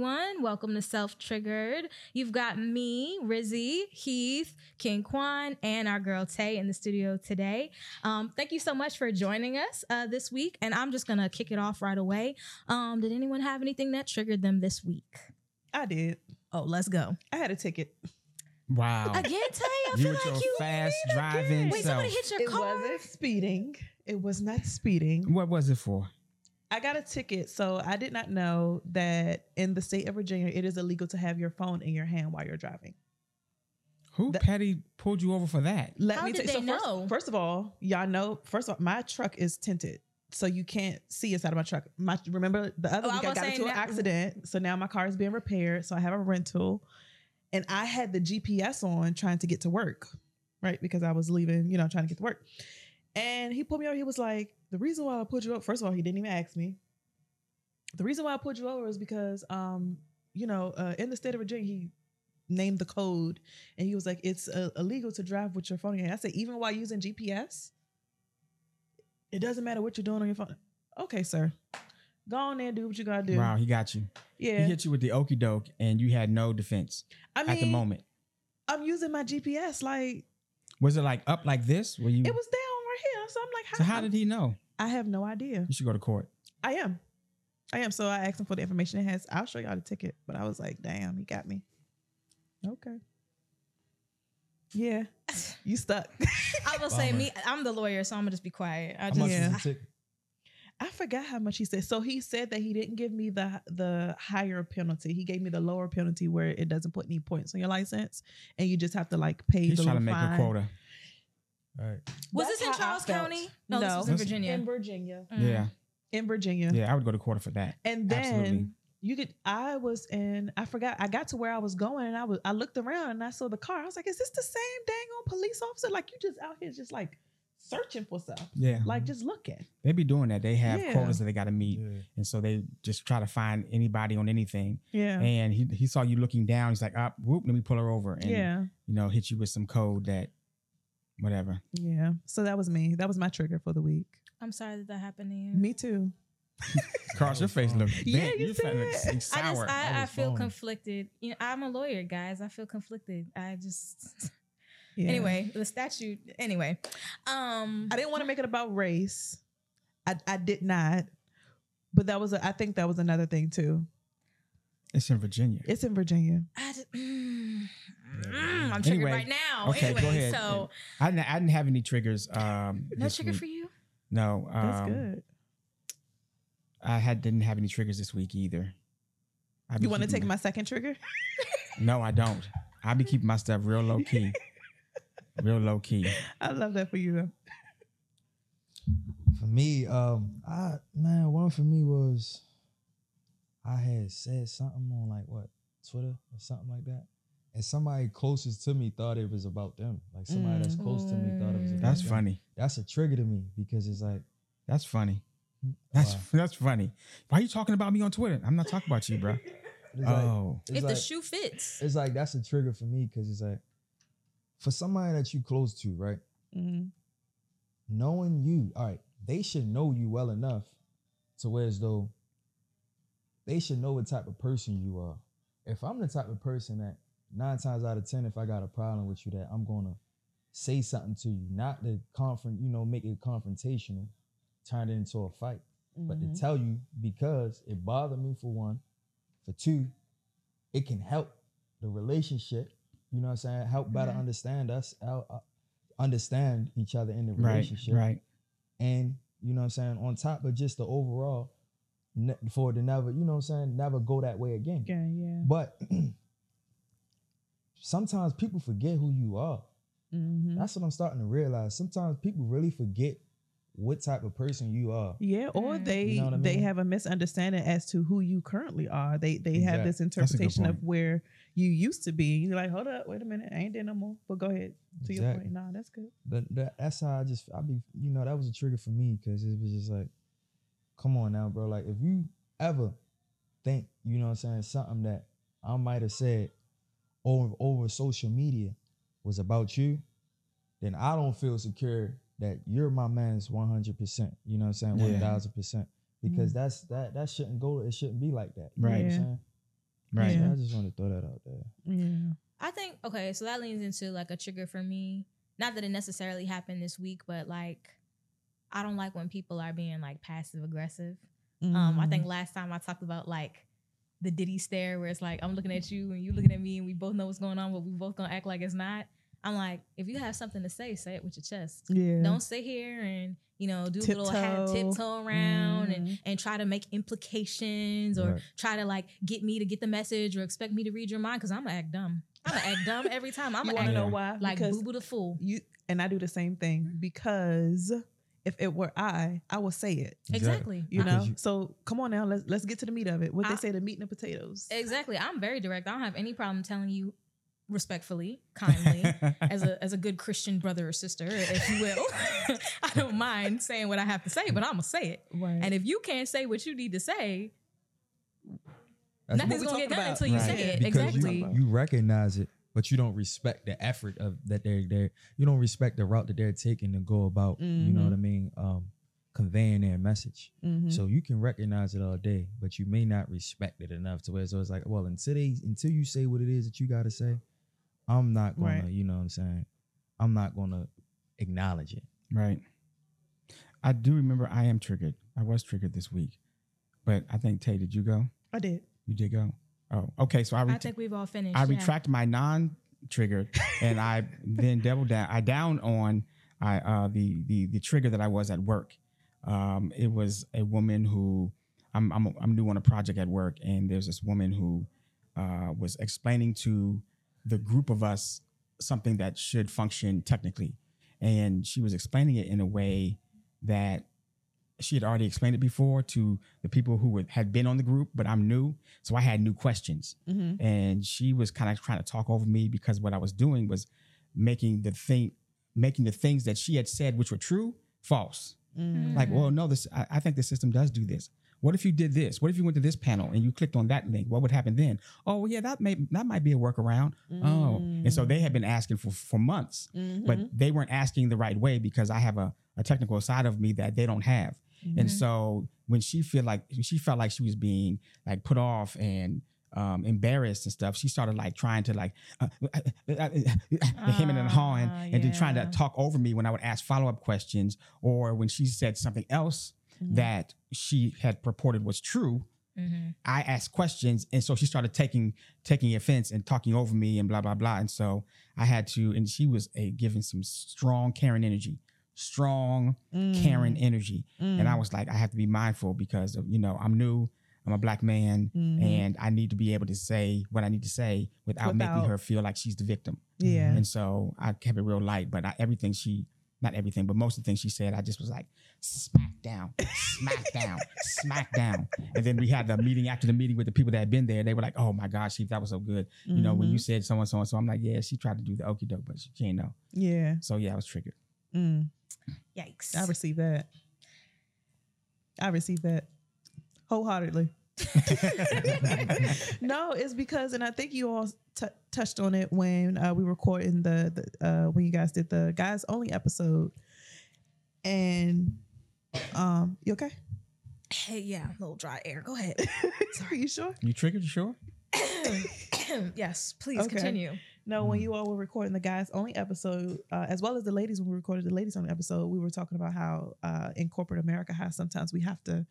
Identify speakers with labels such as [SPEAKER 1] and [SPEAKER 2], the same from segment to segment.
[SPEAKER 1] Welcome to Self Triggered. You've got me, Rizzy, Heath, King Kwan, and our girl Tay in the studio today. Um, thank you so much for joining us uh, this week. And I'm just going to kick it off right away. Um, did anyone have anything that triggered them this week?
[SPEAKER 2] I did.
[SPEAKER 1] Oh, let's go.
[SPEAKER 2] I had a ticket.
[SPEAKER 3] Wow.
[SPEAKER 1] Again, Tay, I
[SPEAKER 3] Oh. you
[SPEAKER 1] feel
[SPEAKER 3] with your
[SPEAKER 1] like you.
[SPEAKER 3] fast driving
[SPEAKER 1] Wait,
[SPEAKER 3] self.
[SPEAKER 1] somebody hit your
[SPEAKER 2] It
[SPEAKER 1] car?
[SPEAKER 2] wasn't speeding. It was not speeding.
[SPEAKER 3] What was it for?
[SPEAKER 2] I got a ticket, so I did not know that in the state of Virginia, it is illegal to have your phone in your hand while you're driving.
[SPEAKER 3] Who
[SPEAKER 2] That-
[SPEAKER 3] petty pulled you over for that?
[SPEAKER 2] Let
[SPEAKER 1] How
[SPEAKER 2] me
[SPEAKER 1] did
[SPEAKER 2] tell you.
[SPEAKER 1] they
[SPEAKER 2] so first,
[SPEAKER 1] know?
[SPEAKER 2] first of all, y'all know. First of all, my truck is tinted, so you can't see inside of my truck. My remember the other
[SPEAKER 1] Oh, I
[SPEAKER 2] week I,
[SPEAKER 1] was
[SPEAKER 2] got into
[SPEAKER 1] saying
[SPEAKER 2] an
[SPEAKER 1] that-
[SPEAKER 2] accident, so now my car is being repaired. So I have a rental, and I had the GPS on trying to get to work, right? Because I was leaving, you know, trying to get to work. And he pulled me over. He was like, "The reason why I pulled you up, first of all, he didn't even ask me. The reason why I pulled you over is because, um, you know, uh, in the state of Virginia, he named the code and he was like, it's uh, illegal to drive with your phone in your hand. I said, even while using GPS, it doesn't matter what you're doing on your phone. Okay, sir. Go on there and do what you gotta do.
[SPEAKER 3] Wow, he got you.
[SPEAKER 2] Yeah.
[SPEAKER 3] He hit you with the okey doke, and you had no defense
[SPEAKER 2] I mean,
[SPEAKER 3] at the moment.
[SPEAKER 2] I'm using my GPS. Like,
[SPEAKER 3] Was it like up like this? Were you?
[SPEAKER 2] it was down right here. So I'm like, how,
[SPEAKER 3] Mm. so how did he know?
[SPEAKER 2] I have no idea.
[SPEAKER 3] You should go to court.
[SPEAKER 2] I am. I am. So I asked him for the information it has. I'll show y'all the ticket. But I was like, damn, he got me. Okay. Yeah. You stuck.
[SPEAKER 1] I will say,
[SPEAKER 3] Bummer.
[SPEAKER 1] me, I'm the lawyer, so I'm gonna just be quiet. I
[SPEAKER 3] How
[SPEAKER 1] just,
[SPEAKER 3] much
[SPEAKER 2] Yeah.
[SPEAKER 3] was it?
[SPEAKER 2] I forgot how much he said. So he said that he didn't give me the the higher penalty. He gave me the lower penalty where it doesn't put any points on your license, and you just have to like pay.
[SPEAKER 3] He's
[SPEAKER 2] the
[SPEAKER 3] trying to
[SPEAKER 2] little
[SPEAKER 3] make
[SPEAKER 2] fine.
[SPEAKER 3] a quota. Right.
[SPEAKER 1] was
[SPEAKER 2] That's
[SPEAKER 1] this in
[SPEAKER 2] how I
[SPEAKER 1] Charles
[SPEAKER 2] felt.
[SPEAKER 1] County? No, this
[SPEAKER 2] No.
[SPEAKER 1] was in
[SPEAKER 3] This-
[SPEAKER 1] Virginia.
[SPEAKER 2] In Virginia.
[SPEAKER 1] Mm.
[SPEAKER 3] Yeah.
[SPEAKER 2] In Virginia.
[SPEAKER 3] Yeah. I would go to court for that.
[SPEAKER 2] And then
[SPEAKER 3] Absolutely.
[SPEAKER 2] you could. I was in. I forgot. I got to where I was going, and I was. I looked around and I saw the car. I was like, "Is this the same dang old police officer? Like you just out here just like searching for stuff,
[SPEAKER 3] Yeah.
[SPEAKER 2] like just looking."
[SPEAKER 3] they be doing that. They have
[SPEAKER 2] Yeah.
[SPEAKER 3] quotas that they got to meet, and so they just try to find anybody on anything.
[SPEAKER 2] Yeah.
[SPEAKER 3] And he, he saw you looking down. He's like, up, whoop, let me pull her over, and
[SPEAKER 2] yeah.
[SPEAKER 3] you know, hit you with some code that, whatever.
[SPEAKER 2] Yeah. So that was me. That was my trigger for the week.
[SPEAKER 1] I'm sorry that that happened to you.
[SPEAKER 2] Me too.
[SPEAKER 3] Carl, your face looked
[SPEAKER 2] Yeah,
[SPEAKER 3] bent.
[SPEAKER 2] you
[SPEAKER 3] Your face looked
[SPEAKER 2] said.
[SPEAKER 3] sour.
[SPEAKER 1] I just I, I
[SPEAKER 3] was
[SPEAKER 1] feel
[SPEAKER 3] wrong.
[SPEAKER 1] conflicted. You know, I'm a lawyer, guys. I feel conflicted. I just
[SPEAKER 2] Yeah.
[SPEAKER 1] anyway the statute. Anyway, um,
[SPEAKER 2] I didn't want to make it about race. I, I did not. But that was, a, I think that was another thing too.
[SPEAKER 3] It's in Virginia.
[SPEAKER 2] It's in Virginia.
[SPEAKER 1] I d- mm,
[SPEAKER 3] Yeah.
[SPEAKER 1] mm, I'm triggered
[SPEAKER 3] Anyway,
[SPEAKER 1] right now.
[SPEAKER 3] okay,
[SPEAKER 1] anyway,
[SPEAKER 3] go ahead.
[SPEAKER 1] so
[SPEAKER 3] I didn't, I didn't have any triggers. Um,
[SPEAKER 1] no
[SPEAKER 3] this
[SPEAKER 1] trigger
[SPEAKER 3] week.
[SPEAKER 1] for you.
[SPEAKER 3] No, um,
[SPEAKER 2] That's good.
[SPEAKER 3] I had didn't have any triggers this week either. I be
[SPEAKER 2] You want to
[SPEAKER 3] keeping
[SPEAKER 2] take my second trigger?
[SPEAKER 3] No, I don't. I be keeping my stuff real low key, real low key.
[SPEAKER 2] I love that for you though.
[SPEAKER 4] For me, um, I man, one for me was I had said something on like what Twitter or something like that, and somebody closest to me thought it was about them. Like somebody that's
[SPEAKER 2] Mm.
[SPEAKER 4] close to me thought it was. About
[SPEAKER 3] That's
[SPEAKER 4] them.
[SPEAKER 3] funny.
[SPEAKER 4] That's a trigger to me because it's like
[SPEAKER 3] That's funny. That's
[SPEAKER 4] Why?
[SPEAKER 3] that's funny. Why you talking about me on Twitter? I'm not talking about you, bro.
[SPEAKER 4] it's like
[SPEAKER 3] Oh,
[SPEAKER 4] it's
[SPEAKER 1] if
[SPEAKER 4] like,
[SPEAKER 1] the shoe fits,
[SPEAKER 4] it's like that's a trigger for me because it's like for somebody that you close to, right?
[SPEAKER 2] Mhm.
[SPEAKER 4] knowing you, all right, they should know you well enough to where as though they should know what type of person you are. If I'm the type of person that nine times out of ten, if I got a problem with you, that I'm gonna say something to you, not to confront, you know, make it confrontational, turn it into a fight, but
[SPEAKER 2] Mhm.
[SPEAKER 4] to tell you because it bothered me for one, for two, it can help the relationship. You know what I'm saying? Help better
[SPEAKER 2] Mm-hmm.
[SPEAKER 1] Mhm.
[SPEAKER 4] understand us, out, uh, understand each other in the
[SPEAKER 3] right,
[SPEAKER 4] relationship
[SPEAKER 3] right.
[SPEAKER 4] and you know what I'm saying on top of just the overall ne- for it to never you know what I'm saying never go that way again
[SPEAKER 2] Mm-hmm. Yeah, yeah.
[SPEAKER 4] but sometimes people forget who you are
[SPEAKER 2] Mhm.
[SPEAKER 4] that's what I'm starting to realize sometimes people really forget what type of person you are
[SPEAKER 2] Yeah, or
[SPEAKER 1] Mm.
[SPEAKER 2] they
[SPEAKER 4] You know what I
[SPEAKER 2] they
[SPEAKER 4] mean?
[SPEAKER 2] have a misunderstanding as to who you currently are. They they have
[SPEAKER 4] Exactly.
[SPEAKER 2] this
[SPEAKER 3] a good
[SPEAKER 2] interpretation of
[SPEAKER 3] point.
[SPEAKER 2] where you used to be. You're like, hold up, wait a minute, I ain't there no more. But go ahead to your
[SPEAKER 4] Exactly.
[SPEAKER 2] point. Nah, that's good.
[SPEAKER 4] But that, that's how I just I be you know that was a trigger for me because it was just like, come on now, bro. Like if you ever think you know what I'm saying something that I might have said over over social media was about you, then I don't feel secure that you're my man's 100. percent You know what I'm saying
[SPEAKER 3] Yeah.
[SPEAKER 4] 1,000 percent because that's that that shouldn't go. It shouldn't be like that. You know what I'm
[SPEAKER 2] Right. Yeah.
[SPEAKER 4] saying?
[SPEAKER 3] Right.
[SPEAKER 2] Yeah.
[SPEAKER 4] I just want to throw that out there.
[SPEAKER 2] Yeah.
[SPEAKER 1] I think okay, so that leans into like a trigger for me. Not that it necessarily happened this week, but like I don't like when people are being like passive aggressive.
[SPEAKER 2] Mm-hmm.
[SPEAKER 1] Um, I think
[SPEAKER 2] Mm.
[SPEAKER 1] last time I talked about like the Diddy stare, where it's like I'm looking at you and you looking at me, and we both know what's going on, but we both gonna act like it's not. I'm like, if you have something to say, say it with your chest.
[SPEAKER 2] Yeah.
[SPEAKER 1] Don't sit here and you know do a little half
[SPEAKER 2] Tiptoe.
[SPEAKER 1] tiptoe around and
[SPEAKER 2] Mhm.
[SPEAKER 1] and try to make implications or
[SPEAKER 4] Right.
[SPEAKER 1] try to like get me to get the message or expect me to read your mind because I'm gonna act dumb. I'm gonna act dumb every time. I'm
[SPEAKER 2] you
[SPEAKER 1] gonna
[SPEAKER 2] want to
[SPEAKER 1] act
[SPEAKER 2] know
[SPEAKER 3] Yeah.
[SPEAKER 2] why?
[SPEAKER 1] like
[SPEAKER 2] because
[SPEAKER 1] boo boo the fool.
[SPEAKER 2] you and I do the same thing because if it were I, I would say it.
[SPEAKER 1] Exactly.
[SPEAKER 2] You
[SPEAKER 1] I-
[SPEAKER 2] know.
[SPEAKER 4] Because you-
[SPEAKER 2] so come on now, let's let's get to the meat of it. What
[SPEAKER 1] I-
[SPEAKER 2] they say, the meat and the potatoes.
[SPEAKER 1] Exactly. I'm very direct. I don't have any problem telling you respectfully, kindly. as a as a good Christian brother or sister, if you will. I don't mind saying what I have to say, but I'm gonna say it.
[SPEAKER 2] Right.
[SPEAKER 1] And if you can't say what you need to say,
[SPEAKER 4] That's
[SPEAKER 1] nothing's
[SPEAKER 2] we
[SPEAKER 1] gonna get
[SPEAKER 2] talking
[SPEAKER 1] done
[SPEAKER 2] about.
[SPEAKER 1] until you
[SPEAKER 3] Right.
[SPEAKER 1] say it.
[SPEAKER 4] because
[SPEAKER 1] exactly.
[SPEAKER 4] You, you recognize it, but you don't respect the effort of that they're there. You don't respect the route that they're taking to go about. You know
[SPEAKER 2] Mhm.
[SPEAKER 4] what I
[SPEAKER 1] Mm-hmm.
[SPEAKER 4] mean? Um, conveying their message.
[SPEAKER 2] Mhm.
[SPEAKER 3] Mm-hmm.
[SPEAKER 4] So you can recognize it all day, but you may not respect it enough to where so it's like, well, until they until you say what it is that you gotta say, I'm not gonna,
[SPEAKER 2] Right.
[SPEAKER 4] you know what I'm saying? I'm not gonna acknowledge it.
[SPEAKER 3] Right. I do remember I am triggered. I was triggered this week. But I think Tay, did you go?
[SPEAKER 2] I did.
[SPEAKER 3] You did go? Oh, okay. So I,
[SPEAKER 1] I
[SPEAKER 3] ret-
[SPEAKER 1] think we've all finished.
[SPEAKER 3] I
[SPEAKER 1] yeah.
[SPEAKER 3] retract my non triggered and I then double down. I down on I uh the the the trigger that I was at work. Um it was a woman who I'm I'm I'm new on a project at work and there's this woman who uh was explaining to the group of us something that should function technically. And she was explaining it in a way that she had already explained it before to the people who would, had been on the group, but I'm new. So I had new questions
[SPEAKER 2] Mm-hmm.
[SPEAKER 3] and she was kind of trying to talk over me because what I was doing was making the thing making the things that she had said which were true false
[SPEAKER 2] Mm-hmm.
[SPEAKER 3] like well no this I, I think the system does do this what if you did this what if you went to this panel and you clicked on that link what would happen then oh yeah that may that might be a workaround
[SPEAKER 2] Mm-hmm.
[SPEAKER 3] oh and
[SPEAKER 2] Mm.
[SPEAKER 3] so they had been asking for for months but
[SPEAKER 1] Mm-hmm.
[SPEAKER 3] they weren't asking the right way because I have a, a technical side of me that they don't have and
[SPEAKER 1] Mhm.
[SPEAKER 3] so when she feel like she felt like she was being like put off and um, embarrassed and stuff, she started like trying to like uh, uh, uh, uh, uh, hemming and hawing
[SPEAKER 1] Ah,
[SPEAKER 3] and then trying to
[SPEAKER 1] yeah.
[SPEAKER 3] talk over me when I would ask follow up questions or when she said something else
[SPEAKER 1] Mm-hmm.
[SPEAKER 3] that she had purported was true.
[SPEAKER 1] Mhm.
[SPEAKER 3] I asked questions, and so she started taking taking offense and talking over me and blah blah blah. And so I had to, and she was a giving some strong Karen energy, strong
[SPEAKER 2] Mm. Mm-hmm.
[SPEAKER 3] Karen energy and I was like, I have to be mindful because of, you know I'm new, I'm a black man,
[SPEAKER 2] Mm-hmm.
[SPEAKER 3] and I need to be able to say what I need to say without,
[SPEAKER 2] Without-
[SPEAKER 3] making her feel like she's the victim.
[SPEAKER 2] yeah.
[SPEAKER 3] And so I kept it real light, but I, everything she, not everything, but most of the things she said, I just was like, smack down, smack down, smack down. And then we had the meeting after the meeting with the people that had been there. They were like, oh my gosh, Chief, that was so good. You know,
[SPEAKER 2] Mm-hmm.
[SPEAKER 3] when you said so and so and so, I'm like, yeah, she tried to do the okey doke, but she can't know.
[SPEAKER 2] yeah.
[SPEAKER 3] So yeah, I was triggered.
[SPEAKER 2] Mm.
[SPEAKER 1] Yikes.
[SPEAKER 2] I receive that. I receive that wholeheartedly. no, it's because, and I think you all t- touched on it when uh, we were recording the, the uh, when you guys did the guys only episode. And um, you okay?
[SPEAKER 1] Hey, yeah, a little dry air. Go ahead.
[SPEAKER 2] Are you sure?
[SPEAKER 3] You triggered? You sure?
[SPEAKER 1] yes, please
[SPEAKER 2] Okay.
[SPEAKER 1] continue.
[SPEAKER 2] No, when you all were recording the guys only episode, uh, as well as the ladies, when we recorded the ladies only episode, we were talking about how uh, in corporate America, how sometimes we have to,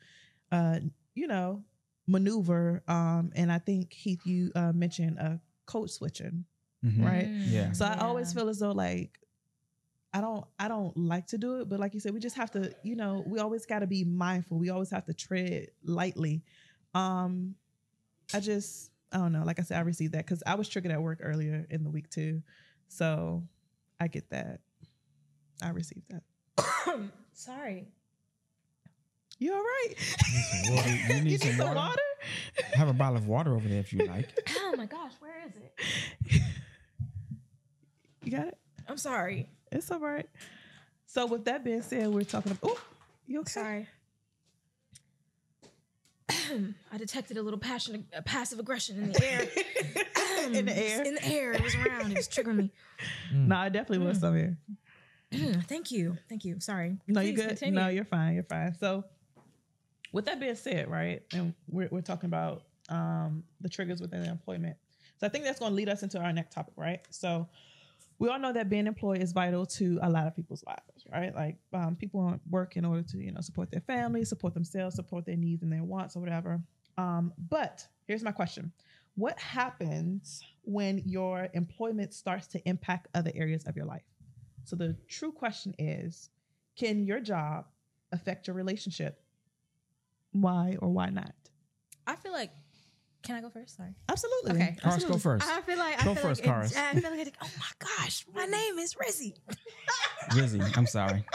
[SPEAKER 2] uh, you know, maneuver. Um, and I think Heath, you uh, mentioned uh, code switching,
[SPEAKER 3] Mhm.
[SPEAKER 2] Right.
[SPEAKER 1] Mm.
[SPEAKER 3] Yeah.
[SPEAKER 2] so I always
[SPEAKER 1] Yeah.
[SPEAKER 2] feel as though like I don't I don't like to do it, but like you said, we just have to, you know, we always got to be mindful. We always have to tread lightly. Um I just I don't know. Like I said, I received that because I was triggered at work earlier in the week too, so I get that. I received that.
[SPEAKER 1] Sorry.
[SPEAKER 2] You all right?
[SPEAKER 4] some water.
[SPEAKER 3] You need
[SPEAKER 2] You
[SPEAKER 3] some
[SPEAKER 2] need some
[SPEAKER 3] water?
[SPEAKER 2] water?
[SPEAKER 3] I have a bottle of water over there if you like.
[SPEAKER 1] Oh my gosh, where is it?
[SPEAKER 2] You got it.
[SPEAKER 1] I'm sorry.
[SPEAKER 2] It's all right. So with that being said, we're talking about. Oh, you okay?
[SPEAKER 1] Sorry. I detected a little passion, uh, passive aggression in the air.
[SPEAKER 2] in the air.
[SPEAKER 1] In the air. It was around. It was triggering me. Mm,
[SPEAKER 2] no,
[SPEAKER 4] Mm.
[SPEAKER 2] I definitely was some air.
[SPEAKER 1] Thank you. Thank you. Sorry.
[SPEAKER 2] No,
[SPEAKER 1] Please
[SPEAKER 2] you're good.
[SPEAKER 1] continue.
[SPEAKER 2] No, you're fine. You're fine. So, with that being said, right, and we're, we're talking about um, the triggers within employment. So I think that's going to lead us into our next topic, right? So we all know that being employed is vital to a lot of people's lives, right? Like um, people work in order to you know support their family, support themselves, support their needs and their wants or whatever. Um, but here's my question: What happens when your employment starts to impact other areas of your life? So the true question is: Can your job affect your relationship? Why or why not?
[SPEAKER 1] I feel like. Can I go first? Sorry.
[SPEAKER 2] Absolutely.
[SPEAKER 1] Okay.
[SPEAKER 3] Cars go
[SPEAKER 2] Absolutely.
[SPEAKER 3] first.
[SPEAKER 1] I feel like
[SPEAKER 3] Go
[SPEAKER 1] I feel
[SPEAKER 3] first,
[SPEAKER 1] like
[SPEAKER 3] Karis.
[SPEAKER 1] it's- I feel like it's like, oh my gosh, my name is Rizzy.
[SPEAKER 3] Rizzy, I'm sorry.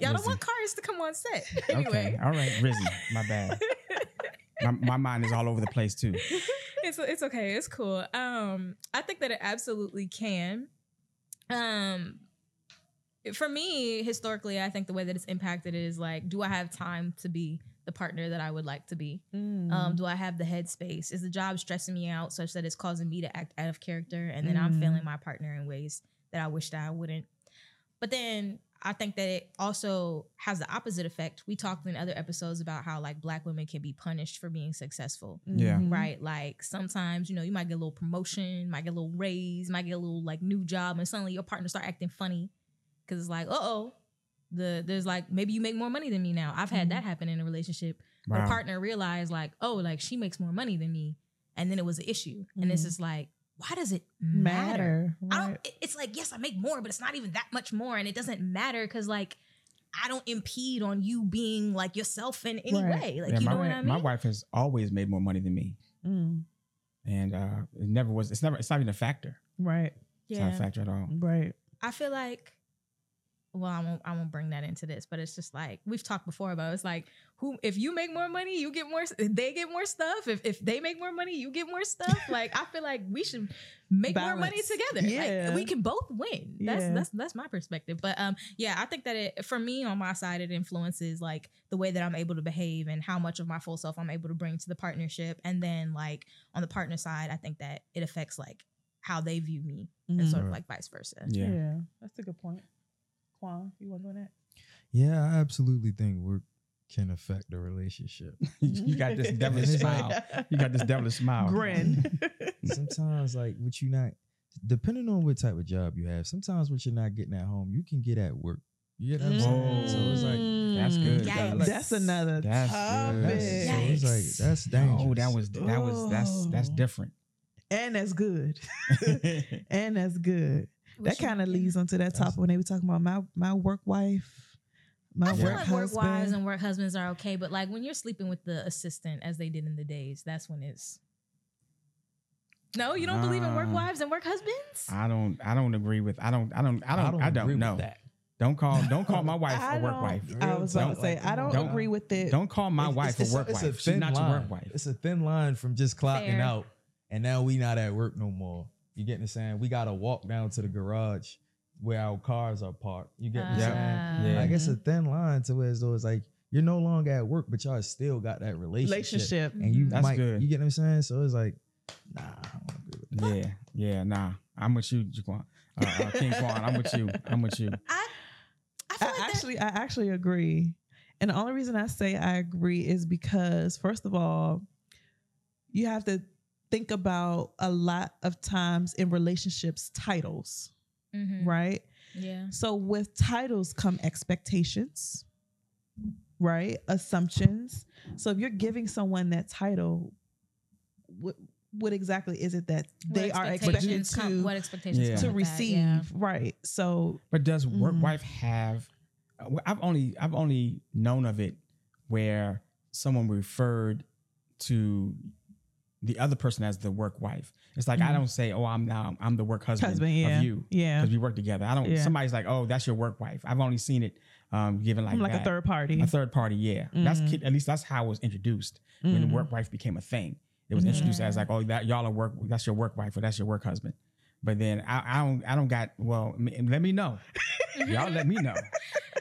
[SPEAKER 1] Y'all don't
[SPEAKER 3] Rizzy.
[SPEAKER 1] want Karis to come on set
[SPEAKER 3] Okay,
[SPEAKER 1] anyway.
[SPEAKER 3] all right, Rizzy, my bad. My, my mind is all over the place too.
[SPEAKER 1] it's it's okay. It's cool. Um, I think that it absolutely can. Um, for me, historically, I think the way that it's impacted is like, do I have time to be the partner that I would like to be?
[SPEAKER 2] Mm. Mm-hmm.
[SPEAKER 1] Um, do I have the headspace? Is the job stressing me out such that it's causing me to act out of character and then I'm
[SPEAKER 2] Mm.
[SPEAKER 1] failing my partner in ways that I wish that I wouldn't? But then I think that it also has the opposite effect. We talked in other episodes about how like black women can be punished for being successful
[SPEAKER 3] Yeah.
[SPEAKER 2] Mhm.
[SPEAKER 1] mm, right? Like sometimes, you know, you might get a little promotion, might get a little raise, might get a little like new job, and suddenly your partner start acting funny because it's like, uh oh, the there's like maybe you make more money than me now. I've had that happen in a relationship. where
[SPEAKER 3] Wow.
[SPEAKER 1] A partner realized like, oh, like she makes more money than me, and then it was an issue, and it's
[SPEAKER 2] Mhm.
[SPEAKER 1] just like, why does it matter?
[SPEAKER 2] Matter.
[SPEAKER 1] I don't.
[SPEAKER 2] Right.
[SPEAKER 1] it- It's like yes, I make more, but it's not even that much more, and it doesn't matter because like I don't impede on you being like yourself in any
[SPEAKER 2] Right.
[SPEAKER 1] way. Like
[SPEAKER 3] Yeah,
[SPEAKER 1] you
[SPEAKER 3] my,
[SPEAKER 1] know what
[SPEAKER 3] wi-
[SPEAKER 1] I mean?
[SPEAKER 3] my wife has always made more money than me,
[SPEAKER 1] Ah.
[SPEAKER 2] Mm.
[SPEAKER 3] and uh, it never was. It's never. It's not even a factor.
[SPEAKER 2] Right.
[SPEAKER 3] It's not a factor at all.
[SPEAKER 2] Right.
[SPEAKER 1] I feel like, well, I won't, I won't bring that into this, but it's just like we've talked before about. It's like who, if you make more money, you get more. They get more stuff. If if they make more money, you get more stuff. Like I feel like we should make more money
[SPEAKER 2] Balance.
[SPEAKER 1] together.
[SPEAKER 2] Yeah.
[SPEAKER 1] Like we can both win. That's
[SPEAKER 2] Yeah.
[SPEAKER 1] that's that's my perspective. But um, yeah, I think that it for me on my side, it influences like the way that I'm able to behave and how much of my full self I'm able to bring to the partnership. And then like on the partner side, I think that it affects like how they view me and sort of
[SPEAKER 2] Mm-hmm.
[SPEAKER 3] Mhm.
[SPEAKER 1] like vice versa.
[SPEAKER 3] Yeah.
[SPEAKER 2] That's a good point. Quan, you want to go next?
[SPEAKER 4] Yeah, I absolutely think work can affect the relationship.
[SPEAKER 3] you got this devilish
[SPEAKER 4] It's
[SPEAKER 3] smile. You got this devilish smile.
[SPEAKER 2] Grin.
[SPEAKER 4] sometimes like what you not depending on what type of job you have, sometimes what you're not getting at home, you can get at work. You get what I'm saying? So it's like
[SPEAKER 3] that's good.
[SPEAKER 1] Mm. Yikes.
[SPEAKER 4] like-
[SPEAKER 2] That's another
[SPEAKER 3] That's
[SPEAKER 2] topic.
[SPEAKER 3] good.
[SPEAKER 4] that's, so it's
[SPEAKER 1] Yikes.
[SPEAKER 4] like that's dangerous.
[SPEAKER 3] Mm. Oh, that was that was that's that's
[SPEAKER 2] Oh.
[SPEAKER 3] different.
[SPEAKER 2] And that's good. and that's good. That kind of leads onto that topic when they were talking about my my work wife, my
[SPEAKER 1] I feel
[SPEAKER 2] work
[SPEAKER 1] like work wives
[SPEAKER 2] husband.
[SPEAKER 1] and work husbands are okay, but like when you're sleeping with the assistant as they did in the days, that's when it's. No, you don't believe
[SPEAKER 2] Ah.
[SPEAKER 1] in work
[SPEAKER 3] Nah.
[SPEAKER 1] wives and work husbands.
[SPEAKER 3] I don't I don't agree with I don't I don't I don't I don't,
[SPEAKER 4] agree with
[SPEAKER 3] know.
[SPEAKER 4] that.
[SPEAKER 3] Don't call don't call my wife
[SPEAKER 2] I
[SPEAKER 3] a work
[SPEAKER 2] don't-
[SPEAKER 3] wife.
[SPEAKER 2] I was about to
[SPEAKER 4] Don't-
[SPEAKER 2] say I don't,
[SPEAKER 3] don't-
[SPEAKER 2] agree with it.
[SPEAKER 3] Don't call my
[SPEAKER 4] It's-
[SPEAKER 3] wife
[SPEAKER 4] it's-
[SPEAKER 3] a
[SPEAKER 4] it's
[SPEAKER 3] work
[SPEAKER 4] it's
[SPEAKER 3] wife. She's not your
[SPEAKER 4] line.
[SPEAKER 3] work wife.
[SPEAKER 4] It's a thin line from just clocking
[SPEAKER 1] Fair.
[SPEAKER 4] out, and now we not at work no more. You get me saying? We gotta walk down to the garage where our cars are parked. You get
[SPEAKER 3] Yeah.
[SPEAKER 4] me saying?
[SPEAKER 3] Yeah.
[SPEAKER 4] Like it's a thin line to where it's though it's like you're no longer at work, but y'all still got that relationship.
[SPEAKER 2] Relationship.
[SPEAKER 4] And you
[SPEAKER 3] That's
[SPEAKER 4] might,
[SPEAKER 3] good.
[SPEAKER 4] Mm-hmm. you get what I'm saying? So it's like, nah, I don't agree with that.
[SPEAKER 3] Yeah, yeah, nah. I'm with you, Jaquan. Uh, uh, King Quan, I'm with you. I'm with you.
[SPEAKER 1] I, I feel
[SPEAKER 2] I
[SPEAKER 1] like
[SPEAKER 2] actually, I actually agree. And the only reason I say I agree is because, first of all, you have to think about a lot of times in relationships titles,
[SPEAKER 1] that. Mhm.
[SPEAKER 2] right?
[SPEAKER 1] Yeah.
[SPEAKER 2] So with titles come expectations, right? Assumptions. So if you're giving someone that title, what what exactly is it that
[SPEAKER 1] What
[SPEAKER 2] they are expected
[SPEAKER 1] expectations
[SPEAKER 2] to
[SPEAKER 1] come- what expectations
[SPEAKER 3] Yeah.
[SPEAKER 1] come
[SPEAKER 2] to
[SPEAKER 1] with that,
[SPEAKER 2] receive,
[SPEAKER 1] yeah.
[SPEAKER 2] right? So
[SPEAKER 3] But does work
[SPEAKER 2] Mhm.
[SPEAKER 3] wife have? uh, well, I've only I've only known of it where someone referred to the other person as the work wife. It's like I
[SPEAKER 2] Mhm.
[SPEAKER 3] don't say, "Oh, I'm now I'm the work husband,
[SPEAKER 2] husband, yeah,
[SPEAKER 3] of you,"
[SPEAKER 2] yeah,
[SPEAKER 3] because we work together. I don't.
[SPEAKER 2] Yeah.
[SPEAKER 3] Somebody's like, "Oh, that's your work wife." I've only seen it um, given like
[SPEAKER 2] I'm like
[SPEAKER 3] that.
[SPEAKER 2] a third party.
[SPEAKER 3] A third party, yeah. That's
[SPEAKER 2] Mhm.
[SPEAKER 3] ki- at least that's how it was introduced when
[SPEAKER 2] Mm.
[SPEAKER 3] the work
[SPEAKER 2] Mm-hmm.
[SPEAKER 3] wife became a thing. It was
[SPEAKER 2] Mhm.
[SPEAKER 3] introduced as like, oh, that y'all are work. That's your work wife or that's your work husband. But then I, I don't I don't got well. m- Let me know, y'all. Let me know.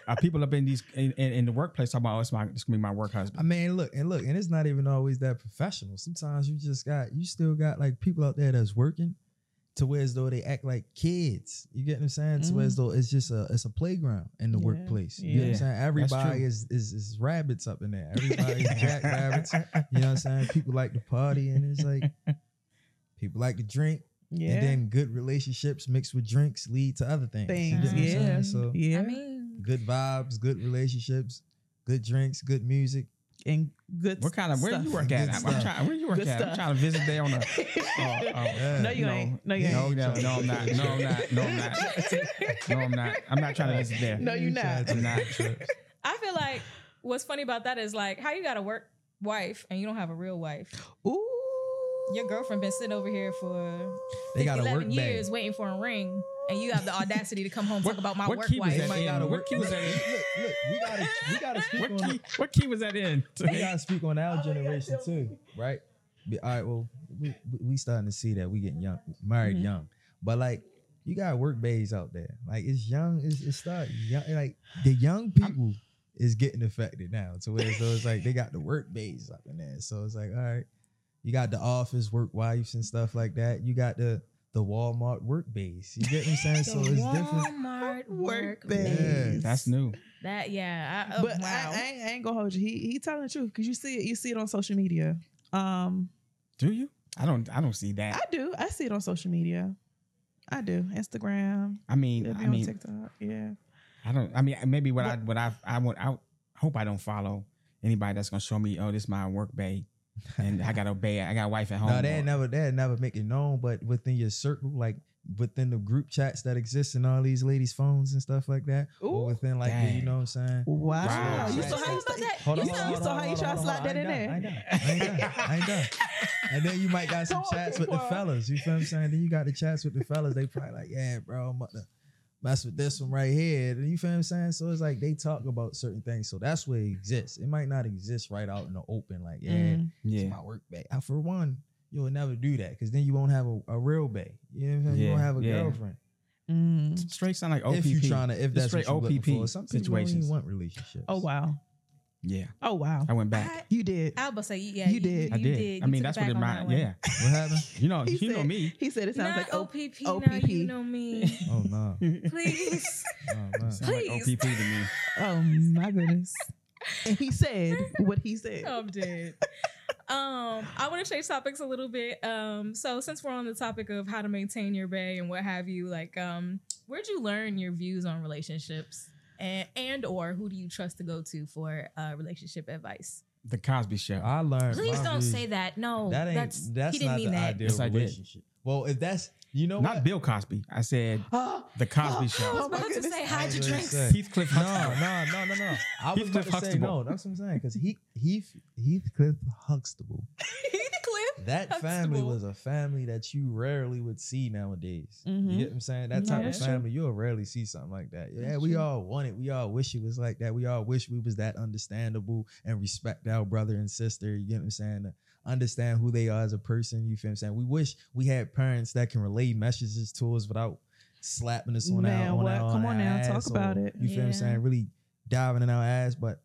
[SPEAKER 3] Uh, people up in these in, in, in the workplace talking about, oh, it's my it's gonna be my work
[SPEAKER 4] I
[SPEAKER 3] husband.
[SPEAKER 4] mean, look, and look, and it's not even always that professional. Sometimes you just got, you still got like people out there that's working to where as though they act like kids. You get what I'm saying? To where
[SPEAKER 2] Mhm.
[SPEAKER 4] as though it's just a it's a playground in the
[SPEAKER 2] Yeah,
[SPEAKER 4] workplace. You know what
[SPEAKER 3] yeah.
[SPEAKER 4] I'm saying? Everybody is, is is rabbits up in there. Everybody is jack rabbits. You know what I'm saying? People like to party and it's like people like to drink.
[SPEAKER 2] Yeah.
[SPEAKER 4] And then good relationships mixed with drinks lead to other things. You
[SPEAKER 2] things.
[SPEAKER 4] get what I'm saying?
[SPEAKER 2] Yeah.
[SPEAKER 4] So
[SPEAKER 2] yeah.
[SPEAKER 1] I mean,
[SPEAKER 4] good vibes, good relationships, good drinks, good music.
[SPEAKER 2] and good.
[SPEAKER 3] What kind of where
[SPEAKER 2] stuff.
[SPEAKER 3] you work at?
[SPEAKER 4] Good
[SPEAKER 3] I'm,
[SPEAKER 4] stuff.
[SPEAKER 3] trying. Where you work
[SPEAKER 2] Good
[SPEAKER 3] at?
[SPEAKER 2] stuff.
[SPEAKER 3] I'm trying to visit there on a. Oh, oh.
[SPEAKER 4] Yeah.
[SPEAKER 2] No, you ain't. No, you
[SPEAKER 4] Yeah.
[SPEAKER 3] No,
[SPEAKER 2] ain't.
[SPEAKER 3] no, no, I'm not. No, I'm not. No, I'm not. No, I'm not. I'm not trying to visit there.
[SPEAKER 2] No, you not.
[SPEAKER 3] I'm not.
[SPEAKER 1] I feel like what's funny about that is like how you got a work wife and you don't have a real wife.
[SPEAKER 2] Ooh.
[SPEAKER 1] Your girlfriend been sitting over here for
[SPEAKER 4] They
[SPEAKER 1] 11
[SPEAKER 4] got a work
[SPEAKER 1] years
[SPEAKER 4] bag.
[SPEAKER 1] waiting for a ring, and you have the audacity to come home and
[SPEAKER 3] What-
[SPEAKER 1] talk about my
[SPEAKER 3] what
[SPEAKER 1] work
[SPEAKER 3] key was
[SPEAKER 1] wife.
[SPEAKER 3] that
[SPEAKER 4] Might
[SPEAKER 3] in?
[SPEAKER 4] gotta
[SPEAKER 3] What
[SPEAKER 4] work-
[SPEAKER 3] key was that in?
[SPEAKER 4] Look, look, we gotta we gotta speak
[SPEAKER 3] What
[SPEAKER 4] on
[SPEAKER 3] key? What key was that in?
[SPEAKER 4] we gotta speak on our generation
[SPEAKER 2] tell
[SPEAKER 4] too, right? Be- All right, well, we, we- we starting to see that we getting young, married
[SPEAKER 2] Mhm.
[SPEAKER 4] young, but like you got work bays out there, like it's young, it's, it's start young, like the young people is getting affected now, to where so it's like they got the work bays up in there, so it's like all right, you got the office work wives and stuff like that, you got the the Walmart work base, you get what I'm saying? so it's different.
[SPEAKER 1] Walmart
[SPEAKER 2] Work
[SPEAKER 1] work
[SPEAKER 4] bag.
[SPEAKER 2] bag.
[SPEAKER 4] Yeah,
[SPEAKER 3] That's new.
[SPEAKER 1] That yeah. I, oh,
[SPEAKER 2] But
[SPEAKER 1] wow.
[SPEAKER 2] I, I, ain't, I ain't gonna hold you. He he telling the truth because you see it. You see it on social media. Um,
[SPEAKER 3] Do you? I don't. I don't see
[SPEAKER 2] I
[SPEAKER 3] that.
[SPEAKER 2] do. I see it on social media. I do. Instagram.
[SPEAKER 3] I mean,
[SPEAKER 2] It'll be
[SPEAKER 3] I
[SPEAKER 2] on
[SPEAKER 3] mean,
[SPEAKER 2] TikTok. Yeah.
[SPEAKER 3] I don't. I mean, maybe what I what I I would I hope I don't follow anybody that's gonna show me. Oh, this my work bay, and I got a bay. I got a wife at home.
[SPEAKER 4] No, they
[SPEAKER 3] or-
[SPEAKER 4] ain't never they ain't never make it known, but within your circle, like within the group chats that exist in all these ladies' phones and stuff like that.
[SPEAKER 2] Ooh.
[SPEAKER 4] Or within like the- you
[SPEAKER 3] Dang.
[SPEAKER 4] know what I'm saying?
[SPEAKER 2] Wow.
[SPEAKER 3] Wow.
[SPEAKER 2] Oh, You saw how you saw that?
[SPEAKER 4] Hold
[SPEAKER 2] you
[SPEAKER 4] on,
[SPEAKER 2] saw,
[SPEAKER 4] hold
[SPEAKER 2] you
[SPEAKER 4] on,
[SPEAKER 2] saw
[SPEAKER 4] hold
[SPEAKER 2] how you try
[SPEAKER 4] on,
[SPEAKER 2] to
[SPEAKER 4] hold on,
[SPEAKER 2] slide that in
[SPEAKER 4] hold on. I ain't
[SPEAKER 2] there.
[SPEAKER 4] done, I ain't done. I ain't done. And then you might got some
[SPEAKER 2] Talking
[SPEAKER 4] chats with the
[SPEAKER 2] for-
[SPEAKER 4] fellas. You feel what I'm saying? Then you got the chats with the fellas. They probably like, yeah, bro, I'm about to mess with this one right here. You feel what I'm saying? So it's like they talk about certain things. So that's where it exists. It might not exist right out in the open. Like, yeah,
[SPEAKER 2] Mm.
[SPEAKER 4] yeah.
[SPEAKER 3] Yeah.
[SPEAKER 4] my work bag. I, for one, you'll never do that because then you won't have a, a real bay. You know what I'm saying? you
[SPEAKER 3] Yeah,
[SPEAKER 4] won't have a
[SPEAKER 3] yeah.
[SPEAKER 4] girlfriend.
[SPEAKER 2] Mm.
[SPEAKER 3] Straight sound like OPP.
[SPEAKER 4] If you're trying to, if
[SPEAKER 3] It's
[SPEAKER 4] that's
[SPEAKER 3] straight
[SPEAKER 4] what you're looking
[SPEAKER 3] OPP
[SPEAKER 4] for. Some people don't even
[SPEAKER 3] situations.
[SPEAKER 4] want relationships.
[SPEAKER 2] Oh wow.
[SPEAKER 3] yeah,
[SPEAKER 2] Oh wow.
[SPEAKER 3] I went back.
[SPEAKER 2] You did.
[SPEAKER 1] I was about to say yeah.
[SPEAKER 2] You did.
[SPEAKER 3] I
[SPEAKER 1] you
[SPEAKER 3] did. I
[SPEAKER 1] You
[SPEAKER 3] mean,
[SPEAKER 1] took
[SPEAKER 3] that's
[SPEAKER 1] it
[SPEAKER 3] what it
[SPEAKER 1] back on that
[SPEAKER 3] might.
[SPEAKER 1] one.
[SPEAKER 3] Yeah.
[SPEAKER 4] What happened?
[SPEAKER 3] You know,
[SPEAKER 2] He
[SPEAKER 3] you know
[SPEAKER 2] said-
[SPEAKER 3] me.
[SPEAKER 2] He said it sounds
[SPEAKER 1] Not
[SPEAKER 2] like oh,
[SPEAKER 1] OPP, Now
[SPEAKER 2] OPP.
[SPEAKER 1] you know me.
[SPEAKER 4] Oh no.
[SPEAKER 1] Please.
[SPEAKER 4] Oh, no.
[SPEAKER 3] Sound like
[SPEAKER 1] Please.
[SPEAKER 3] OPP to me.
[SPEAKER 2] oh my goodness. and he said what he said.
[SPEAKER 1] I'm dead. Um, I want to change topics a little bit. Um, so since we're on the topic of how to maintain your bay and what have you, like, um, where'd you learn your views on relationships, and and or who do you trust to go to for uh, relationship advice?
[SPEAKER 3] The Cosby Show.
[SPEAKER 4] I learned.
[SPEAKER 1] Please
[SPEAKER 4] my
[SPEAKER 1] don't
[SPEAKER 4] views.
[SPEAKER 1] say that. No,
[SPEAKER 4] That ain't.
[SPEAKER 1] that's
[SPEAKER 4] That's,
[SPEAKER 1] he didn't
[SPEAKER 4] not
[SPEAKER 1] mean
[SPEAKER 4] the
[SPEAKER 1] that.
[SPEAKER 4] ideal
[SPEAKER 3] Yes, I did.
[SPEAKER 4] relationship. Well, if that's you know
[SPEAKER 3] Not
[SPEAKER 4] what?
[SPEAKER 3] Bill Cosby. I said
[SPEAKER 2] Oh,
[SPEAKER 3] The Cosby
[SPEAKER 1] I was
[SPEAKER 3] Show.
[SPEAKER 2] my
[SPEAKER 1] about to
[SPEAKER 2] goodness.
[SPEAKER 1] say
[SPEAKER 4] I
[SPEAKER 1] hide
[SPEAKER 4] was
[SPEAKER 1] your
[SPEAKER 4] gonna
[SPEAKER 1] drinks.
[SPEAKER 4] say.
[SPEAKER 3] Heathcliff
[SPEAKER 4] No,
[SPEAKER 3] Huxtable.
[SPEAKER 4] no, no, no, no. I was about
[SPEAKER 3] Heathcliff
[SPEAKER 4] to say no.
[SPEAKER 3] Huxtable.
[SPEAKER 4] That's what I'm saying. Because he, Heath, Heathcliff Huxtable.
[SPEAKER 1] Cliff.
[SPEAKER 4] That family
[SPEAKER 1] Huxtable.
[SPEAKER 4] was a family that you rarely would see nowadays.
[SPEAKER 2] Mhm.
[SPEAKER 4] You get what I'm saying? That
[SPEAKER 2] No,
[SPEAKER 4] type of
[SPEAKER 2] that's true.
[SPEAKER 4] family, you'll rarely see something like that. Yeah,
[SPEAKER 2] That's
[SPEAKER 4] we
[SPEAKER 2] true.
[SPEAKER 4] all want it. We all wish it was like that. We all wish we was that understandable and respect our brother and sister. You get what I'm saying? To understand who they are as a person. You feel what I'm saying? We wish we had parents that can relay messages to us without slapping us on
[SPEAKER 2] Man,
[SPEAKER 4] our on
[SPEAKER 2] what?
[SPEAKER 4] our,
[SPEAKER 2] Come
[SPEAKER 4] our
[SPEAKER 2] on now, talk
[SPEAKER 4] ass or,
[SPEAKER 2] about it.
[SPEAKER 4] You feel what I'm
[SPEAKER 1] Yeah.
[SPEAKER 4] saying? Really diving in our ass, but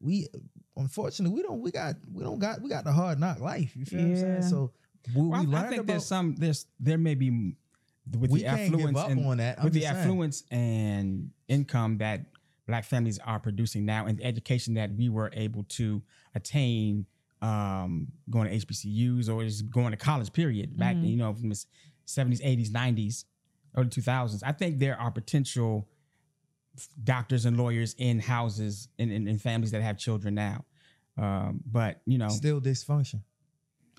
[SPEAKER 4] we unfortunately we don't we got we don't got we got the hard knock life. You feel what I'm
[SPEAKER 2] Yeah.
[SPEAKER 4] saying? So what
[SPEAKER 3] Well,
[SPEAKER 4] we
[SPEAKER 3] I- I,
[SPEAKER 4] learned
[SPEAKER 3] think
[SPEAKER 4] about
[SPEAKER 3] there's some there's there may be m- with
[SPEAKER 4] we
[SPEAKER 3] the
[SPEAKER 4] can't give
[SPEAKER 3] affluence
[SPEAKER 4] up
[SPEAKER 3] and
[SPEAKER 4] on that. I'm
[SPEAKER 3] with the
[SPEAKER 4] just saying.
[SPEAKER 3] affluence and income that black families are producing now and the education that we were able to attain um, going to HBCUs or just going to college period back
[SPEAKER 1] Mm-hmm.
[SPEAKER 2] Mhm.
[SPEAKER 3] you know from the s- 70s 80s 90s early 2000s I think there are potential doctors and lawyers in houses and in, in families that have children now um, but you know
[SPEAKER 4] still dysfunction.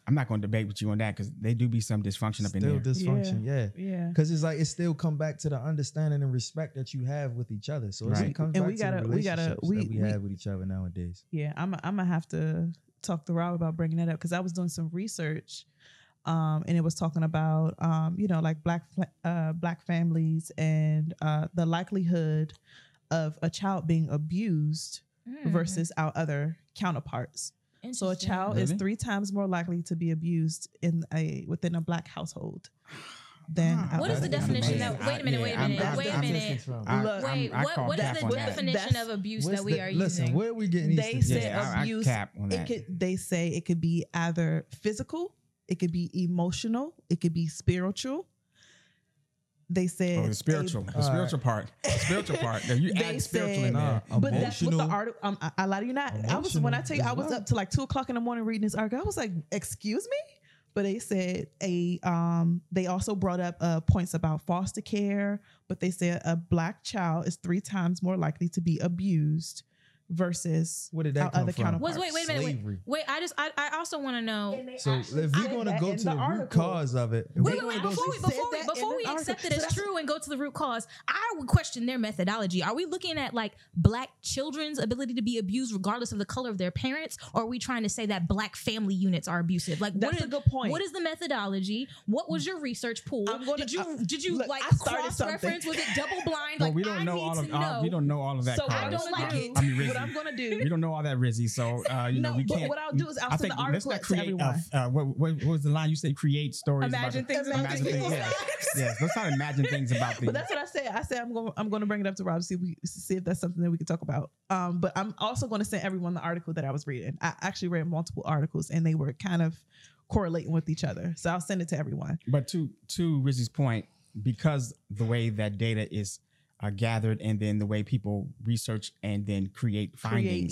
[SPEAKER 3] I'm not going to debate with you on that because they do be some dysfunction up in
[SPEAKER 4] Still
[SPEAKER 3] there.
[SPEAKER 4] dysfunction. Yeah.
[SPEAKER 2] yeah.
[SPEAKER 4] Cause it's like it still come back to the understanding and respect that you have with each other. So
[SPEAKER 3] Right.
[SPEAKER 4] it comes
[SPEAKER 2] And
[SPEAKER 4] back
[SPEAKER 2] we gotta-
[SPEAKER 4] to the
[SPEAKER 2] we gotta-
[SPEAKER 4] relationships
[SPEAKER 2] we-
[SPEAKER 4] that we,
[SPEAKER 2] we-
[SPEAKER 4] have with each other nowadays.
[SPEAKER 2] Yeah, I'm I'm gonna have to talk to Rob about bringing that up because I was doing some research, um, and it was talking about um, you know, like black fla- uh, black families and uh, the likelihood of a child being abused Mm,
[SPEAKER 1] Mm-hmm.
[SPEAKER 2] versus our other counterparts. So a child is
[SPEAKER 3] Really?
[SPEAKER 2] three times more likely to be abused in a within a black household than
[SPEAKER 3] Ah,
[SPEAKER 2] out-
[SPEAKER 1] What is the
[SPEAKER 3] that's
[SPEAKER 1] definition
[SPEAKER 3] amazing.
[SPEAKER 1] that- wait a minute,
[SPEAKER 3] I-
[SPEAKER 1] wait a
[SPEAKER 3] I'm-
[SPEAKER 1] minute,
[SPEAKER 3] I'm-
[SPEAKER 1] wait a
[SPEAKER 3] I'm-
[SPEAKER 1] minute.
[SPEAKER 3] I-
[SPEAKER 2] Look,
[SPEAKER 1] Wait,
[SPEAKER 3] I'm- I
[SPEAKER 1] what,
[SPEAKER 3] call
[SPEAKER 1] what
[SPEAKER 3] cap
[SPEAKER 1] is the
[SPEAKER 3] on that.
[SPEAKER 1] definition
[SPEAKER 2] That's-
[SPEAKER 1] of abuse
[SPEAKER 4] What's
[SPEAKER 1] that we
[SPEAKER 4] the-
[SPEAKER 1] are
[SPEAKER 4] listen,
[SPEAKER 1] using?
[SPEAKER 4] where are we getting these?
[SPEAKER 2] They
[SPEAKER 4] things
[SPEAKER 2] said
[SPEAKER 4] from?
[SPEAKER 3] Yeah, I- I
[SPEAKER 2] abuse-
[SPEAKER 3] cap on
[SPEAKER 2] it
[SPEAKER 3] that.
[SPEAKER 2] could they say it could be either physical it could be emotional it could be spiritual They said
[SPEAKER 3] Oh, the spiritual, the
[SPEAKER 4] All right.
[SPEAKER 3] spiritual part, the spiritual part. Now, you
[SPEAKER 2] They
[SPEAKER 3] add spiritual in
[SPEAKER 2] said-
[SPEAKER 3] there.
[SPEAKER 4] Nah,
[SPEAKER 2] But that's what the
[SPEAKER 4] Emotional.
[SPEAKER 2] article. Um, I, I lie to you not. I was when I tell you I was
[SPEAKER 4] Emotional.
[SPEAKER 2] up to like two o'clock in the morning reading this article. I was like, "Excuse me," but they said a. Um, they also brought up uh, points about foster care, but they said a black child is three times more likely to be abused versus
[SPEAKER 4] Where did
[SPEAKER 2] our
[SPEAKER 4] that come
[SPEAKER 2] other
[SPEAKER 4] from?
[SPEAKER 2] counterparts.
[SPEAKER 1] Was wait, wait a minute, wait,
[SPEAKER 4] Slavery.
[SPEAKER 1] wait. I just, I, I also want to know.
[SPEAKER 4] So if you're
[SPEAKER 2] said
[SPEAKER 4] going to
[SPEAKER 2] that
[SPEAKER 4] go
[SPEAKER 2] in
[SPEAKER 4] to
[SPEAKER 2] the
[SPEAKER 4] the, root
[SPEAKER 2] article.
[SPEAKER 4] cause of it, if
[SPEAKER 2] They
[SPEAKER 1] Wait,
[SPEAKER 4] we
[SPEAKER 1] wait,
[SPEAKER 2] gonna
[SPEAKER 1] wait.
[SPEAKER 2] go-
[SPEAKER 1] Before we,
[SPEAKER 2] she said
[SPEAKER 1] before
[SPEAKER 2] that
[SPEAKER 1] we,
[SPEAKER 2] in
[SPEAKER 1] before
[SPEAKER 2] an
[SPEAKER 1] we
[SPEAKER 2] article.
[SPEAKER 1] accept it
[SPEAKER 2] So
[SPEAKER 1] as
[SPEAKER 2] that's-
[SPEAKER 1] true and go to the root cause, I would question their methodology. Are we looking at like black children's ability to be abused regardless of the color of their parents, or are we trying to say that black family units are abusive? Like,
[SPEAKER 2] That's
[SPEAKER 1] what
[SPEAKER 2] a
[SPEAKER 1] is,
[SPEAKER 2] good point.
[SPEAKER 1] what is the methodology? What was your research pool?
[SPEAKER 2] I'm gonna-
[SPEAKER 1] did you
[SPEAKER 2] I-
[SPEAKER 1] did you
[SPEAKER 2] look,
[SPEAKER 1] like
[SPEAKER 2] I started
[SPEAKER 1] cross reference?
[SPEAKER 2] something.
[SPEAKER 1] Was it double blind?
[SPEAKER 3] Well,
[SPEAKER 1] like,
[SPEAKER 3] we don't
[SPEAKER 1] I
[SPEAKER 3] know
[SPEAKER 1] need
[SPEAKER 3] all of
[SPEAKER 1] to
[SPEAKER 3] uh, we
[SPEAKER 1] know.
[SPEAKER 3] don't know all of that.
[SPEAKER 2] so what
[SPEAKER 3] Carlos.
[SPEAKER 2] I'm gonna
[SPEAKER 1] like
[SPEAKER 2] do,
[SPEAKER 1] it.
[SPEAKER 3] I mean, Rizzy.
[SPEAKER 2] what I'm gonna
[SPEAKER 3] we
[SPEAKER 2] do,
[SPEAKER 3] don't know all that, Rizzy. So uh, you know,
[SPEAKER 2] No,
[SPEAKER 3] we
[SPEAKER 2] but
[SPEAKER 3] can't.
[SPEAKER 2] what I'll do is I'll
[SPEAKER 3] I
[SPEAKER 2] send
[SPEAKER 3] think
[SPEAKER 2] the
[SPEAKER 3] let's
[SPEAKER 2] article
[SPEAKER 3] not
[SPEAKER 2] to
[SPEAKER 3] create. Uh,
[SPEAKER 2] everyone.
[SPEAKER 3] uh, what, what, what was the line you say? Create stories.
[SPEAKER 1] Imagine
[SPEAKER 3] about
[SPEAKER 1] things about
[SPEAKER 3] Imagine
[SPEAKER 1] people's
[SPEAKER 3] things. Yeah.
[SPEAKER 1] lives.
[SPEAKER 3] Yes, let's not imagine things about the.
[SPEAKER 2] But that's what I said. I said I'm going. I'm going to bring it up to Rob see if we see if that's something that we can talk about. Um, but I'm also going to send everyone the article that I was reading. I actually read multiple articles and they were kind of correlating with each other. So I'll send it to everyone.
[SPEAKER 3] But to to Rizzy's point, because the way that data is uh, gathered and then the way people research and then create findings,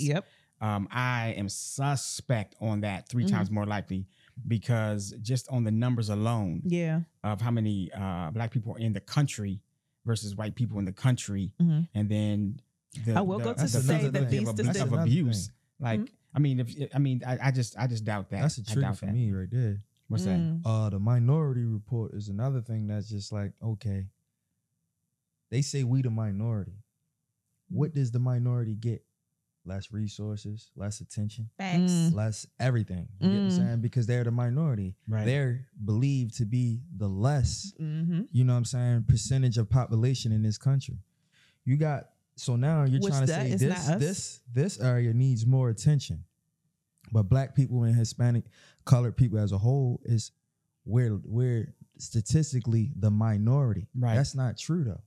[SPEAKER 2] Create. Yep.
[SPEAKER 3] um, I am suspect on that 3
[SPEAKER 2] Mhm.
[SPEAKER 3] times more likely because just on the numbers alone
[SPEAKER 2] Yeah.
[SPEAKER 3] of how many uh, black people are in the country versus white people in the country,
[SPEAKER 2] Mhm.
[SPEAKER 3] and then the,
[SPEAKER 2] I will
[SPEAKER 3] the-
[SPEAKER 2] go to
[SPEAKER 3] the
[SPEAKER 2] say
[SPEAKER 3] visibility
[SPEAKER 2] that these
[SPEAKER 3] of,
[SPEAKER 2] statistics- Mm-hmm.
[SPEAKER 3] of
[SPEAKER 4] Another
[SPEAKER 3] abuse.
[SPEAKER 4] thing.
[SPEAKER 3] Like, I mean, if I mean, I, I just I just doubt that.
[SPEAKER 4] that's a
[SPEAKER 3] I
[SPEAKER 4] trigger
[SPEAKER 3] doubt
[SPEAKER 4] for
[SPEAKER 3] that.
[SPEAKER 4] me right there.
[SPEAKER 3] What's that?
[SPEAKER 2] Mm.
[SPEAKER 4] Uh, the minority report is another thing that's just like, okay, they say we the minority. What does the minority get? Less resources, less attention,
[SPEAKER 1] Facts.
[SPEAKER 2] Mm.
[SPEAKER 4] less everything. You get what I'm
[SPEAKER 2] Mm.
[SPEAKER 4] saying? Because they're the minority.
[SPEAKER 3] Right.
[SPEAKER 4] They're believed to be the less,
[SPEAKER 2] Mhm.
[SPEAKER 4] you know what I'm saying, percentage of population in this country. You got so now you're
[SPEAKER 2] Which
[SPEAKER 4] trying to
[SPEAKER 2] that
[SPEAKER 4] say
[SPEAKER 2] is
[SPEAKER 4] this
[SPEAKER 2] not us.
[SPEAKER 4] this this area needs more attention. But black people and Hispanic colored people as a whole is we're we're statistically the minority.
[SPEAKER 3] Right.
[SPEAKER 4] That's not true though.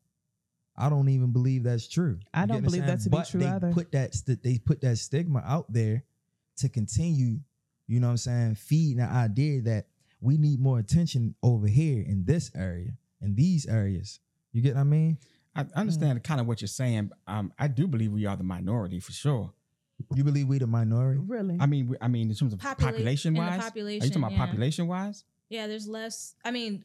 [SPEAKER 4] I don't even believe that's true.
[SPEAKER 2] I don't
[SPEAKER 4] You get what I'm
[SPEAKER 2] believe that
[SPEAKER 4] saying?
[SPEAKER 2] to be
[SPEAKER 4] but
[SPEAKER 2] true
[SPEAKER 4] they
[SPEAKER 2] either.
[SPEAKER 4] Put that st- they put that stigma out there to continue, you know what I'm saying, feeding the idea that we need more attention over here in this area, in these areas. You get what I mean?
[SPEAKER 3] I understand kind of what you're saying. but, Um, I do believe we are the minority for sure.
[SPEAKER 2] Mm-hmm.
[SPEAKER 4] You believe we the minority?
[SPEAKER 2] Really.
[SPEAKER 3] I mean, we- I mean, in terms of
[SPEAKER 1] Popula-
[SPEAKER 3] population
[SPEAKER 1] in the
[SPEAKER 3] wise,
[SPEAKER 1] population,
[SPEAKER 3] are you talking about
[SPEAKER 1] yeah.
[SPEAKER 3] population wise?
[SPEAKER 1] Yeah, there's less. I mean,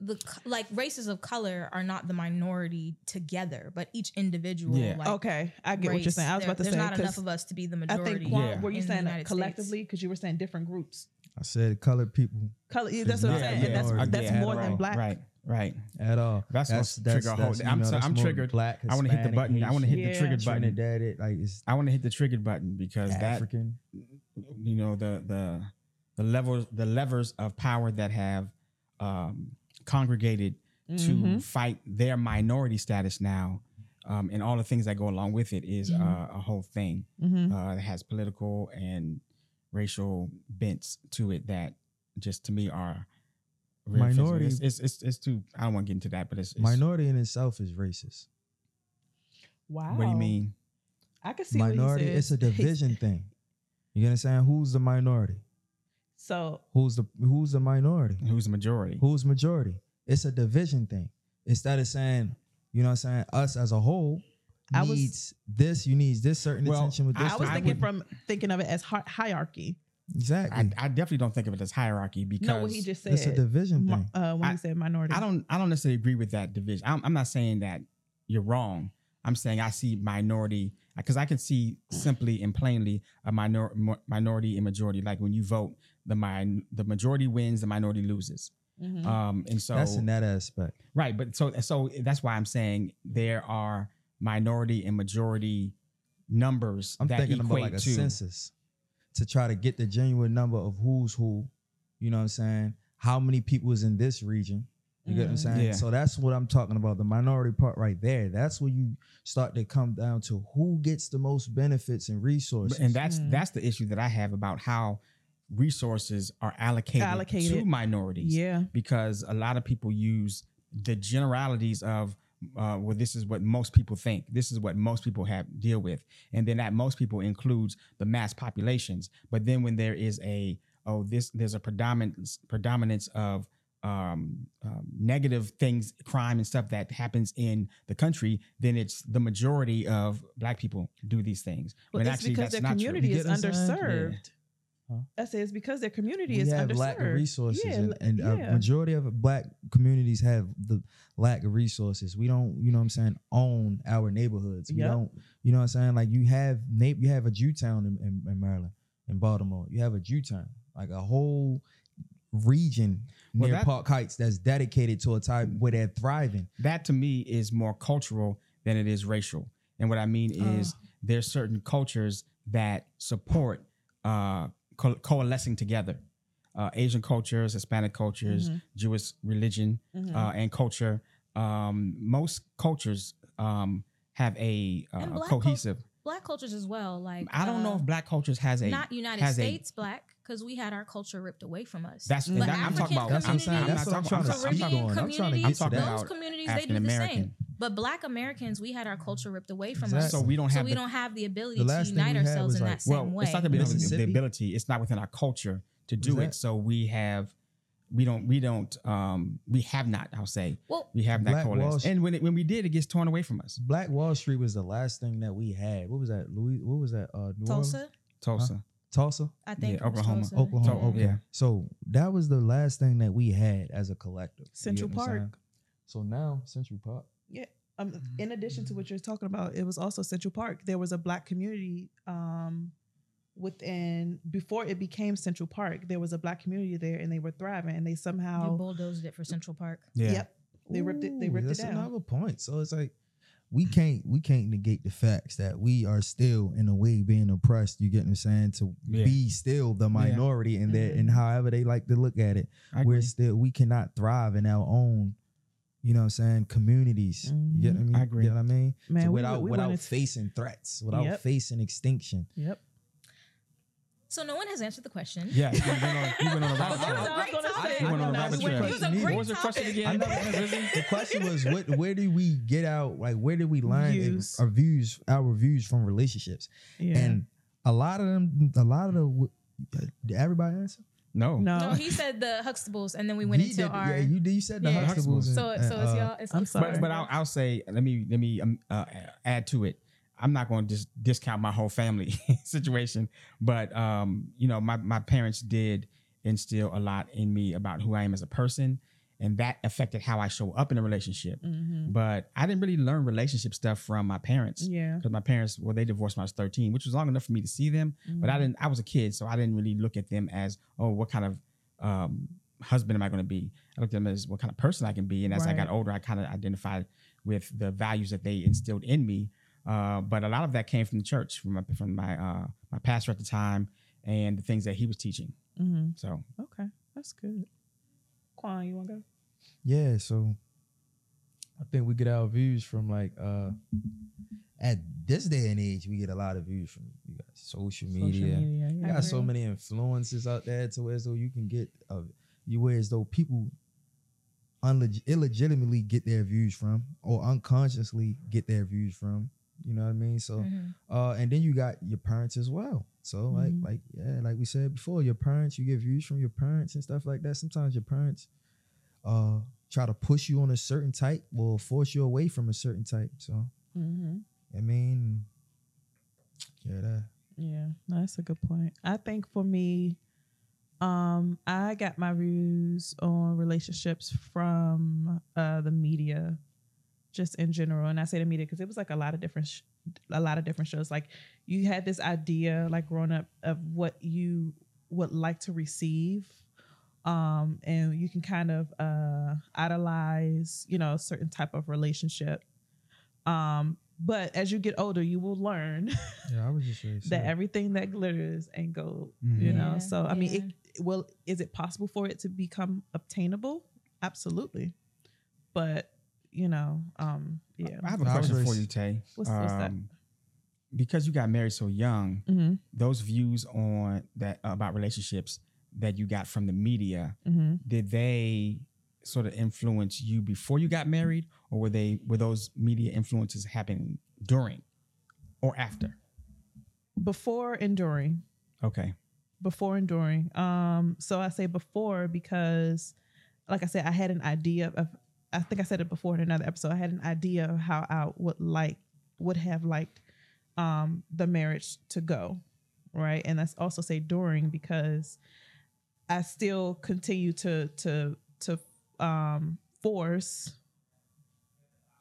[SPEAKER 1] the co- like races of color are not the minority together, but each individual.
[SPEAKER 3] Yeah.
[SPEAKER 1] Like,
[SPEAKER 2] okay. I get what you're
[SPEAKER 1] race,
[SPEAKER 2] saying. I was
[SPEAKER 1] there-
[SPEAKER 2] about to
[SPEAKER 1] there's
[SPEAKER 2] say
[SPEAKER 1] not enough
[SPEAKER 2] 'cause
[SPEAKER 1] of us to be the
[SPEAKER 2] I
[SPEAKER 1] majority.
[SPEAKER 2] think Quan,
[SPEAKER 3] Yeah.
[SPEAKER 2] were you
[SPEAKER 1] in the
[SPEAKER 2] saying that
[SPEAKER 1] United
[SPEAKER 2] collectively? Because you were saying different groups.
[SPEAKER 4] I said colored people
[SPEAKER 2] Color. yeah,
[SPEAKER 4] It's
[SPEAKER 2] That's what I'm
[SPEAKER 4] not
[SPEAKER 2] saying. And that's
[SPEAKER 4] minority.
[SPEAKER 2] that's
[SPEAKER 4] Yeah,
[SPEAKER 2] more
[SPEAKER 3] right,
[SPEAKER 2] than black.
[SPEAKER 3] Right, right.
[SPEAKER 4] at all.
[SPEAKER 3] That's gonna trigger a whole-
[SPEAKER 4] you
[SPEAKER 3] I'm so-
[SPEAKER 4] that's
[SPEAKER 3] I'm
[SPEAKER 4] more
[SPEAKER 3] triggered.
[SPEAKER 4] Black,
[SPEAKER 3] I want to hit the
[SPEAKER 4] Hispanic,
[SPEAKER 3] button. I want to hit the
[SPEAKER 2] Yeah.
[SPEAKER 3] trigger
[SPEAKER 4] Haitian,
[SPEAKER 3] button.
[SPEAKER 4] Trinidad, it, like it's
[SPEAKER 3] I want to hit the trigger button because
[SPEAKER 4] African.
[SPEAKER 3] that, you know, the the the levels, the levers of power that have um, congregated to
[SPEAKER 2] Mhm.
[SPEAKER 3] fight their minority status now, um, and all the things that go along with it is,
[SPEAKER 2] Mhm.
[SPEAKER 3] uh, a whole thing.
[SPEAKER 2] Mhm.
[SPEAKER 3] uh, that has political and racial bents to it that just to me are very offensive.
[SPEAKER 4] Minority-
[SPEAKER 3] It's, it's, it's, it's too. I don't want to get into that, but it's, it's
[SPEAKER 4] Minority in itself is racist.
[SPEAKER 2] Wow.
[SPEAKER 3] What do you mean?
[SPEAKER 2] I can see
[SPEAKER 4] minority,
[SPEAKER 2] What he
[SPEAKER 4] it's a
[SPEAKER 2] said.
[SPEAKER 4] division thing. You get what I'm saying? Who's the minority?
[SPEAKER 2] So
[SPEAKER 4] Who's the who's the minority?
[SPEAKER 3] Who's the majority?
[SPEAKER 4] Who's majority? It's a division thing. Instead of saying, you know what I'm saying, us as a whole
[SPEAKER 2] I was-
[SPEAKER 4] needs this, you need this certain
[SPEAKER 3] Well,
[SPEAKER 4] attention with this.
[SPEAKER 2] I was
[SPEAKER 3] I
[SPEAKER 4] certain-
[SPEAKER 2] thinking
[SPEAKER 3] would-
[SPEAKER 2] from thinking of it as hi- hierarchy.
[SPEAKER 4] exactly.
[SPEAKER 3] I, I definitely don't think of it as hierarchy because
[SPEAKER 2] No, what he just said.
[SPEAKER 4] it's a division
[SPEAKER 2] mi-
[SPEAKER 4] thing.
[SPEAKER 2] uh, when
[SPEAKER 3] I-
[SPEAKER 2] he said minority.
[SPEAKER 3] I don't. I don't necessarily agree with that division. I'm, I'm not saying that you're wrong. I'm saying I see minority because I can see simply and plainly a minor mo- minority and majority. Like when you vote, the min the majority wins, the minority loses.
[SPEAKER 2] Mhm.
[SPEAKER 4] Uh,
[SPEAKER 3] Um, and so
[SPEAKER 4] Mm-hmm. That's in that aspect.
[SPEAKER 3] Right, but so so that's why I'm saying there are minority and majority numbers
[SPEAKER 4] I'm
[SPEAKER 3] that
[SPEAKER 4] thinking about
[SPEAKER 3] equate
[SPEAKER 4] like a
[SPEAKER 3] to
[SPEAKER 4] census to try to get the genuine number of who's who. You know what I'm saying? How many people is in this region? You get what I'm
[SPEAKER 2] Mhm.
[SPEAKER 4] saying?
[SPEAKER 3] Yeah.
[SPEAKER 4] So that's what I'm talking about. The minority part right there. That's where you start to come down to who gets the most benefits and resources.
[SPEAKER 3] and that's
[SPEAKER 2] Mm.
[SPEAKER 3] that's the issue that I have about how resources are allocated,
[SPEAKER 2] Allocated.
[SPEAKER 3] to minorities
[SPEAKER 2] Yeah.
[SPEAKER 3] because a lot of people use the generalities of uh, well this is what most people think this is what most people have deal with and then that most people includes the mass populations but then when there is a oh this there's a predominance predominance of um, um, negative things, crime and stuff that happens in the country, then it's the majority of black people do these things.
[SPEAKER 2] Well,
[SPEAKER 3] When
[SPEAKER 2] it's because their community
[SPEAKER 4] You
[SPEAKER 2] is
[SPEAKER 4] get what I'm saying?
[SPEAKER 2] underserved.
[SPEAKER 4] Huh?
[SPEAKER 2] I say it's because their community
[SPEAKER 4] we
[SPEAKER 2] is
[SPEAKER 4] have
[SPEAKER 2] underserved.
[SPEAKER 4] lack of resources,
[SPEAKER 2] Yeah,
[SPEAKER 4] and, and uh,
[SPEAKER 2] yeah.
[SPEAKER 4] majority of black communities have the lack of resources. We don't, you know, what I'm saying, own our neighborhoods. We
[SPEAKER 2] Yep.
[SPEAKER 4] don't, you know, what I'm saying, like you have, na- you have a Jewtown in, in, in Maryland, in Baltimore. You have a Jewtown, like a whole region
[SPEAKER 3] Well,
[SPEAKER 4] near
[SPEAKER 3] that-
[SPEAKER 4] Park Heights that's dedicated to a type where they're thriving.
[SPEAKER 3] that to me is more cultural than it is racial. And what I mean
[SPEAKER 1] Oh.
[SPEAKER 3] is there's certain cultures that support uh, co- coalescing together. Uh, Asian cultures, Hispanic
[SPEAKER 1] Mm-hmm.
[SPEAKER 3] cultures,
[SPEAKER 2] Mhm.
[SPEAKER 3] Jewish religion
[SPEAKER 1] Mm.
[SPEAKER 2] Mhm.
[SPEAKER 3] uh, and culture. Um, most cultures um, have a, uh,
[SPEAKER 1] And
[SPEAKER 3] a
[SPEAKER 1] black cul-
[SPEAKER 3] cohesive.
[SPEAKER 1] Black cultures as well. Like
[SPEAKER 3] I don't know
[SPEAKER 1] uh,
[SPEAKER 3] if black cultures has a.
[SPEAKER 1] not United
[SPEAKER 3] has a-
[SPEAKER 1] States black because we had our culture ripped away from us.
[SPEAKER 3] that's
[SPEAKER 2] But
[SPEAKER 3] and that- I'm
[SPEAKER 1] African
[SPEAKER 3] talking about. I'm,
[SPEAKER 1] communities-
[SPEAKER 3] saying, I'm not
[SPEAKER 1] That's
[SPEAKER 4] what I'm
[SPEAKER 3] talking about. I'm
[SPEAKER 4] trying to
[SPEAKER 3] talking
[SPEAKER 4] speak
[SPEAKER 3] about-
[SPEAKER 1] Caribbean
[SPEAKER 4] on. I'm trying to
[SPEAKER 1] communities,
[SPEAKER 4] get to
[SPEAKER 3] I'm talking
[SPEAKER 1] those
[SPEAKER 3] about
[SPEAKER 1] communities, they do
[SPEAKER 3] African
[SPEAKER 1] the same.
[SPEAKER 3] American.
[SPEAKER 1] But black Americans, we had our culture ripped away from us.
[SPEAKER 3] So
[SPEAKER 1] So,
[SPEAKER 3] we don't have
[SPEAKER 1] we
[SPEAKER 3] the
[SPEAKER 1] don't have the ability
[SPEAKER 4] the
[SPEAKER 1] to
[SPEAKER 4] last thing we
[SPEAKER 1] unite
[SPEAKER 4] had
[SPEAKER 1] ourselves
[SPEAKER 4] was
[SPEAKER 1] in
[SPEAKER 4] like-
[SPEAKER 1] that same
[SPEAKER 3] well,
[SPEAKER 1] way.
[SPEAKER 3] it's not that we don't have the- the
[SPEAKER 4] Mississippi?
[SPEAKER 3] ability. It's not within our culture to do
[SPEAKER 4] that?
[SPEAKER 3] it. So we have, we don't, we don't, um, we have not. I'll say
[SPEAKER 1] well,
[SPEAKER 3] we have not
[SPEAKER 4] Black Wall
[SPEAKER 3] coalesced.
[SPEAKER 4] Street-
[SPEAKER 3] And when it, when we did, it gets torn away from us.
[SPEAKER 4] Black Wall Street was the last thing that we had. What was that? Louis? What was that? Uh, New Orleans?
[SPEAKER 1] Tulsa,
[SPEAKER 3] Tulsa,
[SPEAKER 4] Tulsa.
[SPEAKER 1] I think
[SPEAKER 3] Yeah,
[SPEAKER 1] it was
[SPEAKER 3] Oklahoma.
[SPEAKER 1] Tulsa.
[SPEAKER 4] Oklahoma.
[SPEAKER 1] Yeah.
[SPEAKER 4] okay.
[SPEAKER 3] yeah.
[SPEAKER 4] So that was the last thing that we had as a collective. You
[SPEAKER 2] Central
[SPEAKER 4] get what
[SPEAKER 2] Park.
[SPEAKER 4] I'm saying? So now Central Park.
[SPEAKER 2] um, in addition to what you're talking about, it was also Central Park. There was a black community um, within before it became Central Park. There was a black community there, and they were thriving. And they
[SPEAKER 1] You
[SPEAKER 2] somehow,
[SPEAKER 1] bulldozed it for Central Park.
[SPEAKER 3] yeah,
[SPEAKER 2] yep, they ripped it. They
[SPEAKER 4] Ooh,
[SPEAKER 2] ripped
[SPEAKER 4] that's
[SPEAKER 2] it down.
[SPEAKER 4] another point. So it's like we can't we can't negate the facts that we are still in a way being oppressed. You get what I'm saying? To
[SPEAKER 3] Yeah.
[SPEAKER 4] be still the minority in there and
[SPEAKER 2] Mhm.
[SPEAKER 4] however they like to look at it,
[SPEAKER 3] I
[SPEAKER 4] we're
[SPEAKER 3] agree.
[SPEAKER 4] still we cannot thrive in our own. You know what I'm saying? Communities. You get what I mean?
[SPEAKER 3] I agree.
[SPEAKER 4] You know what I mean?
[SPEAKER 2] Mm-hmm. Man,
[SPEAKER 4] So
[SPEAKER 2] we-
[SPEAKER 4] without
[SPEAKER 2] we
[SPEAKER 4] without
[SPEAKER 2] wanted-
[SPEAKER 4] facing threats, without
[SPEAKER 2] Yep.
[SPEAKER 4] facing extinction.
[SPEAKER 2] Yep.
[SPEAKER 1] So no one has answered the question.
[SPEAKER 3] yeah. You went on, you went on a
[SPEAKER 1] That
[SPEAKER 3] rabbit
[SPEAKER 1] was a great topic.
[SPEAKER 2] I was gonna say, I
[SPEAKER 3] trail. You went on a rabbit
[SPEAKER 2] know,
[SPEAKER 3] trail.
[SPEAKER 1] It was a
[SPEAKER 4] What
[SPEAKER 1] great
[SPEAKER 3] was the question
[SPEAKER 1] topic.
[SPEAKER 3] again?
[SPEAKER 4] I know the question was what where do we get out like where do we learn if-
[SPEAKER 2] Views.
[SPEAKER 4] our views our views from relationships
[SPEAKER 2] Yeah.
[SPEAKER 4] and a lot of them a lot of the did everybody answer
[SPEAKER 3] No,
[SPEAKER 2] no,
[SPEAKER 1] No, he said the Huxtables, and then we went
[SPEAKER 4] You
[SPEAKER 1] into
[SPEAKER 4] did-
[SPEAKER 1] our.
[SPEAKER 4] yeah you did you said the
[SPEAKER 1] Yeah.
[SPEAKER 4] Huxtables and-
[SPEAKER 1] so so
[SPEAKER 4] and,
[SPEAKER 1] it's
[SPEAKER 4] uh,
[SPEAKER 1] y'all. It's
[SPEAKER 2] I'm
[SPEAKER 1] Huxtables.
[SPEAKER 2] sorry.
[SPEAKER 3] but but I'll, I'll say let me let me um, uh, add to it. I'm not going to just discount my whole family situation, but um, you know, my my parents did instill a lot in me about who I am as a person, and that affected how I show up in a relationship.
[SPEAKER 2] Mhm.
[SPEAKER 3] But I didn't really learn relationship stuff from my parents
[SPEAKER 2] Yeah.
[SPEAKER 3] because my parents well they divorced when I was 13, which was long enough for me to see them, but
[SPEAKER 2] Mm-hmm.
[SPEAKER 3] I didn't. I was a kid, so I didn't really look at them as oh, what kind of um, husband am I going to be? I looked at them as what kind of person I can be. And as I
[SPEAKER 2] Right.
[SPEAKER 3] got older, I kind of identified with the values that they instilled in me. Uh, but a lot of that came from the church, from my from my uh, my pastor at the time, and the things that he was teaching.
[SPEAKER 2] Mhm.
[SPEAKER 3] So
[SPEAKER 2] Okay, that's good. Quan, you want to go?
[SPEAKER 4] yeah so i think we get our views from like uh at this day and age we get a lot of views from you guys social media,
[SPEAKER 2] yeah.
[SPEAKER 4] You got so
[SPEAKER 1] agree.
[SPEAKER 4] many influences out there to where as though you can get uh, you where as though people unleg- illegitimately get their views from or unconsciously get their views from. You know what I mean? So
[SPEAKER 1] Mhm.
[SPEAKER 4] uh and then you got your parents as well. So like
[SPEAKER 2] Mhm.
[SPEAKER 4] like yeah, like we said before, your parents, you get views from your parents and stuff like that. Sometimes your parents uh try to push you on a certain type or force you away from a certain type. So
[SPEAKER 2] Mm-hmm.
[SPEAKER 4] I mean yeah that
[SPEAKER 2] Yeah, no, that's a good point. I think for me, um, I got my views on relationships from uh, the media, just in general. And I say the media because it was like a lot of different, sh- a lot of different shows. Like you had this idea, like growing up, of what you would like to receive, um, and you can kind of uh, idolize, you know, a certain type of relationship. Um, but as you get older, you will learn
[SPEAKER 4] yeah, I was just ready to
[SPEAKER 2] that
[SPEAKER 4] say.
[SPEAKER 2] everything that glitters ain't gold.
[SPEAKER 3] Mhm.
[SPEAKER 2] You know,
[SPEAKER 1] Yeah,
[SPEAKER 2] so I mean, it, well, is it possible for it to become obtainable? Absolutely, but you know, um, yeah,
[SPEAKER 3] I have a
[SPEAKER 4] I was
[SPEAKER 3] question
[SPEAKER 4] very
[SPEAKER 3] for
[SPEAKER 4] s-
[SPEAKER 3] you, Tay. Um,
[SPEAKER 2] What's- what's that?
[SPEAKER 3] Because you got married so young,
[SPEAKER 2] hmm
[SPEAKER 3] those views on that about relationships that you got from the media,
[SPEAKER 2] hmm
[SPEAKER 3] did they sort of influence you before you got married or were they were those media influences happening during or after
[SPEAKER 2] before and during,
[SPEAKER 3] okay
[SPEAKER 2] before and during. Um, so I say before because like I said, I had an idea of. I think I said it before in another episode. I had an idea of how I would like would have liked um, the marriage to go, right? And let's also say during because I still continue to to to um, force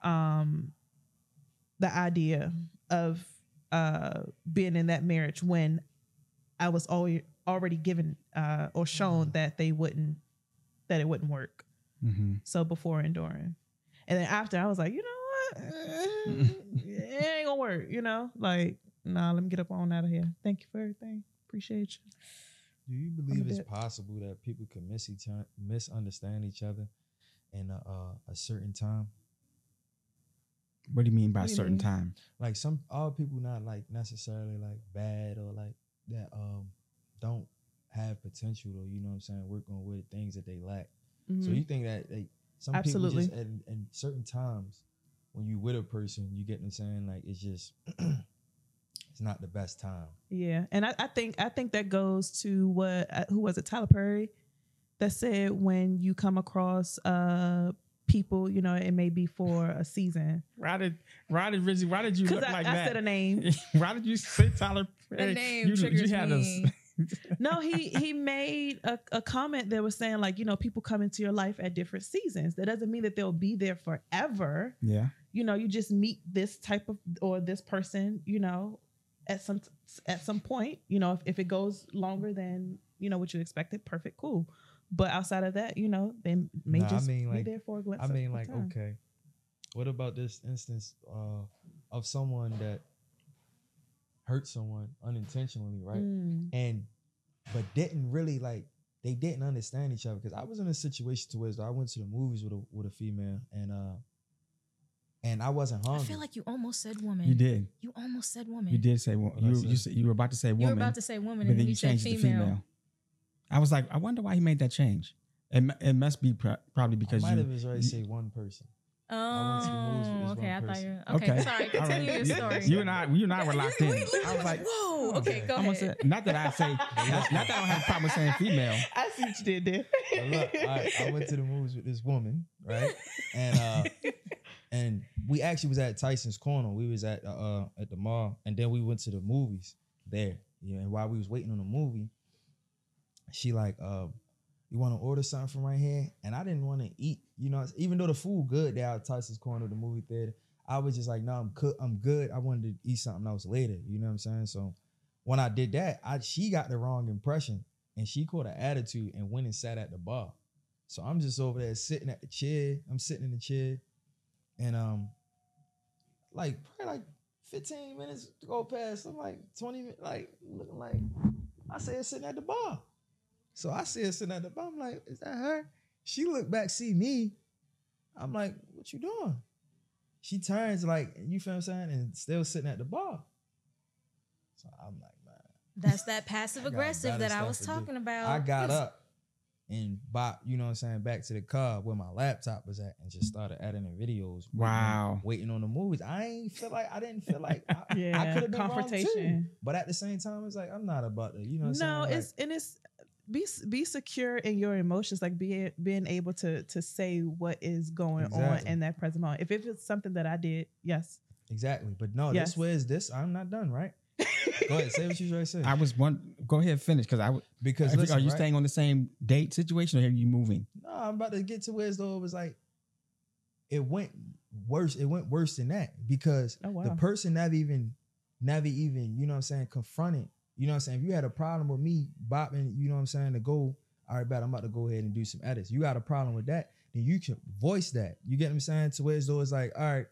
[SPEAKER 2] um, the idea of uh, being in that marriage when I was already already given uh, or shown that they wouldn't that it wouldn't work.
[SPEAKER 3] Mm-hmm.
[SPEAKER 2] So before and during, and then after, I was like, you know what, Eh, it ain't gonna work. You know, like nah, let me get up on out of here. Thank you for everything. Appreciate you.
[SPEAKER 4] Do you believe it's
[SPEAKER 2] bit-
[SPEAKER 4] possible that people can mis- each other, misunderstand each other in a, uh, a, a certain time?
[SPEAKER 3] What do you mean by
[SPEAKER 2] What do you
[SPEAKER 3] certain
[SPEAKER 2] mean?
[SPEAKER 3] time?
[SPEAKER 4] Like some all people not like necessarily like bad or like that um don't have potential or you know what I'm saying, work on with things that they lack. So you think that like some
[SPEAKER 2] Mm-hmm. Absolutely.
[SPEAKER 4] people just at, at certain times when you with a person, you get what I'm saying, like it's just it's not the best time.
[SPEAKER 2] Yeah, and I, I think I think that goes to what uh, who was it Tyler Perry that said when you come across uh people, you know, it may be for a season.
[SPEAKER 3] Why did why did Rizzy? Why did you
[SPEAKER 2] Because
[SPEAKER 3] look
[SPEAKER 2] I,
[SPEAKER 3] like
[SPEAKER 2] I
[SPEAKER 3] that?
[SPEAKER 2] said a name.
[SPEAKER 3] why did you say Tyler? Perry?
[SPEAKER 1] name triggers me.
[SPEAKER 2] No, he he made a, a comment that was saying like you know people come into your life at different seasons. That doesn't mean that they'll be there forever.
[SPEAKER 3] yeah.
[SPEAKER 2] You know, you just meet this type of or this person. You know, at some at some point. You know, if, if it goes longer than you know what you expected, perfect, cool. But outside of that, you know, they may
[SPEAKER 4] Nah, I
[SPEAKER 2] just
[SPEAKER 4] mean, like-
[SPEAKER 2] be there for a glimpse.
[SPEAKER 4] I
[SPEAKER 2] of-
[SPEAKER 4] mean,
[SPEAKER 2] of
[SPEAKER 4] like,
[SPEAKER 2] time.
[SPEAKER 4] okay, what about this instance uh, of someone that hurt someone unintentionally, right?
[SPEAKER 2] Mm.
[SPEAKER 4] And but didn't really like they didn't understand each other because I was in a situation to where I went to the movies with a with a female and uh and I wasn't
[SPEAKER 1] I
[SPEAKER 4] hungry.
[SPEAKER 1] feel like you almost said woman.
[SPEAKER 3] You did.
[SPEAKER 1] You almost said woman.
[SPEAKER 3] You did say wo-
[SPEAKER 4] What I
[SPEAKER 3] you
[SPEAKER 4] said.
[SPEAKER 3] you, said, you were about to say
[SPEAKER 1] You were
[SPEAKER 3] woman,
[SPEAKER 1] about to say woman,
[SPEAKER 3] but
[SPEAKER 1] and
[SPEAKER 3] then you
[SPEAKER 1] said
[SPEAKER 3] changed it to
[SPEAKER 1] female.
[SPEAKER 3] female. I was like, I wonder why he made that change. It, mu- it must be pro- probably because
[SPEAKER 4] I might
[SPEAKER 3] you
[SPEAKER 4] have already
[SPEAKER 3] you-
[SPEAKER 4] say one person. want to move
[SPEAKER 1] Oh,
[SPEAKER 4] with this
[SPEAKER 1] okay.
[SPEAKER 4] one
[SPEAKER 1] I thought
[SPEAKER 4] person.
[SPEAKER 1] you. were Okay, sorry.
[SPEAKER 3] All
[SPEAKER 1] Continue
[SPEAKER 3] right.
[SPEAKER 1] your story.
[SPEAKER 3] You and I, you and I were locked in.
[SPEAKER 1] We literally
[SPEAKER 3] I was like,
[SPEAKER 1] whoa.
[SPEAKER 3] oh,
[SPEAKER 1] Okay, go
[SPEAKER 3] I'm gonna
[SPEAKER 1] ahead.
[SPEAKER 3] say- not that I say, not, not that I don't have a problem with saying female.
[SPEAKER 2] I see what you did there.
[SPEAKER 4] But look, I, I went to the movies with this woman, right? And uh and we actually was at Tyson's Corner. We was at uh at the mall, and then we went to the movies there. Yeah, and while we was waiting on the movie, she like, um, you want to order something from right here? And I didn't want to eat, you know, even though the food good there at Tyson's Corner, the movie theater. I was just like, no, I'm cook, I'm good. I wanted to eat something else later. You know what I'm saying? So when I did that, I she got the wrong impression and she caught an attitude and went and sat at the bar. So I'm just over there sitting at the chair. I'm sitting in the chair, and um, like probably like 15 minutes to go past. I'm like 20 minutes, like looking like I see her sitting at the bar. So I see her sitting at the bar. I'm like, is that her? She looked back, see me. I'm like, what you doing? She turns like, you feel what I'm saying, and still sitting at the bar. So I'm like, man.
[SPEAKER 1] That's that passive
[SPEAKER 4] I got
[SPEAKER 1] aggressive
[SPEAKER 4] better
[SPEAKER 1] that I
[SPEAKER 4] stuff
[SPEAKER 1] was
[SPEAKER 4] to do.
[SPEAKER 1] talking about.
[SPEAKER 4] I got up and bought, you know what I'm saying, back to the car where my laptop was at and just started adding the videos. waiting on-
[SPEAKER 3] Wow.
[SPEAKER 4] Waiting on the movies. I ain't feel like I didn't feel like I,
[SPEAKER 2] yeah,
[SPEAKER 4] I could have been confrontation. Wrong too.
[SPEAKER 2] confrontation.
[SPEAKER 4] But at the same time, it's like I'm not about to, you know what
[SPEAKER 2] no,
[SPEAKER 4] I'm saying?
[SPEAKER 2] it's and it's be be secure in your emotions, like be, being able to to say what is going on
[SPEAKER 4] Exactly.
[SPEAKER 2] in that present moment. If it was something that I did, yes,
[SPEAKER 4] Like, exactly. But no,
[SPEAKER 2] Yes.
[SPEAKER 4] this was this. I'm not done, right? Go ahead, say what you was trying to
[SPEAKER 3] I
[SPEAKER 4] say.
[SPEAKER 3] was one. Go ahead, finish because I. w-
[SPEAKER 4] Because listen,
[SPEAKER 3] are you
[SPEAKER 4] right?
[SPEAKER 3] staying on the same date situation or are you moving?
[SPEAKER 4] No, I'm about to get to where it's though it was like it went worse. It went worse than that because
[SPEAKER 2] Oh,
[SPEAKER 4] the
[SPEAKER 2] wow.
[SPEAKER 4] person never even, never even, you know what I'm saying, confronted. You know what I'm saying? If you had a problem with me bopping, you know what I'm saying, to go, all right, bet I'm about to go ahead and do some edits. You got a problem with that, then you can voice that. You get what I'm saying? To where it's though it's like, all right.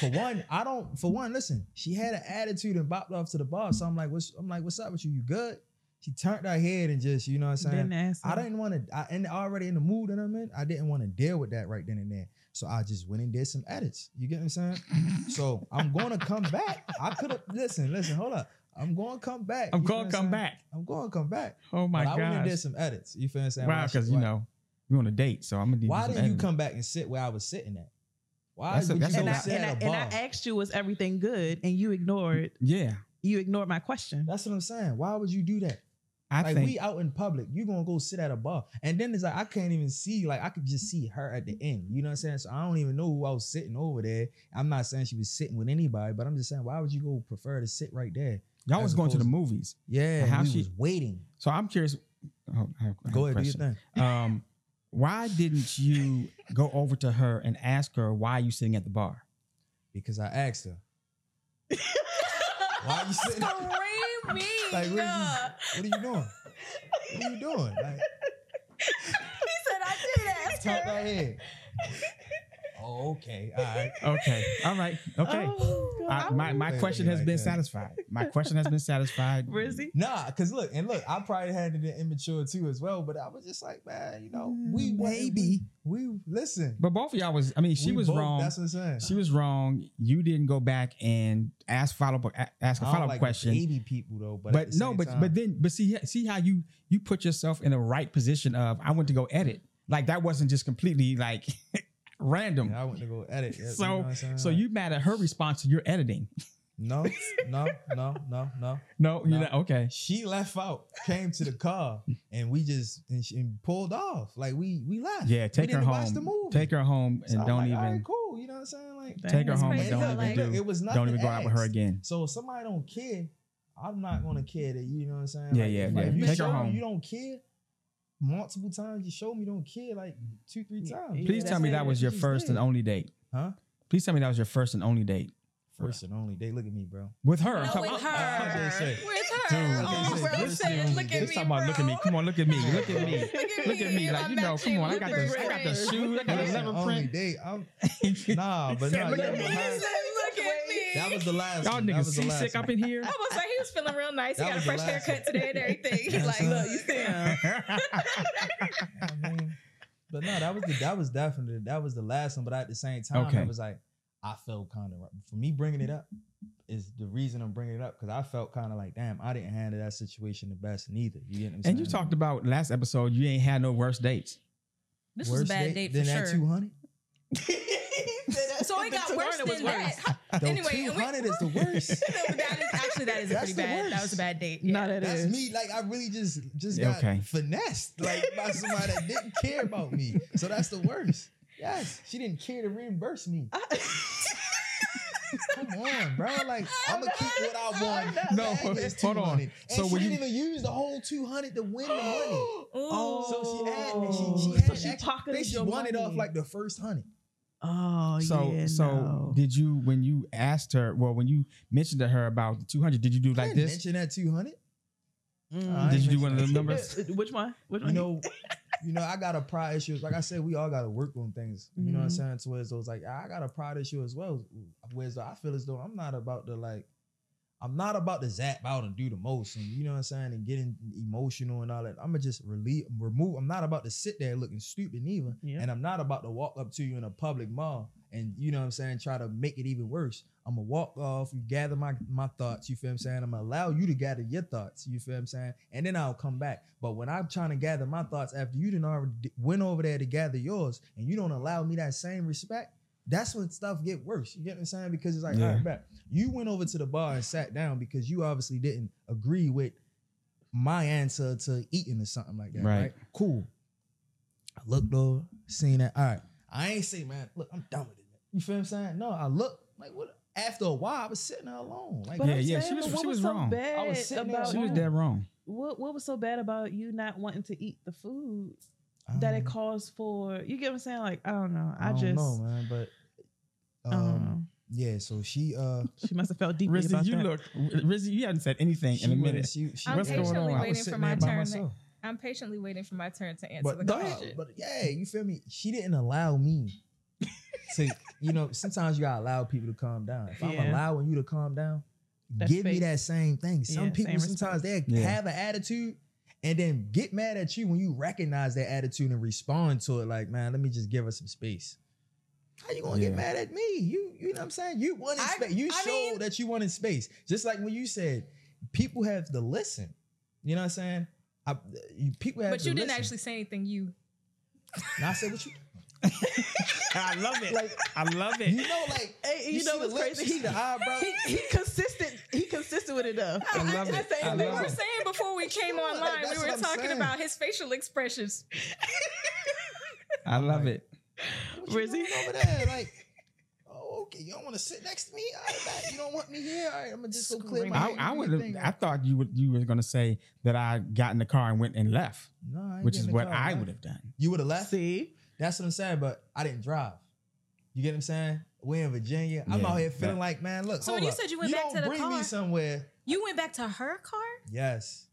[SPEAKER 4] For one, I don't. For one, listen. She had an attitude and bopped off to the bar. So I'm like, what's? I'm like, what's up with you? You good? She turned her head and just, you know what I'm saying.
[SPEAKER 2] didn't ask.
[SPEAKER 4] I
[SPEAKER 2] him.
[SPEAKER 4] didn't want to, I and already in the mood that I'm in, I didn't want to deal with that right then and there. So I just went and did some edits. You get what I'm saying? so I'm going to come back. I could have, listen, listen, hold up. I'm going to come back.
[SPEAKER 3] I'm
[SPEAKER 4] You feel
[SPEAKER 3] going
[SPEAKER 4] what
[SPEAKER 3] to come
[SPEAKER 4] saying?
[SPEAKER 3] back.
[SPEAKER 4] I'm going to come back.
[SPEAKER 3] Oh my
[SPEAKER 4] but I went and
[SPEAKER 3] god!
[SPEAKER 4] did some edits. You feel what I'm saying? Why
[SPEAKER 3] Wow,
[SPEAKER 4] I should-
[SPEAKER 3] because you
[SPEAKER 4] why-
[SPEAKER 3] know we on a date, so I'm gonna. do
[SPEAKER 4] Why
[SPEAKER 3] some
[SPEAKER 4] didn't you
[SPEAKER 3] editing.
[SPEAKER 4] come back and sit where I was sitting at? Why
[SPEAKER 3] That's a-
[SPEAKER 4] would
[SPEAKER 3] that's a
[SPEAKER 4] you
[SPEAKER 2] and,
[SPEAKER 4] go
[SPEAKER 2] I,
[SPEAKER 3] lot.
[SPEAKER 4] sit
[SPEAKER 2] and, I,
[SPEAKER 4] at a
[SPEAKER 2] and
[SPEAKER 4] bar?
[SPEAKER 2] I asked you, was everything good? And you ignored
[SPEAKER 3] Yeah,
[SPEAKER 2] you ignored my question.
[SPEAKER 4] That's what I'm saying. Why would you do that?
[SPEAKER 3] I
[SPEAKER 4] like
[SPEAKER 3] think
[SPEAKER 4] we out in public, you gonna go sit at a bar, and then it's like I can't even see. Like I could just see her at the end. You know what I'm saying? So I don't even know who I was sitting over there. I'm not saying she was sitting with anybody, but I'm just saying why would you go prefer to sit right there?
[SPEAKER 3] y'all was
[SPEAKER 4] as
[SPEAKER 3] going to the
[SPEAKER 4] opposed-
[SPEAKER 3] movies,
[SPEAKER 4] Yeah,
[SPEAKER 3] And how
[SPEAKER 4] we
[SPEAKER 3] she-
[SPEAKER 4] was waiting.
[SPEAKER 3] so I'm curious. Oh, I have, I have
[SPEAKER 4] Go
[SPEAKER 3] a
[SPEAKER 4] ahead, do your
[SPEAKER 3] question.
[SPEAKER 4] thing.
[SPEAKER 3] Um, why didn't you go over to her and ask her why you sitting at the bar?
[SPEAKER 4] Because I asked her, why you sitting?
[SPEAKER 1] Screaming.
[SPEAKER 4] Like, what are, you, what are you doing? What are you doing? Like,
[SPEAKER 1] He said, I did ask
[SPEAKER 4] top
[SPEAKER 1] her.
[SPEAKER 4] right here. Oh, okay. All right.
[SPEAKER 3] Okay, all right, okay.
[SPEAKER 2] Oh,
[SPEAKER 3] I-
[SPEAKER 2] God.
[SPEAKER 3] my my
[SPEAKER 4] Wait,
[SPEAKER 3] question
[SPEAKER 4] wait,
[SPEAKER 3] has
[SPEAKER 4] like
[SPEAKER 3] been
[SPEAKER 4] that.
[SPEAKER 3] satisfied. My question has been satisfied.
[SPEAKER 2] Rizzy.
[SPEAKER 4] Nah, cause look and look, I probably had it in immature too as well. But I was just like, man, you know, we maybe we listen.
[SPEAKER 3] But both of y'all was. I mean, she
[SPEAKER 4] we
[SPEAKER 3] was
[SPEAKER 4] both-
[SPEAKER 3] wrong.
[SPEAKER 4] That's what I'm saying.
[SPEAKER 3] She was wrong. You didn't go back and ask follow up ask a
[SPEAKER 4] I don't
[SPEAKER 3] follow up
[SPEAKER 4] like
[SPEAKER 3] question.
[SPEAKER 4] Baby people though, but,
[SPEAKER 3] but
[SPEAKER 4] at the
[SPEAKER 3] no,
[SPEAKER 4] same
[SPEAKER 3] but
[SPEAKER 4] time-
[SPEAKER 3] but then but see see how you you put yourself in the right position of I went to go edit. Like that wasn't just completely like random.
[SPEAKER 4] Yeah, I went to go edit. yeah,
[SPEAKER 3] So-
[SPEAKER 4] you know what I'm saying?
[SPEAKER 3] So you mad at her response to your editing?
[SPEAKER 4] no, no, no, no, no.
[SPEAKER 3] No, you
[SPEAKER 4] No.
[SPEAKER 3] know, okay.
[SPEAKER 4] She left out, came to the car, and we just and, she, and pulled off. Like we we left.
[SPEAKER 3] Yeah, take
[SPEAKER 4] we
[SPEAKER 3] her
[SPEAKER 4] didn't watch
[SPEAKER 3] home.
[SPEAKER 4] the movie.
[SPEAKER 3] Take her home and
[SPEAKER 4] So I'm
[SPEAKER 3] don't
[SPEAKER 4] like,
[SPEAKER 3] even
[SPEAKER 4] All right, cool. You know what I'm saying? Like
[SPEAKER 3] take her
[SPEAKER 1] That's
[SPEAKER 3] home and
[SPEAKER 1] crazy.
[SPEAKER 3] don't
[SPEAKER 1] Yeah,
[SPEAKER 3] even
[SPEAKER 1] like,
[SPEAKER 3] do
[SPEAKER 4] it was
[SPEAKER 3] don't even go out with her
[SPEAKER 4] nothing
[SPEAKER 3] again.
[SPEAKER 4] So if somebody don't care, I'm not gonna care that you know what I'm saying.
[SPEAKER 3] Yeah,
[SPEAKER 4] Like,
[SPEAKER 3] yeah,
[SPEAKER 4] if- like,
[SPEAKER 1] yeah.
[SPEAKER 4] if you
[SPEAKER 1] Take her
[SPEAKER 4] show me
[SPEAKER 3] home.
[SPEAKER 4] you don't care multiple times. You show me you don't care like two, three times.
[SPEAKER 2] Yeah,
[SPEAKER 3] Please
[SPEAKER 2] that's
[SPEAKER 3] tell me
[SPEAKER 2] it.
[SPEAKER 3] that was your
[SPEAKER 4] She's
[SPEAKER 3] first and
[SPEAKER 4] dead.
[SPEAKER 3] only date.
[SPEAKER 4] Huh?
[SPEAKER 3] Please tell me that was your first and only date
[SPEAKER 4] First and only. They look at me, bro.
[SPEAKER 3] with her. I'm
[SPEAKER 1] No,
[SPEAKER 3] talking-
[SPEAKER 1] with
[SPEAKER 4] I'm
[SPEAKER 1] her.
[SPEAKER 4] just saying.
[SPEAKER 1] With her.
[SPEAKER 4] Dude,
[SPEAKER 1] Oh,
[SPEAKER 4] this
[SPEAKER 1] bro,
[SPEAKER 4] is-
[SPEAKER 1] I'm
[SPEAKER 4] this
[SPEAKER 1] saying,
[SPEAKER 4] is-
[SPEAKER 1] look at
[SPEAKER 3] They
[SPEAKER 1] me,
[SPEAKER 4] this
[SPEAKER 3] talking about look at me.
[SPEAKER 1] bro.
[SPEAKER 3] Come on, look at me. Look at me.
[SPEAKER 1] Look at
[SPEAKER 3] Look at me. Like,
[SPEAKER 1] I'm
[SPEAKER 3] you know,
[SPEAKER 1] matching
[SPEAKER 3] come on. I
[SPEAKER 1] with
[SPEAKER 3] got
[SPEAKER 1] the
[SPEAKER 3] the I got the
[SPEAKER 1] ring.
[SPEAKER 3] shoe. I got the
[SPEAKER 4] First and
[SPEAKER 3] leather
[SPEAKER 4] only
[SPEAKER 3] print.
[SPEAKER 4] date. I'm- nah, but
[SPEAKER 3] said,
[SPEAKER 4] nah,
[SPEAKER 3] "Look
[SPEAKER 4] yeah,
[SPEAKER 3] at
[SPEAKER 4] but
[SPEAKER 3] me."
[SPEAKER 1] He
[SPEAKER 4] her-
[SPEAKER 1] said, look at me.
[SPEAKER 4] that was the last.
[SPEAKER 3] Y'all
[SPEAKER 4] one. That
[SPEAKER 3] niggas
[SPEAKER 4] was the last
[SPEAKER 3] seasick
[SPEAKER 4] one.
[SPEAKER 3] up in here.
[SPEAKER 1] I was like, he was feeling real nice.
[SPEAKER 4] That
[SPEAKER 1] he got a
[SPEAKER 4] was the
[SPEAKER 1] fresh
[SPEAKER 4] last
[SPEAKER 1] haircut today and everything. He's
[SPEAKER 4] That's
[SPEAKER 1] like,
[SPEAKER 4] it.
[SPEAKER 1] look, you see him.
[SPEAKER 4] I mean, but no, that was the that was definitely that was the last one. But at the same time,
[SPEAKER 3] Okay.
[SPEAKER 4] it was like I felt kind of for me bringing it up is the reason I'm bringing it up because I felt kind of like damn, I didn't handle that situation the best neither. You get what I'm saying?
[SPEAKER 3] And you talked about last episode. You ain't had no worse dates.
[SPEAKER 1] This was a
[SPEAKER 4] Worse
[SPEAKER 1] bad date,
[SPEAKER 4] than
[SPEAKER 1] for
[SPEAKER 4] that
[SPEAKER 1] sure.
[SPEAKER 4] two hundred.
[SPEAKER 1] So it got worse than that.
[SPEAKER 4] The
[SPEAKER 1] Anyway, and we-
[SPEAKER 4] two hundred is the worst.
[SPEAKER 1] that is, actually, that is a pretty
[SPEAKER 4] That's the
[SPEAKER 1] bad. That
[SPEAKER 4] worst.
[SPEAKER 1] was a bad date. Yeah.
[SPEAKER 2] Not at
[SPEAKER 4] That's me. Like I really just just got
[SPEAKER 3] Okay.
[SPEAKER 4] finessed like by somebody that didn't care about me. So that's the worst. Yes, she didn't care to reimburse me. Come on, bro. Like I'm gonna keep what I want.
[SPEAKER 3] No,
[SPEAKER 4] That is
[SPEAKER 3] hold on.
[SPEAKER 4] 200. And
[SPEAKER 3] So
[SPEAKER 4] she
[SPEAKER 3] when
[SPEAKER 4] didn't
[SPEAKER 3] you-
[SPEAKER 4] even use the whole two hundred to win the money. Oh,
[SPEAKER 1] Ooh.
[SPEAKER 4] So she had and she,
[SPEAKER 2] Oh.
[SPEAKER 4] she had
[SPEAKER 2] So she
[SPEAKER 4] extra-
[SPEAKER 2] pocketed
[SPEAKER 4] They she
[SPEAKER 2] your
[SPEAKER 4] won it off
[SPEAKER 2] money.
[SPEAKER 4] like the first hundred.
[SPEAKER 2] Oh,
[SPEAKER 3] So
[SPEAKER 2] yeah.
[SPEAKER 3] so
[SPEAKER 2] no.
[SPEAKER 3] did you when you asked her? Well, when you mentioned to her about the two hundred, did you do
[SPEAKER 4] I
[SPEAKER 3] like
[SPEAKER 4] didn't
[SPEAKER 3] this?
[SPEAKER 4] Mention that two hundred.
[SPEAKER 2] Mm. Uh,
[SPEAKER 3] Did you do one of
[SPEAKER 4] mention
[SPEAKER 3] them
[SPEAKER 4] that.
[SPEAKER 3] numbers?
[SPEAKER 2] Which one? Which
[SPEAKER 4] you
[SPEAKER 2] one?
[SPEAKER 4] know, you know, I got a pride issue. Like I said, we all got to work on things. You know what I'm
[SPEAKER 2] Mhm.
[SPEAKER 4] saying? Towards those, like I got a pride issue as well. Whereas I feel as though I'm not about to like, I'm not about to zap out and do the most, and you know what I'm saying, and getting emotional and all that. I'm gonna just relieve, remove. I'm not about to sit there looking stupid neither,
[SPEAKER 2] Yeah.
[SPEAKER 4] and I'm not about to walk up to you in a public mall and you know what I'm saying, try to make it even worse. I'm gonna walk off, you gather my my thoughts, you feel what I'm saying? I'm gonna allow you to gather your thoughts, you feel what I'm saying? And then I'll come back. But when I'm trying to gather my thoughts after you didn't already d- went over there to gather yours and you don't allow me that same respect, that's when stuff get worse. You get what I'm saying? Because it's like,
[SPEAKER 3] Yeah.
[SPEAKER 4] all right, back. You went over to the bar and sat down because you obviously didn't agree with my answer to eating or something like that.
[SPEAKER 3] Right.
[SPEAKER 4] Right. Cool. I looked over, seen that. All right. I ain't say, man, look, I'm done with it. man. You feel what I'm saying? No, I look like what after a while I was sitting there alone. Like
[SPEAKER 2] But
[SPEAKER 3] Yeah,
[SPEAKER 2] I'm
[SPEAKER 3] yeah,
[SPEAKER 2] saying,
[SPEAKER 3] she was-
[SPEAKER 2] but what
[SPEAKER 3] she was
[SPEAKER 2] so
[SPEAKER 3] wrong.
[SPEAKER 2] Bad
[SPEAKER 4] I was sitting there
[SPEAKER 2] about
[SPEAKER 3] She was
[SPEAKER 4] alone.
[SPEAKER 3] dead wrong.
[SPEAKER 2] What What was so bad about you not wanting to eat the food
[SPEAKER 4] I
[SPEAKER 2] that
[SPEAKER 4] don't-
[SPEAKER 2] it calls for? You get what I'm saying? Like I don't know. I,
[SPEAKER 4] Um, I, don't
[SPEAKER 2] just
[SPEAKER 4] know, man. But
[SPEAKER 2] I don't
[SPEAKER 4] um
[SPEAKER 2] know.
[SPEAKER 4] yeah, so she uh
[SPEAKER 2] she must have felt deeply
[SPEAKER 3] Rizzy,
[SPEAKER 2] about
[SPEAKER 3] you
[SPEAKER 2] that.
[SPEAKER 3] look. Rizzy, you haven't said anything in a
[SPEAKER 4] went and
[SPEAKER 3] minute.
[SPEAKER 4] She, she
[SPEAKER 1] I'm
[SPEAKER 3] What's going
[SPEAKER 1] patiently
[SPEAKER 3] on? I was
[SPEAKER 1] waiting for
[SPEAKER 4] sitting
[SPEAKER 1] my
[SPEAKER 4] there by
[SPEAKER 1] turn.
[SPEAKER 4] myself.
[SPEAKER 1] I'm patiently waiting for my turn to answer
[SPEAKER 4] But
[SPEAKER 1] the
[SPEAKER 4] nah,
[SPEAKER 1] question.
[SPEAKER 4] but yeah, you feel me? She didn't allow me to, you know, sometimes you gotta allow people to calm down. If I'm
[SPEAKER 2] Yeah.
[SPEAKER 4] allowing you to calm down,
[SPEAKER 2] That's
[SPEAKER 4] give me
[SPEAKER 2] fake.
[SPEAKER 4] that same thing. Some
[SPEAKER 2] Yeah,
[SPEAKER 4] people
[SPEAKER 2] same
[SPEAKER 4] sometimes they
[SPEAKER 3] Yeah.
[SPEAKER 4] have an attitude and then get mad at you when you recognize that attitude and respond to it like, man, let me just give her some space. How you gonna
[SPEAKER 3] Yeah.
[SPEAKER 4] get mad at me? You you know what I'm saying? You wanted
[SPEAKER 1] I-
[SPEAKER 4] space. You
[SPEAKER 1] I
[SPEAKER 4] showed
[SPEAKER 1] mean-
[SPEAKER 4] that you wanted space. Just like when you said people have to listen. You know what I'm saying? I, you, people have
[SPEAKER 1] But
[SPEAKER 4] to
[SPEAKER 1] you didn't
[SPEAKER 4] listen.
[SPEAKER 1] actually say anything. You
[SPEAKER 4] And I said, "What you
[SPEAKER 3] I love it.
[SPEAKER 4] like?
[SPEAKER 3] I love
[SPEAKER 4] You know, like
[SPEAKER 2] Hey,
[SPEAKER 4] you,
[SPEAKER 2] you, know
[SPEAKER 4] see
[SPEAKER 2] what's
[SPEAKER 4] the lips, you
[SPEAKER 2] crazy?
[SPEAKER 4] see the eyebrow.
[SPEAKER 2] he, he consistent. He consistent with it though.
[SPEAKER 3] I love
[SPEAKER 2] I
[SPEAKER 3] it.
[SPEAKER 2] say
[SPEAKER 3] I
[SPEAKER 1] We
[SPEAKER 2] like-
[SPEAKER 3] love
[SPEAKER 1] were
[SPEAKER 3] it.
[SPEAKER 1] saying before we came
[SPEAKER 4] Come on, like,
[SPEAKER 1] online, we
[SPEAKER 4] that's
[SPEAKER 1] were
[SPEAKER 4] what I'm
[SPEAKER 1] talking
[SPEAKER 4] saying.
[SPEAKER 1] about his facial expressions.
[SPEAKER 3] I love it.
[SPEAKER 4] What you
[SPEAKER 2] Rizzy?
[SPEAKER 4] doing over there? Like, oh, okay. You don't want to sit next to me? All right, back. You don't want me here? All right, I'm gonna just go clear my.
[SPEAKER 3] I,
[SPEAKER 4] head,
[SPEAKER 3] I
[SPEAKER 4] do my
[SPEAKER 3] would have.
[SPEAKER 4] thing.
[SPEAKER 3] I thought you would. You were gonna say that I got in the car and went and left,
[SPEAKER 4] No, I ain't
[SPEAKER 3] which
[SPEAKER 4] get in
[SPEAKER 3] is
[SPEAKER 4] the
[SPEAKER 3] what
[SPEAKER 4] car,
[SPEAKER 3] I
[SPEAKER 4] man.
[SPEAKER 3] would have done.
[SPEAKER 4] You would have left.
[SPEAKER 2] See,
[SPEAKER 4] That's what I'm saying. But I didn't drive. You get what I'm saying? We're in Virginia. I'm
[SPEAKER 3] Yeah,
[SPEAKER 4] out here feeling
[SPEAKER 3] that-
[SPEAKER 4] like, man, look.
[SPEAKER 1] So when you
[SPEAKER 4] hold up.
[SPEAKER 1] said you went back
[SPEAKER 4] don't
[SPEAKER 1] to the
[SPEAKER 4] bring me
[SPEAKER 1] car-
[SPEAKER 4] somewhere.
[SPEAKER 1] You went back to her car?
[SPEAKER 4] Yes,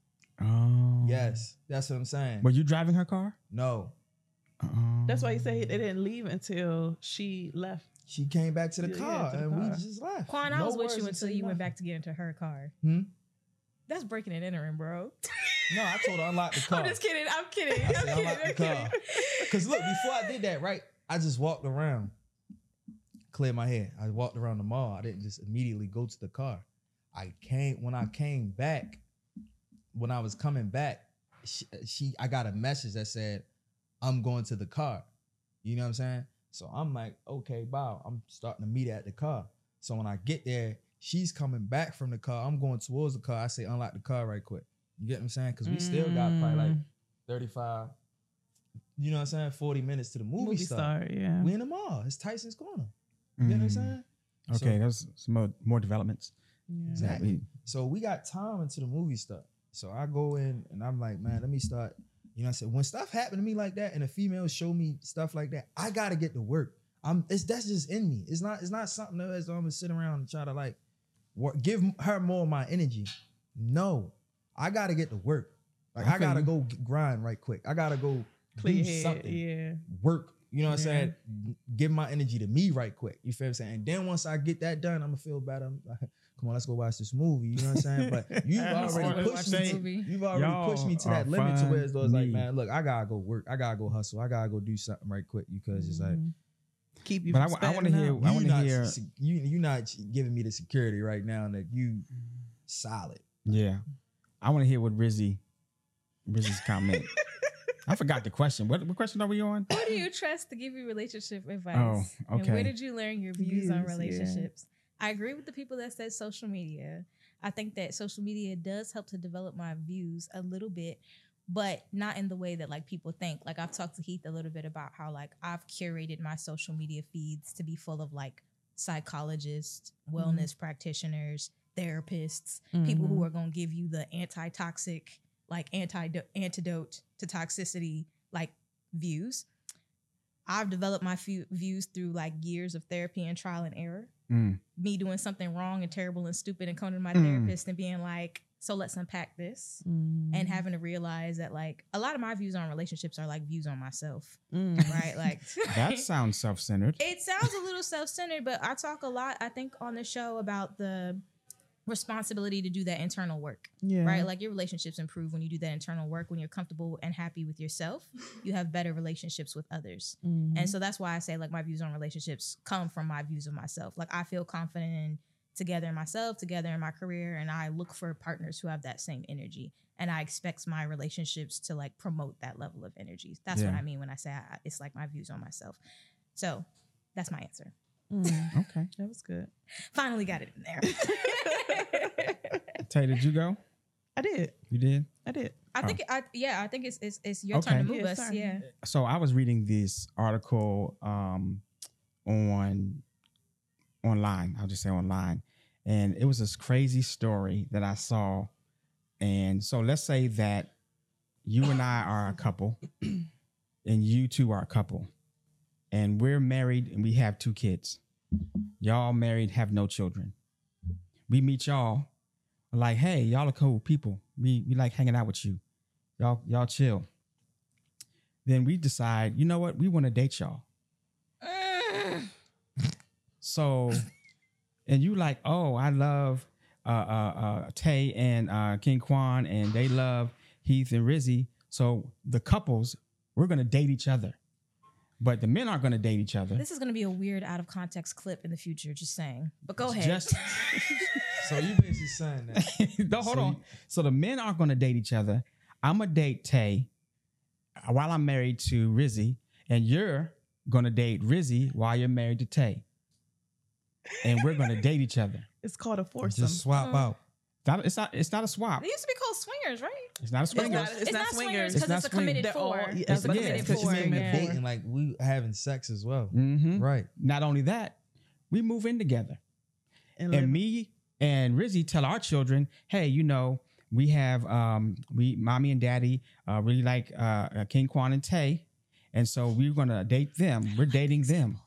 [SPEAKER 2] Mm-hmm.
[SPEAKER 3] Oh,
[SPEAKER 4] yes. That's what I'm saying.
[SPEAKER 3] Were you driving her car?
[SPEAKER 4] no,
[SPEAKER 3] Oh.
[SPEAKER 2] that's why he said they didn't leave until she left.
[SPEAKER 4] she came back to the
[SPEAKER 2] Yeah,
[SPEAKER 4] car
[SPEAKER 2] to the
[SPEAKER 4] and
[SPEAKER 2] car.
[SPEAKER 4] we just left.
[SPEAKER 1] Quan, I
[SPEAKER 4] No
[SPEAKER 1] was with
[SPEAKER 4] words
[SPEAKER 1] you until you went
[SPEAKER 4] nothing.
[SPEAKER 1] back to get into her car.
[SPEAKER 4] Hmm?
[SPEAKER 1] That's breaking and entering, bro.
[SPEAKER 4] No, I told her unlock the car.
[SPEAKER 1] I'm just kidding. I'm kidding.
[SPEAKER 4] I
[SPEAKER 1] I'm
[SPEAKER 4] said,
[SPEAKER 1] kidding.
[SPEAKER 4] unlock the
[SPEAKER 1] I'm kidding.
[SPEAKER 4] car. Cause look, before I did that, right, I just walked around, cleared my head. I walked around the mall. I didn't just immediately go to the car. I came when I came back. When I was coming back, she, she I got a message that said, "I'm going to the car." You know what I'm saying? So I'm like, okay, wow. I'm starting to meet her at the car. So when I get there, she's coming back from the car. I'm going towards the car. I say, unlock the car right quick. You get what I'm saying? Because we still got probably like 35, you know what I'm saying? 40 minutes to the movie,
[SPEAKER 2] Movie
[SPEAKER 4] star.
[SPEAKER 2] star, yeah.
[SPEAKER 4] We in the mall. It's Tyson's Corner. You know what I'm saying?
[SPEAKER 3] Mm. Okay, there's some more, more developments.
[SPEAKER 2] Yeah.
[SPEAKER 4] Exactly. So we got time into the movie stuff. So I go in and I'm like, man, let me start. You know, I said when stuff happened to me like that, and the females show me stuff like that, I gotta get to work. I'm it's that's just in me. It's not it's not something that is I'm gonna sit around and try to like work, give her more of my energy. No, I gotta get to work. Like I
[SPEAKER 3] Okay.
[SPEAKER 4] gotta go g- grind right quick. I gotta go
[SPEAKER 2] Clear
[SPEAKER 4] do
[SPEAKER 2] head,
[SPEAKER 4] something
[SPEAKER 2] yeah.
[SPEAKER 4] work. You know what I'm
[SPEAKER 2] Yeah.
[SPEAKER 4] saying? Give my energy to me right quick. You feel what I'm saying? And then once I get that done, I'm gonna feel better. I'm like, come on, let's go watch this movie. You know what I'm saying? But you've
[SPEAKER 3] I'm
[SPEAKER 4] already
[SPEAKER 3] sorry,
[SPEAKER 4] pushed
[SPEAKER 3] watch
[SPEAKER 4] me.
[SPEAKER 3] this
[SPEAKER 4] To,
[SPEAKER 1] movie.
[SPEAKER 4] you've already
[SPEAKER 3] Y'all
[SPEAKER 4] pushed me to
[SPEAKER 3] are
[SPEAKER 4] that limit to where it's
[SPEAKER 3] fine
[SPEAKER 4] it's like,
[SPEAKER 3] me.
[SPEAKER 4] man, look, I gotta go work. I gotta go hustle. I gotta go do something right quick because it's like
[SPEAKER 2] Mhm. keep you.
[SPEAKER 3] But I
[SPEAKER 2] from
[SPEAKER 3] wa- I wanna
[SPEAKER 2] spazzing
[SPEAKER 3] hear-
[SPEAKER 2] out.
[SPEAKER 3] Mm-hmm. I
[SPEAKER 4] you
[SPEAKER 3] wanna
[SPEAKER 4] not
[SPEAKER 3] hear-
[SPEAKER 4] se- you you not giving me the security right now that you
[SPEAKER 3] Mm-hmm.
[SPEAKER 4] solid.
[SPEAKER 3] Yeah, I want to hear what Rizzy, Rizzy's comment. I forgot the question. What, what question are we on?
[SPEAKER 1] Who do you trust to give you relationship advice?
[SPEAKER 3] Oh,
[SPEAKER 1] And where
[SPEAKER 3] okay.
[SPEAKER 1] did you learn your views on
[SPEAKER 2] Views, yeah.
[SPEAKER 1] relationships? I agree with the people that said social media. I think that social media does help to develop my views a little bit, but not in the way that like people think. Like I've talked to Heath a little bit about how like I've curated my social media feeds to be full of like psychologists, wellness practitioners, therapists, people
[SPEAKER 3] Mm-hmm.
[SPEAKER 1] who are going to give you the anti-toxic like anti antidote to toxicity like views i've developed my few views through like years of therapy and trial and error
[SPEAKER 3] Mm.
[SPEAKER 1] me doing something wrong and terrible and stupid and coming to my
[SPEAKER 3] Mm.
[SPEAKER 1] therapist and being like so let's unpack this and
[SPEAKER 2] Mm-hmm.
[SPEAKER 3] Mm-hmm.
[SPEAKER 1] having to realize that like a lot of my views on relationships are like views on myself
[SPEAKER 2] Mm-hmm.
[SPEAKER 1] right like
[SPEAKER 3] Mm. That sounds self-centered.
[SPEAKER 1] it sounds a little self-centered but i talk a lot i think on the show about the responsibility to do that internal work
[SPEAKER 2] yeah.
[SPEAKER 3] Mm-hmm.
[SPEAKER 1] right? Like your relationships improve when you do that internal work, when you're comfortable and happy with yourself, you have better relationships with others.
[SPEAKER 2] Mm-hmm.
[SPEAKER 3] Mm-hmm.
[SPEAKER 1] And so that's why I say like my views on relationships come from my views of myself. Like I feel confident in together in myself, together in my career, and I look for partners who have that same energy. And I expect my relationships to like promote that level of energy. That's what
[SPEAKER 3] Yeah.
[SPEAKER 1] I mean when I say I, it's like my views on myself. So that's my answer.
[SPEAKER 2] Mm-hmm.
[SPEAKER 3] Okay.
[SPEAKER 2] that was good.
[SPEAKER 1] Finally got it in there.
[SPEAKER 3] Tay, did you go?
[SPEAKER 2] I did.
[SPEAKER 3] You did.
[SPEAKER 2] I did.
[SPEAKER 1] I
[SPEAKER 3] Oh.
[SPEAKER 1] think I yeah, I think it's it's, it's your turn to
[SPEAKER 3] Okay.
[SPEAKER 1] move
[SPEAKER 2] Yeah,
[SPEAKER 1] us.
[SPEAKER 2] sorry.
[SPEAKER 1] Yeah.
[SPEAKER 3] so I was reading this article um, on online. I'll just say online, and it was this crazy story that I saw. And so let's say that you and I are a couple, and you two are a couple, and we're married and we have two kids. Y'all married, have no children. We meet y'all, like, hey, y'all are cool people. We we like hanging out with you. Y'all y'all chill then we decide, you know what, we want to date y'all. So, and you like, oh, I love uh, uh, uh, Tay and uh, King Kwan, and they love Heath and Rizzy. So the couples, we're gonna date each other, but the men aren't gonna date each other.
[SPEAKER 1] This is going to be a weird out of context clip in the future, just saying. But go ahead.
[SPEAKER 3] Just
[SPEAKER 4] So you basically saying that
[SPEAKER 3] no, hold
[SPEAKER 4] So
[SPEAKER 3] on.
[SPEAKER 4] you-
[SPEAKER 3] So the men aren't going to date each other. I'm gonna date Tay while I'm married to Rizzy, and you're gonna date Rizzy while you're married to Tay, and we're gonna date each other.
[SPEAKER 2] It's called a foursome.
[SPEAKER 4] just swap
[SPEAKER 1] Mm.
[SPEAKER 4] out.
[SPEAKER 3] Not, it's not. It's not a swap.
[SPEAKER 1] They used to be called swingers, right?
[SPEAKER 3] It's not a
[SPEAKER 2] It's
[SPEAKER 3] swingers.
[SPEAKER 2] not, it's
[SPEAKER 1] It's,
[SPEAKER 2] not
[SPEAKER 1] not swingers
[SPEAKER 2] swingers.
[SPEAKER 3] It's
[SPEAKER 1] because
[SPEAKER 3] not
[SPEAKER 1] it's, a
[SPEAKER 3] swingers.
[SPEAKER 1] committed
[SPEAKER 2] They're all-
[SPEAKER 1] four.
[SPEAKER 2] yeah,
[SPEAKER 1] It's,
[SPEAKER 2] it's-
[SPEAKER 1] a
[SPEAKER 3] yeah,
[SPEAKER 1] committed
[SPEAKER 3] it's 'cause you're
[SPEAKER 1] four.
[SPEAKER 3] saying
[SPEAKER 1] yeah.
[SPEAKER 4] Dating like we having sex as well.
[SPEAKER 3] hmm
[SPEAKER 4] Right.
[SPEAKER 3] Not only that, we move in together, and me and Rizzy tell our children, "Hey, you know, we have um, we mommy and daddy uh, really like uh, uh, King Kwan and Tay, and so we're gonna date them. We're dating them,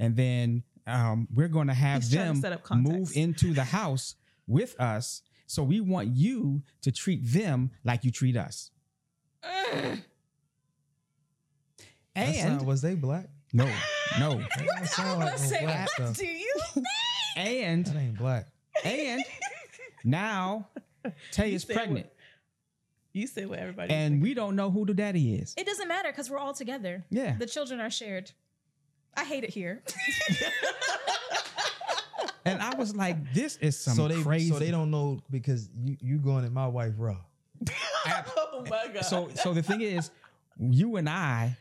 [SPEAKER 3] and then um, we're gonna have
[SPEAKER 2] He's trying to
[SPEAKER 3] them
[SPEAKER 2] set up
[SPEAKER 3] move
[SPEAKER 2] context.
[SPEAKER 3] into the house with us. So we want you to treat them like you treat us."
[SPEAKER 4] That sound-
[SPEAKER 3] And
[SPEAKER 4] was they black?
[SPEAKER 3] no, no,
[SPEAKER 4] That sound
[SPEAKER 2] I
[SPEAKER 4] like
[SPEAKER 2] was
[SPEAKER 4] no
[SPEAKER 2] gonna say,
[SPEAKER 4] black
[SPEAKER 2] what
[SPEAKER 4] stuff.
[SPEAKER 2] do you
[SPEAKER 3] and
[SPEAKER 4] That ain't black.
[SPEAKER 3] And now Tay
[SPEAKER 2] You
[SPEAKER 3] is
[SPEAKER 2] said what-
[SPEAKER 3] pregnant,
[SPEAKER 2] You say what everybody
[SPEAKER 3] and we don't know who the daddy is.
[SPEAKER 1] It doesn't matter because we're all together.
[SPEAKER 3] Yeah,
[SPEAKER 1] The children are shared. I hate it here.
[SPEAKER 3] and I was like, "This is some
[SPEAKER 4] so they
[SPEAKER 3] crazy."
[SPEAKER 4] so they don't know because you you going at my wife raw.
[SPEAKER 3] ab-
[SPEAKER 2] Oh my god.
[SPEAKER 3] so so the thing is, you and I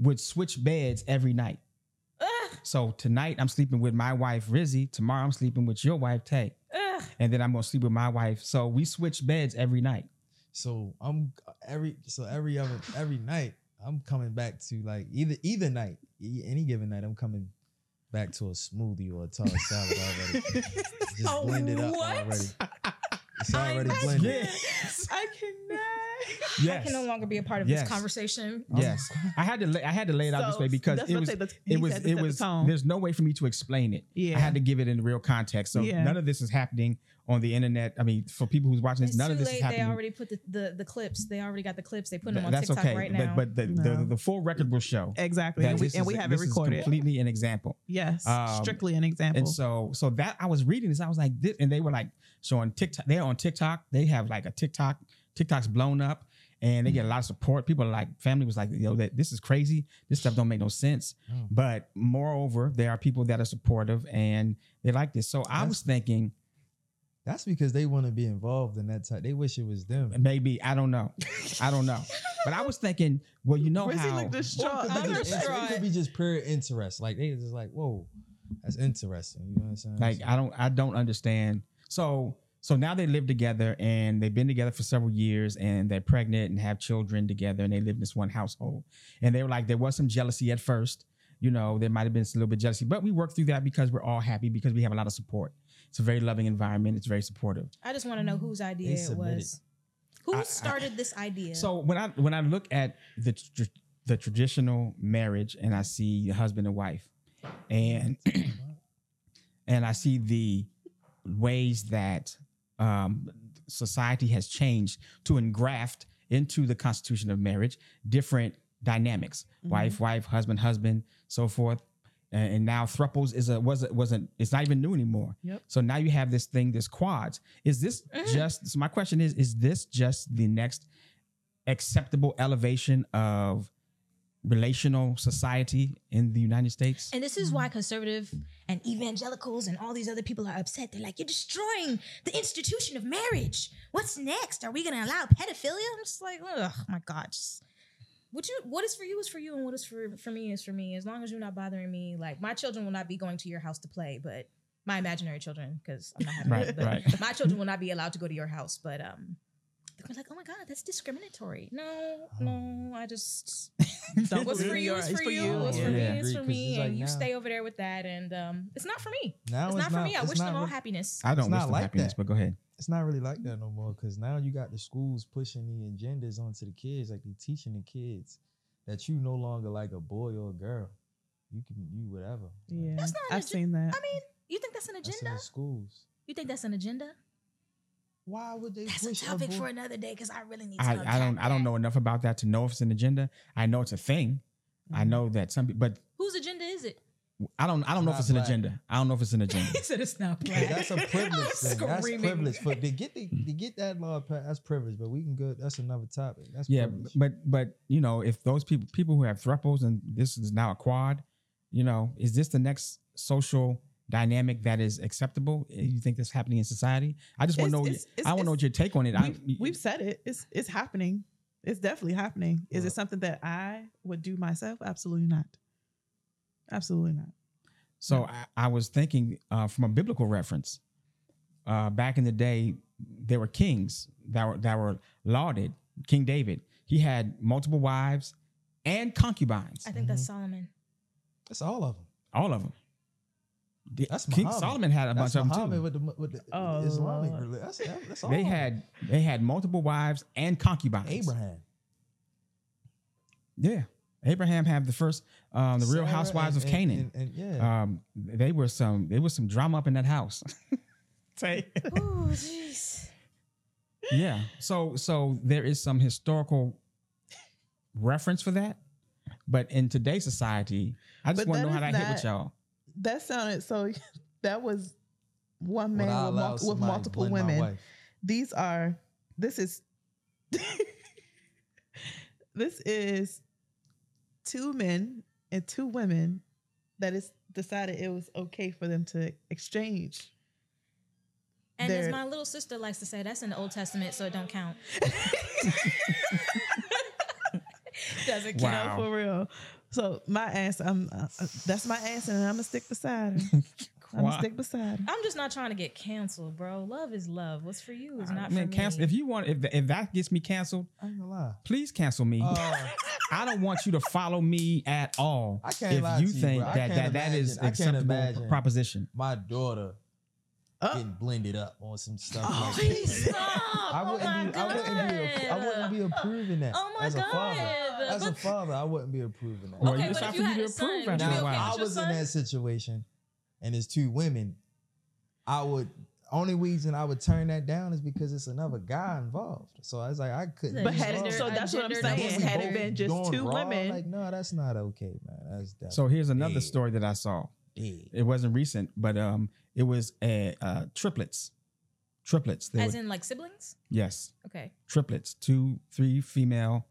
[SPEAKER 3] would switch beds every night.
[SPEAKER 1] Ugh,
[SPEAKER 3] So tonight I'm sleeping with my wife Rizzy. Tomorrow I'm sleeping with your wife Tay,
[SPEAKER 1] ugh.
[SPEAKER 3] and then I'm gonna sleep with my wife. So we switch beds every night.
[SPEAKER 4] So I'm every so every other every night I'm coming back to like either either night e- any given night I'm coming back to a smoothie or a tall salad already. Just
[SPEAKER 1] Oh,
[SPEAKER 4] blended up
[SPEAKER 1] what?
[SPEAKER 4] already. It's
[SPEAKER 1] I
[SPEAKER 4] already
[SPEAKER 1] must-
[SPEAKER 4] blended.
[SPEAKER 3] Yes,
[SPEAKER 2] I cannot.
[SPEAKER 1] I
[SPEAKER 3] yes,
[SPEAKER 1] can no longer be a part of
[SPEAKER 3] Yes.
[SPEAKER 1] this conversation.
[SPEAKER 3] yes. I had to lay, I had to lay it out this
[SPEAKER 2] So,
[SPEAKER 3] way because
[SPEAKER 2] that's
[SPEAKER 3] it
[SPEAKER 2] what
[SPEAKER 3] was
[SPEAKER 2] I'm saying, the- he
[SPEAKER 3] it was
[SPEAKER 2] had to
[SPEAKER 3] it
[SPEAKER 2] set the
[SPEAKER 3] was
[SPEAKER 2] tone.
[SPEAKER 3] there's no way for me to explain it.
[SPEAKER 2] Yeah.
[SPEAKER 3] I had to give it in real context. So
[SPEAKER 2] Yeah.
[SPEAKER 3] none of this is happening on the internet. I mean, for people who's watching this,
[SPEAKER 1] It's
[SPEAKER 3] none
[SPEAKER 1] too
[SPEAKER 3] of this
[SPEAKER 1] late.
[SPEAKER 3] is
[SPEAKER 1] They
[SPEAKER 3] happening.
[SPEAKER 1] already put the, the, the clips. They already got the clips. They put them
[SPEAKER 3] Th-
[SPEAKER 1] on
[SPEAKER 3] that's
[SPEAKER 1] TikTok
[SPEAKER 3] okay.
[SPEAKER 1] right now.
[SPEAKER 3] But but the, the
[SPEAKER 2] No.
[SPEAKER 3] the full record will show.
[SPEAKER 2] exactly.
[SPEAKER 3] that
[SPEAKER 2] And we,
[SPEAKER 3] this
[SPEAKER 2] and
[SPEAKER 3] is-
[SPEAKER 2] we have it
[SPEAKER 3] this is
[SPEAKER 2] recorded.
[SPEAKER 3] completely an example.
[SPEAKER 2] yes.
[SPEAKER 3] Um,
[SPEAKER 2] strictly an example.
[SPEAKER 3] And so so that I was reading this, I was like this, and they were like showing TikTok. They're on TikTok. They have like a TikTok. TikTok's blown up, and they get a lot of support. People are like family was like, yo, that this is crazy. This stuff don't make no sense.
[SPEAKER 4] Oh.
[SPEAKER 3] But moreover, there are people that are supportive and they like this. So I
[SPEAKER 4] That's-
[SPEAKER 3] was thinking
[SPEAKER 4] That's because they want to be involved in that type. They wish it was them.
[SPEAKER 3] maybe I don't know, I don't know. But I was thinking, well, you know
[SPEAKER 2] Rizzy
[SPEAKER 3] how.
[SPEAKER 2] looked distraught.
[SPEAKER 4] It could be
[SPEAKER 1] I'm
[SPEAKER 4] just- It
[SPEAKER 1] distraught.
[SPEAKER 4] could be just pure interest. Like they just like, whoa, that's interesting. You know what I'm saying?
[SPEAKER 3] Like I don't I don't understand. So so now they live together and they've been together for several years and they're pregnant and have children together and they live in this one household. And they were like there was some jealousy at first. You know, there might have been a little bit of jealousy, but we worked through that because we're all happy because we have a lot of support. It's a very loving environment. It's very supportive.
[SPEAKER 1] I just want to know whose idea it
[SPEAKER 4] submitted.
[SPEAKER 1] was. Who
[SPEAKER 3] Mm. I- I-
[SPEAKER 1] started this idea?
[SPEAKER 3] So when I when I look at the tr- the traditional marriage and I see the husband and wife, and and I see the ways that um, society has changed to engraft into the constitution of marriage different dynamics:
[SPEAKER 1] Mm-hmm.
[SPEAKER 2] Mm-hmm.
[SPEAKER 3] wife, wife, husband, husband, so forth. And and now thruples is a was a- wasn't it's not even new anymore.
[SPEAKER 2] Yep.
[SPEAKER 3] So now you have this thing, this quads. Is this just? So my question is: Is this just the next acceptable elevation of relational society in the United States?
[SPEAKER 1] and this is why
[SPEAKER 3] Mm-hmm.
[SPEAKER 1] conservative and evangelicals and all these other people are upset. They're like, you're destroying the institution of marriage. What's next? Are we going to allow pedophilia? I'm just like, oh my God. Just, what you what is for you is for you, and what is for for me is for me. As long as you're not bothering me, like my children will not be going to your house to play, but my imaginary children, because I'm not having
[SPEAKER 3] Right,
[SPEAKER 1] it, but
[SPEAKER 3] right.
[SPEAKER 1] my children will not be allowed to go to your house. But um, they're like, oh my God, that's discriminatory. No,
[SPEAKER 3] Oh.
[SPEAKER 1] no, I just
[SPEAKER 2] Don't
[SPEAKER 1] What's
[SPEAKER 2] do
[SPEAKER 1] for
[SPEAKER 2] it.
[SPEAKER 1] you
[SPEAKER 2] You're
[SPEAKER 1] is
[SPEAKER 2] right.
[SPEAKER 1] for you. What's
[SPEAKER 3] Yeah.
[SPEAKER 1] for me
[SPEAKER 3] Yeah.
[SPEAKER 1] is
[SPEAKER 4] Agree,
[SPEAKER 1] for
[SPEAKER 4] 'cause
[SPEAKER 1] me.
[SPEAKER 4] it's like
[SPEAKER 1] and you
[SPEAKER 4] now-
[SPEAKER 1] stay over there with that. And um, it's not for me.
[SPEAKER 4] now
[SPEAKER 1] It's not for me. I
[SPEAKER 4] it's
[SPEAKER 1] wish them
[SPEAKER 4] not
[SPEAKER 1] all
[SPEAKER 4] re-
[SPEAKER 1] happiness.
[SPEAKER 3] I don't
[SPEAKER 4] It's not
[SPEAKER 3] wish them
[SPEAKER 4] like
[SPEAKER 3] happiness,
[SPEAKER 4] that.
[SPEAKER 3] but go ahead.
[SPEAKER 4] It's not really like that no more because now you got the schools pushing the agendas onto the kids. Like they teaching the kids that you no longer like a boy or a girl. You can you whatever.
[SPEAKER 2] yeah.
[SPEAKER 1] That's not an
[SPEAKER 2] I've
[SPEAKER 1] agen-
[SPEAKER 2] seen that.
[SPEAKER 1] I mean, you think that's an
[SPEAKER 4] That's in
[SPEAKER 1] agenda?
[SPEAKER 4] the schools.
[SPEAKER 1] You think that's an agenda?
[SPEAKER 4] Why would they
[SPEAKER 1] That's a
[SPEAKER 4] push
[SPEAKER 1] topic
[SPEAKER 4] boy-
[SPEAKER 1] for another day because I really need to.
[SPEAKER 3] I, I don't
[SPEAKER 1] unpack
[SPEAKER 3] I don't
[SPEAKER 1] that.
[SPEAKER 3] know enough about that to know if it's an agenda. I know it's a thing.
[SPEAKER 2] Mm-hmm.
[SPEAKER 3] I know that some people, but
[SPEAKER 1] Whose agenda is it?
[SPEAKER 3] I don't I don't know if
[SPEAKER 4] Not
[SPEAKER 3] it's an
[SPEAKER 4] black.
[SPEAKER 3] agenda. I don't know if it's an agenda.
[SPEAKER 1] said it's not
[SPEAKER 4] Yeah, that's a privilege thing. That's privilege. For to get the, to get that law passed, that's privilege. But we can go. That's another topic. That's
[SPEAKER 3] yeah,
[SPEAKER 4] privilege.
[SPEAKER 3] but but you know, if those people people who have thruples and this is now a quad, you know, is this the next social dynamic that is acceptable? Eh, You think that's happening in society? I just want to
[SPEAKER 2] It's-
[SPEAKER 3] know.
[SPEAKER 2] it's- it's-
[SPEAKER 3] I want to know
[SPEAKER 2] it's-
[SPEAKER 3] what your take on it. I,
[SPEAKER 2] we've, we've said it. It's it's happening. It's definitely happening. Is
[SPEAKER 4] Yeah.
[SPEAKER 2] it something that I would do myself? Absolutely not. Absolutely not.
[SPEAKER 3] So I, I was thinking uh, from a biblical reference, uh, back in the day, there were kings that were that were lauded. King David, he had multiple wives and concubines,
[SPEAKER 1] I think that's Solomon.
[SPEAKER 4] That's all of them.
[SPEAKER 3] all of them. The-
[SPEAKER 4] That's
[SPEAKER 3] King
[SPEAKER 4] Muhammad.
[SPEAKER 3] Solomon had a
[SPEAKER 4] That's
[SPEAKER 3] bunch of them
[SPEAKER 4] Muhammad
[SPEAKER 3] too.
[SPEAKER 4] with the mu- with the
[SPEAKER 2] Oh,
[SPEAKER 4] Islamic.
[SPEAKER 2] Lord.
[SPEAKER 4] reli- That's, that's all.
[SPEAKER 3] They
[SPEAKER 4] of 'em.
[SPEAKER 3] had they had multiple wives and concubines.
[SPEAKER 4] Oh. Abraham.
[SPEAKER 3] yeah. Abraham had the first, um, the Real
[SPEAKER 4] Sarah
[SPEAKER 3] Housewives
[SPEAKER 4] and-
[SPEAKER 3] of
[SPEAKER 4] and-
[SPEAKER 3] Canaan.
[SPEAKER 4] and- and- yeah.
[SPEAKER 3] um, they were some there was some drama up in that house. Say-
[SPEAKER 1] Ooh, jeez.
[SPEAKER 3] yeah. So so there is some historical reference for that, but in today's society, I just
[SPEAKER 2] But
[SPEAKER 3] want to
[SPEAKER 2] that
[SPEAKER 3] know how that
[SPEAKER 2] is
[SPEAKER 3] hit with
[SPEAKER 2] not-
[SPEAKER 3] y'all.
[SPEAKER 2] That sounded so. That was one
[SPEAKER 4] Would
[SPEAKER 2] man
[SPEAKER 4] I
[SPEAKER 2] with,
[SPEAKER 4] allow
[SPEAKER 2] mul- with
[SPEAKER 4] somebody to
[SPEAKER 2] multiple
[SPEAKER 4] blend my
[SPEAKER 2] women.
[SPEAKER 4] wife?
[SPEAKER 2] These are. This is. this is two men and two women that is decided it was okay for them to exchange.
[SPEAKER 1] And as
[SPEAKER 2] There-
[SPEAKER 1] my little sister likes to say, that's in the Old Testament, so it don't count. Doesn't count.
[SPEAKER 3] Wow.
[SPEAKER 4] Oh.
[SPEAKER 2] No, for real. So my ass, I'm uh, uh, that's my ass, and I'm gonna stick beside her. I'm
[SPEAKER 3] Why?
[SPEAKER 2] gonna stick beside her.
[SPEAKER 1] I'm just not trying to get canceled, bro. Love is love. What's for you is not
[SPEAKER 3] Man,
[SPEAKER 1] for me.
[SPEAKER 3] cancel if you want if if that gets me canceled,
[SPEAKER 4] I ain't gonna lie.
[SPEAKER 3] please cancel me.
[SPEAKER 4] Uh,
[SPEAKER 3] I don't want you to follow me at all.
[SPEAKER 4] I can't
[SPEAKER 3] if
[SPEAKER 4] lie
[SPEAKER 3] you
[SPEAKER 4] to you,
[SPEAKER 3] think
[SPEAKER 4] bro. I
[SPEAKER 3] that that
[SPEAKER 4] can't
[SPEAKER 3] that is
[SPEAKER 4] imagine- I can't
[SPEAKER 3] acceptable
[SPEAKER 4] imagine.
[SPEAKER 3] proposition.
[SPEAKER 4] my daughter
[SPEAKER 2] Oh.
[SPEAKER 4] getting blended up on some stuff.
[SPEAKER 2] Oh,
[SPEAKER 4] like that.
[SPEAKER 1] Please stop.
[SPEAKER 4] I
[SPEAKER 1] oh my
[SPEAKER 4] wouldn't, be, I
[SPEAKER 1] god.
[SPEAKER 4] wouldn't be, appro- I wouldn't be approving that.
[SPEAKER 1] Oh my
[SPEAKER 4] as a
[SPEAKER 1] god.
[SPEAKER 4] father, as a
[SPEAKER 1] But-
[SPEAKER 4] father, I wouldn't be approving that.
[SPEAKER 3] Well,
[SPEAKER 1] okay,
[SPEAKER 3] it's
[SPEAKER 1] but
[SPEAKER 3] not
[SPEAKER 1] if you
[SPEAKER 3] for you
[SPEAKER 1] had
[SPEAKER 3] to
[SPEAKER 1] a son,
[SPEAKER 3] approve
[SPEAKER 1] would you be
[SPEAKER 3] after a
[SPEAKER 1] okay
[SPEAKER 3] while.
[SPEAKER 1] with
[SPEAKER 4] I
[SPEAKER 1] your
[SPEAKER 4] was in
[SPEAKER 1] son?
[SPEAKER 4] that situation, and it's two women. I would only reason I would turn that down is because it's another guy involved. So I was like, I couldn't.
[SPEAKER 1] But
[SPEAKER 2] But
[SPEAKER 4] be
[SPEAKER 2] had it,
[SPEAKER 4] involved.
[SPEAKER 1] Gender-
[SPEAKER 2] so that's what I'm
[SPEAKER 1] gender-
[SPEAKER 2] saying.
[SPEAKER 1] That
[SPEAKER 2] Had it
[SPEAKER 1] wasn't
[SPEAKER 2] been just
[SPEAKER 4] Going
[SPEAKER 2] two
[SPEAKER 4] raw,
[SPEAKER 2] women,
[SPEAKER 4] like no, that's not okay, man. That's definitely
[SPEAKER 3] So here's another
[SPEAKER 4] Yeah.
[SPEAKER 3] story that I saw.
[SPEAKER 4] dead.
[SPEAKER 3] It wasn't recent, but um, it was a uh, triplets, triplets. They
[SPEAKER 1] As
[SPEAKER 3] were-
[SPEAKER 1] in like siblings?
[SPEAKER 3] yes,
[SPEAKER 1] Okay.
[SPEAKER 3] triplets, two, three female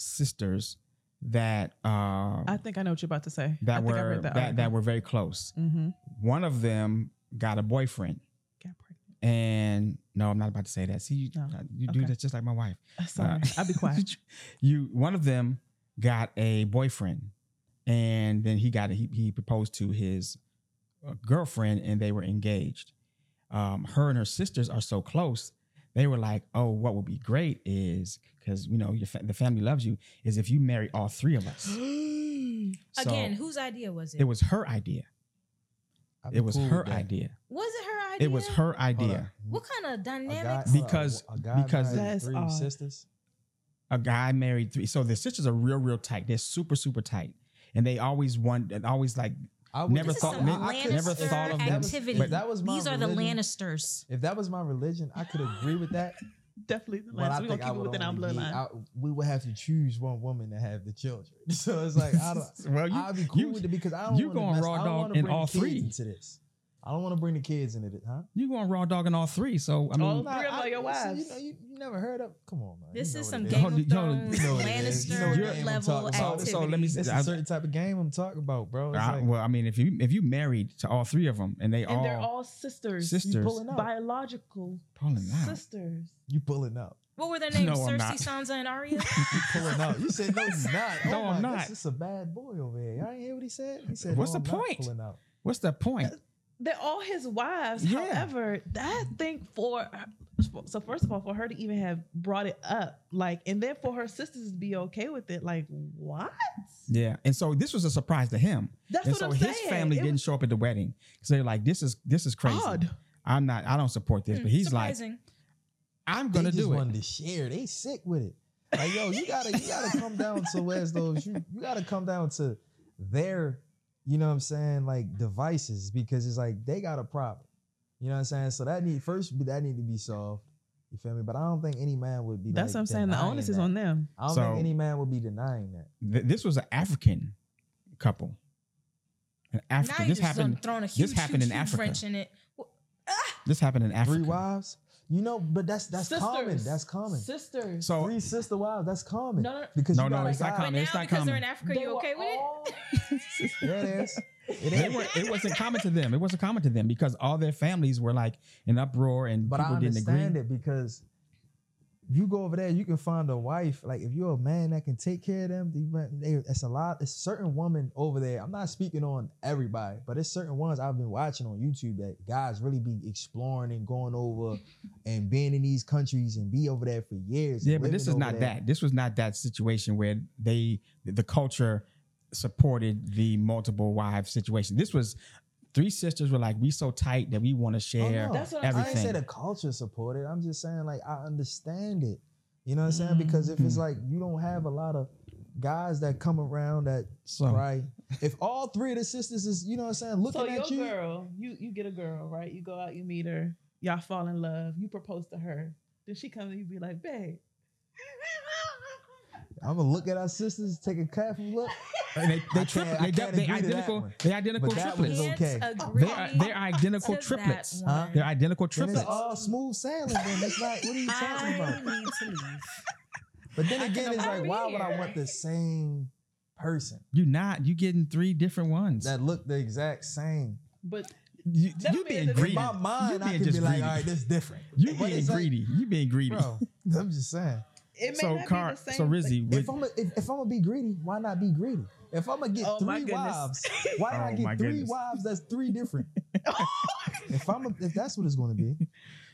[SPEAKER 3] sisters that um,
[SPEAKER 2] I think I know what you're about to say. I
[SPEAKER 3] that
[SPEAKER 2] think I
[SPEAKER 3] were
[SPEAKER 2] read
[SPEAKER 3] that, that, were very close.
[SPEAKER 2] mm-hmm.
[SPEAKER 3] One of them got a boyfriend,
[SPEAKER 2] Got pregnant. and
[SPEAKER 3] and no, I'm not about to say that. See, you,
[SPEAKER 2] No.
[SPEAKER 3] you do
[SPEAKER 2] Oh, Okay.
[SPEAKER 3] that just like my wife.
[SPEAKER 2] Uh, sorry, I'll be quiet.
[SPEAKER 3] You, one of them got a boyfriend, and then he got he he proposed to his uh, girlfriend, and they were engaged. Um, her and her sisters are so close. They were like, "Oh, what would be great is because you know your fa- the family loves you is if you marry all three of us." So
[SPEAKER 1] Again, whose idea was it?
[SPEAKER 3] it was her idea.
[SPEAKER 4] I'd be
[SPEAKER 3] It was
[SPEAKER 4] cool
[SPEAKER 3] her
[SPEAKER 4] with that.
[SPEAKER 3] idea.
[SPEAKER 1] Was it her idea?
[SPEAKER 3] It was her
[SPEAKER 4] Hold
[SPEAKER 3] idea.
[SPEAKER 4] on.
[SPEAKER 1] What kind of
[SPEAKER 4] A guy-
[SPEAKER 1] dynamics?
[SPEAKER 4] a-
[SPEAKER 3] Because-
[SPEAKER 4] a guy
[SPEAKER 3] because-
[SPEAKER 4] married
[SPEAKER 2] That's
[SPEAKER 4] three
[SPEAKER 2] odd.
[SPEAKER 4] sisters.
[SPEAKER 3] a guy married three. So the sisters are real, real tight. They're super, super tight, and they always want, and always like.
[SPEAKER 2] Uh,
[SPEAKER 4] I would
[SPEAKER 3] Never
[SPEAKER 1] this
[SPEAKER 4] just-
[SPEAKER 1] is
[SPEAKER 3] thought-
[SPEAKER 1] some
[SPEAKER 3] men-
[SPEAKER 4] I
[SPEAKER 1] Lannister
[SPEAKER 4] could-
[SPEAKER 3] never thought of them.
[SPEAKER 1] activity.
[SPEAKER 3] But
[SPEAKER 4] that was my
[SPEAKER 1] These are the
[SPEAKER 4] religion.
[SPEAKER 1] Lannisters.
[SPEAKER 4] If that was my religion, I could agree with that.
[SPEAKER 2] Definitely, the
[SPEAKER 4] But
[SPEAKER 2] last.
[SPEAKER 4] I
[SPEAKER 2] We're
[SPEAKER 4] think
[SPEAKER 2] gonna
[SPEAKER 4] I
[SPEAKER 2] keep it
[SPEAKER 4] would
[SPEAKER 2] within our
[SPEAKER 4] only be-
[SPEAKER 2] bloodline.
[SPEAKER 4] I- we would have to choose one woman to have the children. So it's like I don't.
[SPEAKER 3] well, you,
[SPEAKER 4] I'd be cool
[SPEAKER 3] you,
[SPEAKER 4] with it because I don't.
[SPEAKER 3] you
[SPEAKER 4] wanna
[SPEAKER 3] going
[SPEAKER 4] mess-
[SPEAKER 3] raw
[SPEAKER 4] I don't
[SPEAKER 3] dog
[SPEAKER 4] wanna
[SPEAKER 3] in
[SPEAKER 4] bring
[SPEAKER 3] all
[SPEAKER 4] the kids
[SPEAKER 3] three.
[SPEAKER 4] into this. I don't want to bring the kids into this, huh?
[SPEAKER 3] you going raw dogging all three. So I mean,
[SPEAKER 2] All
[SPEAKER 4] Nah,
[SPEAKER 2] three of
[SPEAKER 4] I-
[SPEAKER 2] them are your
[SPEAKER 4] listen, You
[SPEAKER 2] wives.
[SPEAKER 4] know, you, you never heard of. Come on, man.
[SPEAKER 1] This
[SPEAKER 4] you know
[SPEAKER 1] is
[SPEAKER 4] what
[SPEAKER 1] some
[SPEAKER 4] it
[SPEAKER 1] Game
[SPEAKER 3] Y'all-
[SPEAKER 1] of
[SPEAKER 3] y'all-
[SPEAKER 1] Thrones,
[SPEAKER 4] You know what it is. You know
[SPEAKER 1] Lannister
[SPEAKER 4] the game I'm
[SPEAKER 1] level
[SPEAKER 4] talking about.
[SPEAKER 1] activity.
[SPEAKER 3] so, so let me.
[SPEAKER 4] It's
[SPEAKER 3] I-
[SPEAKER 4] a certain type of game I'm talking about, bro. It's
[SPEAKER 3] I-
[SPEAKER 4] like,
[SPEAKER 3] well, I mean, if you if you married to all three of them and they
[SPEAKER 2] and
[SPEAKER 3] all,
[SPEAKER 2] they're all sisters,
[SPEAKER 3] sisters,
[SPEAKER 4] you pulling up.
[SPEAKER 2] biological
[SPEAKER 3] pulling out.
[SPEAKER 2] sisters.
[SPEAKER 4] You pulling up.
[SPEAKER 1] What were their names?
[SPEAKER 3] No,
[SPEAKER 1] Cersei,
[SPEAKER 3] I'm not.
[SPEAKER 1] Sansa, and Arya.
[SPEAKER 4] You pulling up. You said no, you're not.
[SPEAKER 3] No,
[SPEAKER 4] oh
[SPEAKER 3] I'm
[SPEAKER 4] my,
[SPEAKER 3] not.
[SPEAKER 4] This is a bad boy over here. Y'all ain't hear what he said. He said,
[SPEAKER 3] What's
[SPEAKER 4] no,
[SPEAKER 3] the
[SPEAKER 4] I'm not
[SPEAKER 3] point?
[SPEAKER 4] Pulling out.
[SPEAKER 3] What's the point?
[SPEAKER 2] They're all his wives.
[SPEAKER 3] Yeah.
[SPEAKER 2] However, that thing for so first of all, for her to even have brought it up, like, and then for her sisters to be okay with it, like, what?
[SPEAKER 3] Yeah, and so this was a surprise to him,
[SPEAKER 2] That's
[SPEAKER 3] and
[SPEAKER 2] what
[SPEAKER 3] so
[SPEAKER 2] I'm saying.
[SPEAKER 3] his family
[SPEAKER 2] It
[SPEAKER 3] didn't
[SPEAKER 2] was
[SPEAKER 3] show up at the wedding because they're like, "This is this is crazy.
[SPEAKER 2] odd. Mm,
[SPEAKER 3] I'm not. I don't support this." But he's like,
[SPEAKER 1] Hmm, Surprising.
[SPEAKER 3] "I'm
[SPEAKER 4] They
[SPEAKER 3] gonna
[SPEAKER 4] just
[SPEAKER 3] do it."
[SPEAKER 4] wanted to share. They sick with it. Like, yo, you gotta you gotta come down to where's those you you gotta come down to their, you know what I'm saying, like devices because it's like they got a problem. You know what I'm saying? So that need first that need to be solved. You feel me? But I don't think any man would be
[SPEAKER 2] That's
[SPEAKER 4] like,
[SPEAKER 2] what I'm saying. The
[SPEAKER 4] denying
[SPEAKER 2] onus is
[SPEAKER 4] that.
[SPEAKER 2] on them.
[SPEAKER 4] I don't
[SPEAKER 3] So-
[SPEAKER 4] think any man would be denying that.
[SPEAKER 3] th- this was an African couple. An
[SPEAKER 1] now
[SPEAKER 3] African.
[SPEAKER 1] you
[SPEAKER 3] This
[SPEAKER 1] just done
[SPEAKER 3] happened.
[SPEAKER 1] thrown a huge,
[SPEAKER 3] this happened
[SPEAKER 1] huge,
[SPEAKER 3] in
[SPEAKER 1] huge
[SPEAKER 3] Africa.
[SPEAKER 1] wrench in it.
[SPEAKER 3] This happened in Africa.
[SPEAKER 4] Three wives? You know, but that's that's common.
[SPEAKER 2] Sisters.
[SPEAKER 4] That's common.
[SPEAKER 2] Sisters.
[SPEAKER 3] So
[SPEAKER 4] Three sister wives, that's common.
[SPEAKER 2] No, no, no.
[SPEAKER 4] Because
[SPEAKER 3] No,
[SPEAKER 4] you
[SPEAKER 3] no,
[SPEAKER 4] got a
[SPEAKER 3] it's not
[SPEAKER 4] guy-
[SPEAKER 1] But
[SPEAKER 3] common.
[SPEAKER 1] now
[SPEAKER 3] it's
[SPEAKER 1] because
[SPEAKER 3] not common.
[SPEAKER 1] they're in Africa,
[SPEAKER 2] They
[SPEAKER 1] you
[SPEAKER 2] were
[SPEAKER 1] okay with it?
[SPEAKER 2] all-
[SPEAKER 4] Yeah, it is. It
[SPEAKER 3] they
[SPEAKER 4] is.
[SPEAKER 3] were, it wasn't common to them. It wasn't common to them because all their families were like in uproar and
[SPEAKER 4] But I
[SPEAKER 3] people didn't
[SPEAKER 4] understand
[SPEAKER 3] agree.
[SPEAKER 4] it because you go over there, you can find a wife. Like if you're a man that can take care of them, they, might- they- it's a lot. It's certain women over there. I'm not speaking on everybody, but it's certain ones I've been watching on YouTube that guys really be exploring and going over and being in these countries and be over there for years.
[SPEAKER 3] Yeah,
[SPEAKER 4] and
[SPEAKER 3] but this is
[SPEAKER 4] living over
[SPEAKER 3] not
[SPEAKER 4] there.
[SPEAKER 3] that. This was not that situation where they the culture supported the multiple wives situation. This was three sisters were like, we so tight that we want to
[SPEAKER 4] Oh,
[SPEAKER 3] share
[SPEAKER 4] no.
[SPEAKER 2] That's what I'm
[SPEAKER 3] everything.
[SPEAKER 4] I didn't say the culture supported. I'm just saying like I understand it. You know what I'm saying? Because if it's
[SPEAKER 3] Mhm.
[SPEAKER 4] like you don't have a lot of guys that come around that
[SPEAKER 3] so
[SPEAKER 4] right. If all three of the sisters is you know what I'm saying looking
[SPEAKER 2] so
[SPEAKER 4] at
[SPEAKER 2] your
[SPEAKER 4] you.
[SPEAKER 2] girl, you you get a girl, right? You go out, you meet her, y'all fall in love, you propose to her, then she comes and you be like, babe.
[SPEAKER 4] I'm gonna look at our sisters, take a careful look.
[SPEAKER 3] and they they,
[SPEAKER 4] I
[SPEAKER 3] tripl-
[SPEAKER 4] can't- I
[SPEAKER 3] they,
[SPEAKER 4] can't
[SPEAKER 3] they
[SPEAKER 4] agree to that
[SPEAKER 3] identical
[SPEAKER 4] one.
[SPEAKER 3] they identical
[SPEAKER 4] But that one
[SPEAKER 3] triplets.
[SPEAKER 4] is
[SPEAKER 1] Can't
[SPEAKER 4] okay.
[SPEAKER 1] agree
[SPEAKER 3] They're, they're identical
[SPEAKER 1] to that
[SPEAKER 3] triplets.
[SPEAKER 1] one.
[SPEAKER 4] Huh?
[SPEAKER 3] They're identical
[SPEAKER 4] Then it's
[SPEAKER 3] triplets.
[SPEAKER 4] all smooth sailing. Then it's like, what are you talking
[SPEAKER 5] I
[SPEAKER 4] about?
[SPEAKER 5] need to leave.
[SPEAKER 4] But then
[SPEAKER 2] I
[SPEAKER 4] again,
[SPEAKER 2] can
[SPEAKER 4] it's like, why would I
[SPEAKER 2] appreciate
[SPEAKER 4] want
[SPEAKER 2] it.
[SPEAKER 4] the same person
[SPEAKER 3] You not you getting three different ones.
[SPEAKER 4] that look the exact same?
[SPEAKER 2] But
[SPEAKER 3] you
[SPEAKER 2] That
[SPEAKER 3] you
[SPEAKER 2] don't mean it's
[SPEAKER 3] being
[SPEAKER 2] a-
[SPEAKER 4] In
[SPEAKER 3] greedy.
[SPEAKER 4] my
[SPEAKER 3] You
[SPEAKER 4] mind, I
[SPEAKER 3] being
[SPEAKER 4] could be
[SPEAKER 3] just
[SPEAKER 4] like,
[SPEAKER 3] greedy.
[SPEAKER 4] all right, this different.
[SPEAKER 3] You
[SPEAKER 4] But
[SPEAKER 3] being
[SPEAKER 4] it's like,
[SPEAKER 3] greedy. You being greedy.
[SPEAKER 4] bro. I'm just saying.
[SPEAKER 2] it may
[SPEAKER 3] So
[SPEAKER 2] not
[SPEAKER 3] Car,
[SPEAKER 2] be the same.
[SPEAKER 3] so Rizzy, with-
[SPEAKER 4] If I'm a, if, if I'm gonna be greedy, why not be greedy? If I'm gonna get
[SPEAKER 2] Oh, my
[SPEAKER 4] three
[SPEAKER 2] goodness.
[SPEAKER 4] wives, why
[SPEAKER 3] Oh,
[SPEAKER 4] not
[SPEAKER 3] my
[SPEAKER 4] get three
[SPEAKER 3] goodness.
[SPEAKER 4] wives? That's three different. if I'm a, if that's what it's gonna be,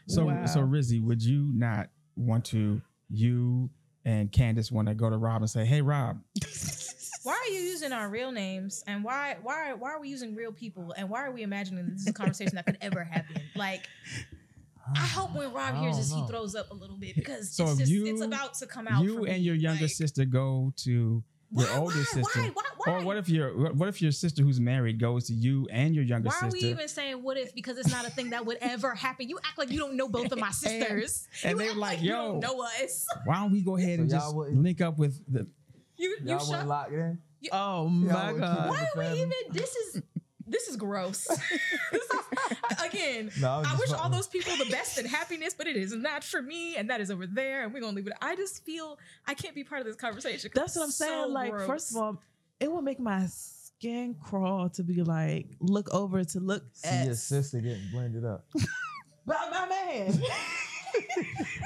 [SPEAKER 3] So
[SPEAKER 2] Wow.
[SPEAKER 3] so Rizzy, would you not want to you and Candace want to go to Rob and say, "Hey Rob,
[SPEAKER 1] Why are you using our real names? And why why why are we using real people? And why are we imagining that this is a conversation that could ever happen? Like I hope when Rob
[SPEAKER 4] I
[SPEAKER 1] hears
[SPEAKER 4] don't
[SPEAKER 1] this, he
[SPEAKER 4] know.
[SPEAKER 1] throws up a little bit because
[SPEAKER 3] Oh,
[SPEAKER 1] it's
[SPEAKER 3] So if
[SPEAKER 1] just it's
[SPEAKER 3] you-
[SPEAKER 1] about to come out.
[SPEAKER 3] you
[SPEAKER 1] for
[SPEAKER 3] and
[SPEAKER 1] me.
[SPEAKER 3] your younger
[SPEAKER 1] Like,
[SPEAKER 3] sister go to your
[SPEAKER 1] why,
[SPEAKER 3] older
[SPEAKER 1] why,
[SPEAKER 3] sister,
[SPEAKER 1] Why, why, why?
[SPEAKER 3] or what if your what if your sister who's married goes to you and your younger
[SPEAKER 1] why are we
[SPEAKER 3] sister,
[SPEAKER 1] even saying what if? Because it's not a thing that would ever happen. You act like you don't know both of my sisters.
[SPEAKER 3] and
[SPEAKER 1] You
[SPEAKER 3] they
[SPEAKER 1] act
[SPEAKER 3] were like,
[SPEAKER 1] you
[SPEAKER 3] "Yo,
[SPEAKER 1] don't know us.
[SPEAKER 3] why don't we go ahead and
[SPEAKER 4] So y'all
[SPEAKER 3] just
[SPEAKER 4] wouldn't-
[SPEAKER 3] link up with the
[SPEAKER 1] You you
[SPEAKER 4] y'all
[SPEAKER 1] shut
[SPEAKER 4] want lock it in.
[SPEAKER 2] oh my
[SPEAKER 4] would keep
[SPEAKER 2] god.
[SPEAKER 4] it.
[SPEAKER 1] Why are we
[SPEAKER 4] Family.
[SPEAKER 1] even? This is this is gross. This is- again,
[SPEAKER 4] No, I was
[SPEAKER 1] I
[SPEAKER 4] just
[SPEAKER 1] wish all
[SPEAKER 4] fucking-
[SPEAKER 1] those people the best and happiness, but it is not for me, and that is over there, and we're gonna leave it. I just feel I can't be part of this conversation. 'cause
[SPEAKER 2] That's what I'm
[SPEAKER 1] it's so
[SPEAKER 2] saying. like,
[SPEAKER 1] gross.
[SPEAKER 2] first of all, it would make my skin crawl to be like, look over to look
[SPEAKER 4] See
[SPEAKER 2] at
[SPEAKER 4] your sister getting blended up.
[SPEAKER 2] by my man.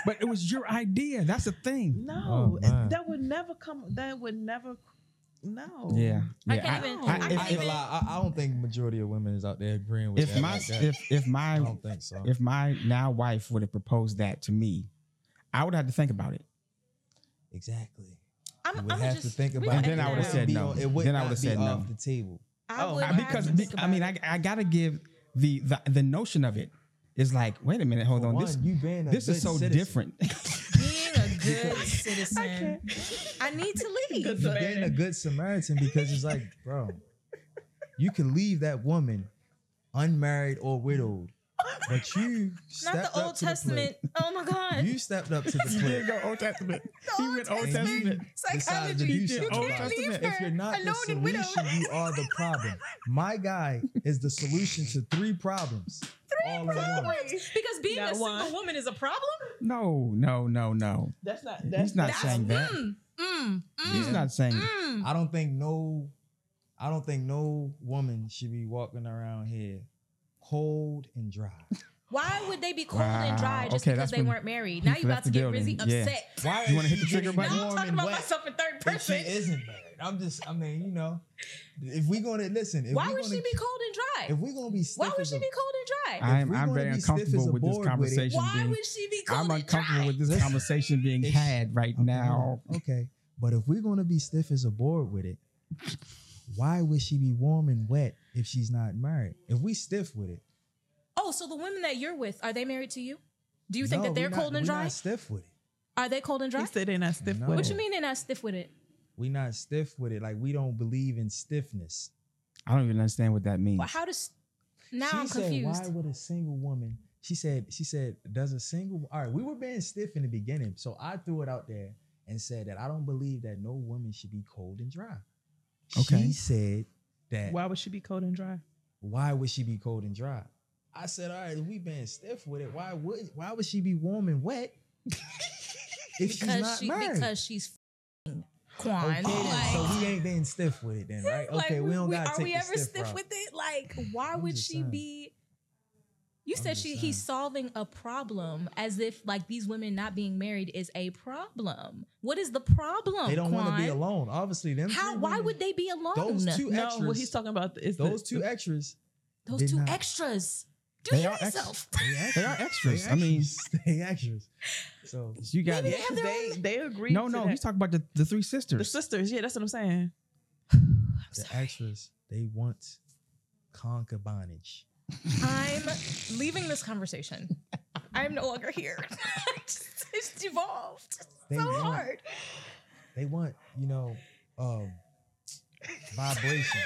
[SPEAKER 3] But it was your idea. That's the thing.
[SPEAKER 2] no,
[SPEAKER 4] Oh, man.
[SPEAKER 2] that would never come. That would never. No.
[SPEAKER 3] Yeah,
[SPEAKER 1] I
[SPEAKER 3] yeah.
[SPEAKER 1] can't
[SPEAKER 3] I-
[SPEAKER 1] even.
[SPEAKER 2] I-
[SPEAKER 1] I,
[SPEAKER 2] I-
[SPEAKER 1] can't
[SPEAKER 4] I, ain't
[SPEAKER 1] even.
[SPEAKER 4] gonna lie, I, I don't think majority of women is out there agreeing with
[SPEAKER 3] if
[SPEAKER 4] that
[SPEAKER 3] my
[SPEAKER 4] like that.
[SPEAKER 3] if if
[SPEAKER 4] I
[SPEAKER 3] my
[SPEAKER 4] don't think so.
[SPEAKER 3] if my now wife would have proposed that to me, I would have to think about it.
[SPEAKER 4] exactly.
[SPEAKER 1] I'm,
[SPEAKER 4] You
[SPEAKER 1] I'm
[SPEAKER 4] would
[SPEAKER 1] gonna
[SPEAKER 4] have
[SPEAKER 1] just,
[SPEAKER 4] to think
[SPEAKER 1] we
[SPEAKER 4] about
[SPEAKER 1] gotta
[SPEAKER 4] it.
[SPEAKER 3] And
[SPEAKER 1] get
[SPEAKER 3] then I would have
[SPEAKER 1] down.
[SPEAKER 3] said
[SPEAKER 4] Be
[SPEAKER 3] no.
[SPEAKER 4] on- It would
[SPEAKER 3] Then I
[SPEAKER 4] not
[SPEAKER 3] would've
[SPEAKER 4] be
[SPEAKER 3] said no.
[SPEAKER 4] off the table.
[SPEAKER 1] I
[SPEAKER 2] Oh,
[SPEAKER 1] would
[SPEAKER 2] I-
[SPEAKER 1] have
[SPEAKER 3] because
[SPEAKER 1] to
[SPEAKER 3] be-
[SPEAKER 1] think
[SPEAKER 3] I
[SPEAKER 1] about
[SPEAKER 3] mean
[SPEAKER 1] it.
[SPEAKER 3] I, I gotta give the, the the notion of it is like wait a minute hold
[SPEAKER 4] For
[SPEAKER 3] on
[SPEAKER 4] one,
[SPEAKER 3] this
[SPEAKER 4] you being a
[SPEAKER 3] this is
[SPEAKER 4] good
[SPEAKER 3] so
[SPEAKER 4] citizen.
[SPEAKER 3] different
[SPEAKER 1] being a good citizen, I, need to
[SPEAKER 2] Good
[SPEAKER 1] leave.
[SPEAKER 4] You're being a
[SPEAKER 2] Samaritan.
[SPEAKER 4] good Samaritan because it's like, bro, you can leave that woman unmarried or widowed, but you
[SPEAKER 1] Not
[SPEAKER 4] stepped
[SPEAKER 1] the
[SPEAKER 4] up
[SPEAKER 1] Old
[SPEAKER 4] to the plate.
[SPEAKER 1] Testament. oh my God.
[SPEAKER 4] You stepped up to the plate.
[SPEAKER 3] go Old Testament he went Old
[SPEAKER 4] And
[SPEAKER 3] Testament
[SPEAKER 4] you decided to
[SPEAKER 3] Psychology.
[SPEAKER 4] do something.
[SPEAKER 3] Old
[SPEAKER 4] about it.
[SPEAKER 3] Testament.
[SPEAKER 4] If you're not the
[SPEAKER 1] alone and widowed.
[SPEAKER 4] solution, you are the problem. My guy is the solution to three problems. all in one.
[SPEAKER 1] Because being
[SPEAKER 2] Not
[SPEAKER 1] a single
[SPEAKER 2] one.
[SPEAKER 1] woman is a problem.
[SPEAKER 3] no no no no
[SPEAKER 2] That's not. That's
[SPEAKER 3] not
[SPEAKER 1] That's
[SPEAKER 3] saying that.
[SPEAKER 1] Mm, mm, mm,
[SPEAKER 3] he's not saying
[SPEAKER 1] mm.
[SPEAKER 4] I don't think no, I don't think no woman should be walking around here cold and dry.
[SPEAKER 1] Why would they be cold and dry
[SPEAKER 3] Wow.
[SPEAKER 1] just
[SPEAKER 3] Okay,
[SPEAKER 1] because
[SPEAKER 3] that's
[SPEAKER 1] they
[SPEAKER 3] when
[SPEAKER 1] weren't married? Now you about
[SPEAKER 3] left
[SPEAKER 1] to
[SPEAKER 3] the
[SPEAKER 1] get Rizzy
[SPEAKER 3] building. Yeah.
[SPEAKER 1] upset.
[SPEAKER 4] Why
[SPEAKER 3] You
[SPEAKER 4] is
[SPEAKER 3] wanna hit
[SPEAKER 4] she
[SPEAKER 3] the trigger
[SPEAKER 4] getting
[SPEAKER 1] Now
[SPEAKER 3] button?
[SPEAKER 4] warm
[SPEAKER 1] I'm talking
[SPEAKER 4] and
[SPEAKER 1] about
[SPEAKER 4] wet?
[SPEAKER 1] myself in third
[SPEAKER 4] But she
[SPEAKER 1] person.
[SPEAKER 4] isn't married. I'm just, I mean, you know, if we're gonna listen, if
[SPEAKER 1] Why
[SPEAKER 4] we
[SPEAKER 1] would
[SPEAKER 4] gonna,
[SPEAKER 1] she be cold and
[SPEAKER 4] If
[SPEAKER 1] dry?
[SPEAKER 4] we're gonna be,
[SPEAKER 1] Why
[SPEAKER 4] stiff
[SPEAKER 1] would
[SPEAKER 4] as
[SPEAKER 1] she
[SPEAKER 4] a-
[SPEAKER 1] be cold and dry?
[SPEAKER 3] I am
[SPEAKER 4] we're
[SPEAKER 3] I'm
[SPEAKER 4] gonna
[SPEAKER 3] very
[SPEAKER 4] be stiff as
[SPEAKER 3] uncomfortable
[SPEAKER 4] a
[SPEAKER 3] with this
[SPEAKER 4] board with it,
[SPEAKER 3] conversation
[SPEAKER 1] Why
[SPEAKER 3] being
[SPEAKER 1] would she be cold
[SPEAKER 3] I'm
[SPEAKER 1] and dry?
[SPEAKER 3] uncomfortable with this conversation being
[SPEAKER 4] It's-
[SPEAKER 3] had right
[SPEAKER 4] Okay,
[SPEAKER 3] now
[SPEAKER 4] hold on. Okay, but if we're gonna be stiff as a board with it, why would she be warm and wet if she's not married? If we stiff with it,
[SPEAKER 1] Oh, so the women that you're with, are they married to you? Do you think
[SPEAKER 4] no,
[SPEAKER 1] that they're
[SPEAKER 4] we
[SPEAKER 1] cold
[SPEAKER 4] not,
[SPEAKER 1] and
[SPEAKER 4] we
[SPEAKER 1] dry?
[SPEAKER 4] Not stiff with it.
[SPEAKER 1] Are they cold and
[SPEAKER 2] He
[SPEAKER 1] dry?
[SPEAKER 2] said they're not stiff.
[SPEAKER 4] No.
[SPEAKER 2] with
[SPEAKER 1] What
[SPEAKER 2] it.
[SPEAKER 1] you mean they're not stiff with it?
[SPEAKER 4] We not stiff with it. Like we don't believe in stiffness.
[SPEAKER 3] I don't even understand what that means
[SPEAKER 1] Well, how does now
[SPEAKER 4] she
[SPEAKER 1] I'm
[SPEAKER 4] said,
[SPEAKER 1] confused.
[SPEAKER 4] Why would a single woman? She said, she said, does a single all right, we were being stiff in the beginning. So I threw it out there and said that I don't believe that no woman should be cold and dry.
[SPEAKER 3] Okay.
[SPEAKER 4] She said that
[SPEAKER 2] Why would she be cold and dry?
[SPEAKER 4] why would she be cold and dry? I said, all right, we been stiff with it. Why would why would she be warm and wet if she's
[SPEAKER 1] because
[SPEAKER 4] not
[SPEAKER 1] she
[SPEAKER 4] married?
[SPEAKER 1] because she's f***ing Quan.
[SPEAKER 4] okay, then.
[SPEAKER 1] Like-
[SPEAKER 4] so we ain't been stiff with it then, right?
[SPEAKER 1] Like,
[SPEAKER 4] Okay, we don't gotta
[SPEAKER 1] Are
[SPEAKER 4] take
[SPEAKER 1] we
[SPEAKER 4] the
[SPEAKER 1] ever stiff
[SPEAKER 4] route.
[SPEAKER 1] with it? Like, why
[SPEAKER 4] I'm
[SPEAKER 1] would
[SPEAKER 4] just
[SPEAKER 1] she
[SPEAKER 4] saying.
[SPEAKER 1] be? You
[SPEAKER 4] I'm
[SPEAKER 1] said
[SPEAKER 4] just
[SPEAKER 1] she,
[SPEAKER 4] saying.
[SPEAKER 1] he's solving a problem as if like these women not being married is a problem. What is the problem?
[SPEAKER 4] They don't want to be
[SPEAKER 1] Quan?
[SPEAKER 4] alone. Obviously, them.
[SPEAKER 1] How?
[SPEAKER 4] three
[SPEAKER 1] Why
[SPEAKER 4] women-
[SPEAKER 1] would they be alone?
[SPEAKER 4] Those two
[SPEAKER 2] No,
[SPEAKER 4] extras.
[SPEAKER 2] what he's talking about is
[SPEAKER 4] those
[SPEAKER 2] the,
[SPEAKER 4] two extras.
[SPEAKER 1] Those
[SPEAKER 4] did
[SPEAKER 1] two
[SPEAKER 4] not.
[SPEAKER 1] extras. Do
[SPEAKER 3] They
[SPEAKER 1] you
[SPEAKER 3] are
[SPEAKER 1] yourself?
[SPEAKER 3] They are extras. I mean,
[SPEAKER 4] they extras. So
[SPEAKER 3] you got
[SPEAKER 1] Maybe They
[SPEAKER 2] Yeah,
[SPEAKER 3] it.
[SPEAKER 1] have
[SPEAKER 2] 'cause
[SPEAKER 1] their
[SPEAKER 2] they,
[SPEAKER 1] own-
[SPEAKER 2] they agree.
[SPEAKER 3] No, no, he's talking about the, the three
[SPEAKER 2] the
[SPEAKER 3] sisters.
[SPEAKER 2] sisters. Yeah, that's what I'm saying.
[SPEAKER 4] the extras, they want concubinage.
[SPEAKER 1] I'm leaving this conversation. I'm no longer here. It's- it's devolved
[SPEAKER 4] They
[SPEAKER 1] so
[SPEAKER 4] want-
[SPEAKER 1] hard.
[SPEAKER 4] They want, you know, um, vibration.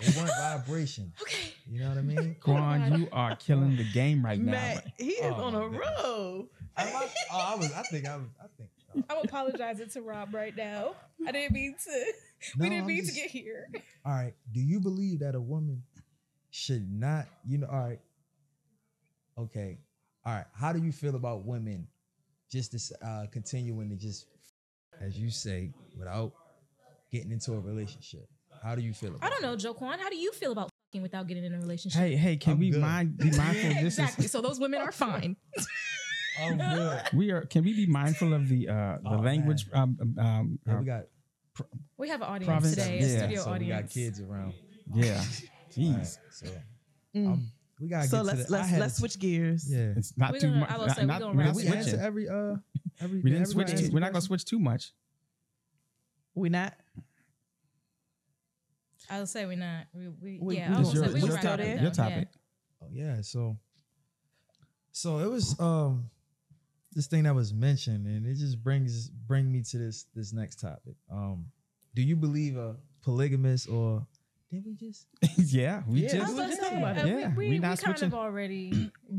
[SPEAKER 4] they want vibration.
[SPEAKER 1] Okay.
[SPEAKER 4] You know what I mean?
[SPEAKER 3] Quan, you are killing the game right now.
[SPEAKER 2] Matt, he is
[SPEAKER 4] Oh,
[SPEAKER 2] on
[SPEAKER 4] my
[SPEAKER 2] a
[SPEAKER 4] goodness.
[SPEAKER 2] roll.
[SPEAKER 4] Am I, oh, I was. I think I was. I think. oh,
[SPEAKER 1] I'm apologizing to Rob right now. I didn't mean to.
[SPEAKER 4] no, I'm just-
[SPEAKER 1] here.
[SPEAKER 4] All right. Do you believe that a woman should not, you know, all right. Okay. All right. How do you feel about women just dis- uh, continuing to just, as you say, without getting into a relationship? How do you feel about
[SPEAKER 1] I don't know, Joquan. How do you feel about fucking without getting in a relationship?
[SPEAKER 3] Hey, hey, can
[SPEAKER 4] I'm
[SPEAKER 3] we
[SPEAKER 4] good.
[SPEAKER 3] mind be mindful? This
[SPEAKER 1] exactly.
[SPEAKER 3] is
[SPEAKER 1] So those women are fine.
[SPEAKER 4] Oh, good.
[SPEAKER 3] we are. Can we be mindful of the uh, the
[SPEAKER 4] Oh,
[SPEAKER 3] language? Um, um, um,
[SPEAKER 4] Yeah, we got
[SPEAKER 1] We have an audience
[SPEAKER 3] Province.
[SPEAKER 1] today, a
[SPEAKER 3] Yeah,
[SPEAKER 1] studio
[SPEAKER 4] so we
[SPEAKER 1] audience.
[SPEAKER 4] got kids around.
[SPEAKER 3] yeah.
[SPEAKER 4] All
[SPEAKER 3] Jeez,
[SPEAKER 4] right, so
[SPEAKER 2] Mm.
[SPEAKER 4] um, we gotta
[SPEAKER 2] so
[SPEAKER 4] get
[SPEAKER 2] let's
[SPEAKER 4] to the, I
[SPEAKER 2] let's
[SPEAKER 4] had-
[SPEAKER 2] let's switch gears.
[SPEAKER 4] Yeah.
[SPEAKER 3] it's not
[SPEAKER 1] We're
[SPEAKER 3] too
[SPEAKER 1] gonna-
[SPEAKER 3] much.
[SPEAKER 1] I will
[SPEAKER 3] not-
[SPEAKER 1] say we're
[SPEAKER 3] not-
[SPEAKER 1] gonna
[SPEAKER 3] we're not
[SPEAKER 1] wrap
[SPEAKER 4] Did we
[SPEAKER 1] it up.
[SPEAKER 4] answer
[SPEAKER 3] switching.
[SPEAKER 4] every uh every
[SPEAKER 3] We didn't
[SPEAKER 4] did
[SPEAKER 3] switch.
[SPEAKER 4] everybody
[SPEAKER 3] Too,
[SPEAKER 4] answer
[SPEAKER 3] we're not gonna
[SPEAKER 4] questions?
[SPEAKER 3] switch too much.
[SPEAKER 2] We not.
[SPEAKER 1] I'll say we're not. We, we,
[SPEAKER 2] We-
[SPEAKER 1] yeah,
[SPEAKER 2] we
[SPEAKER 1] I was
[SPEAKER 2] just-
[SPEAKER 1] gonna say
[SPEAKER 2] we
[SPEAKER 1] Oh, we wrap
[SPEAKER 2] just
[SPEAKER 1] it up,
[SPEAKER 2] started.
[SPEAKER 1] though.
[SPEAKER 3] Your topic.
[SPEAKER 4] Oh, yeah, so so it was um this thing that was mentioned, and it just brings bring me to this this next topic. Um, do you believe a polygamous or did we just
[SPEAKER 3] yeah, we
[SPEAKER 2] Yeah,
[SPEAKER 1] Yeah. I
[SPEAKER 3] just
[SPEAKER 1] was
[SPEAKER 2] we
[SPEAKER 1] gonna
[SPEAKER 2] just talked
[SPEAKER 1] say,
[SPEAKER 2] about
[SPEAKER 1] uh,
[SPEAKER 2] it.
[SPEAKER 1] we-
[SPEAKER 3] Yeah,
[SPEAKER 1] we,
[SPEAKER 3] we
[SPEAKER 1] we
[SPEAKER 3] not
[SPEAKER 1] kind
[SPEAKER 3] switching.
[SPEAKER 1] of already.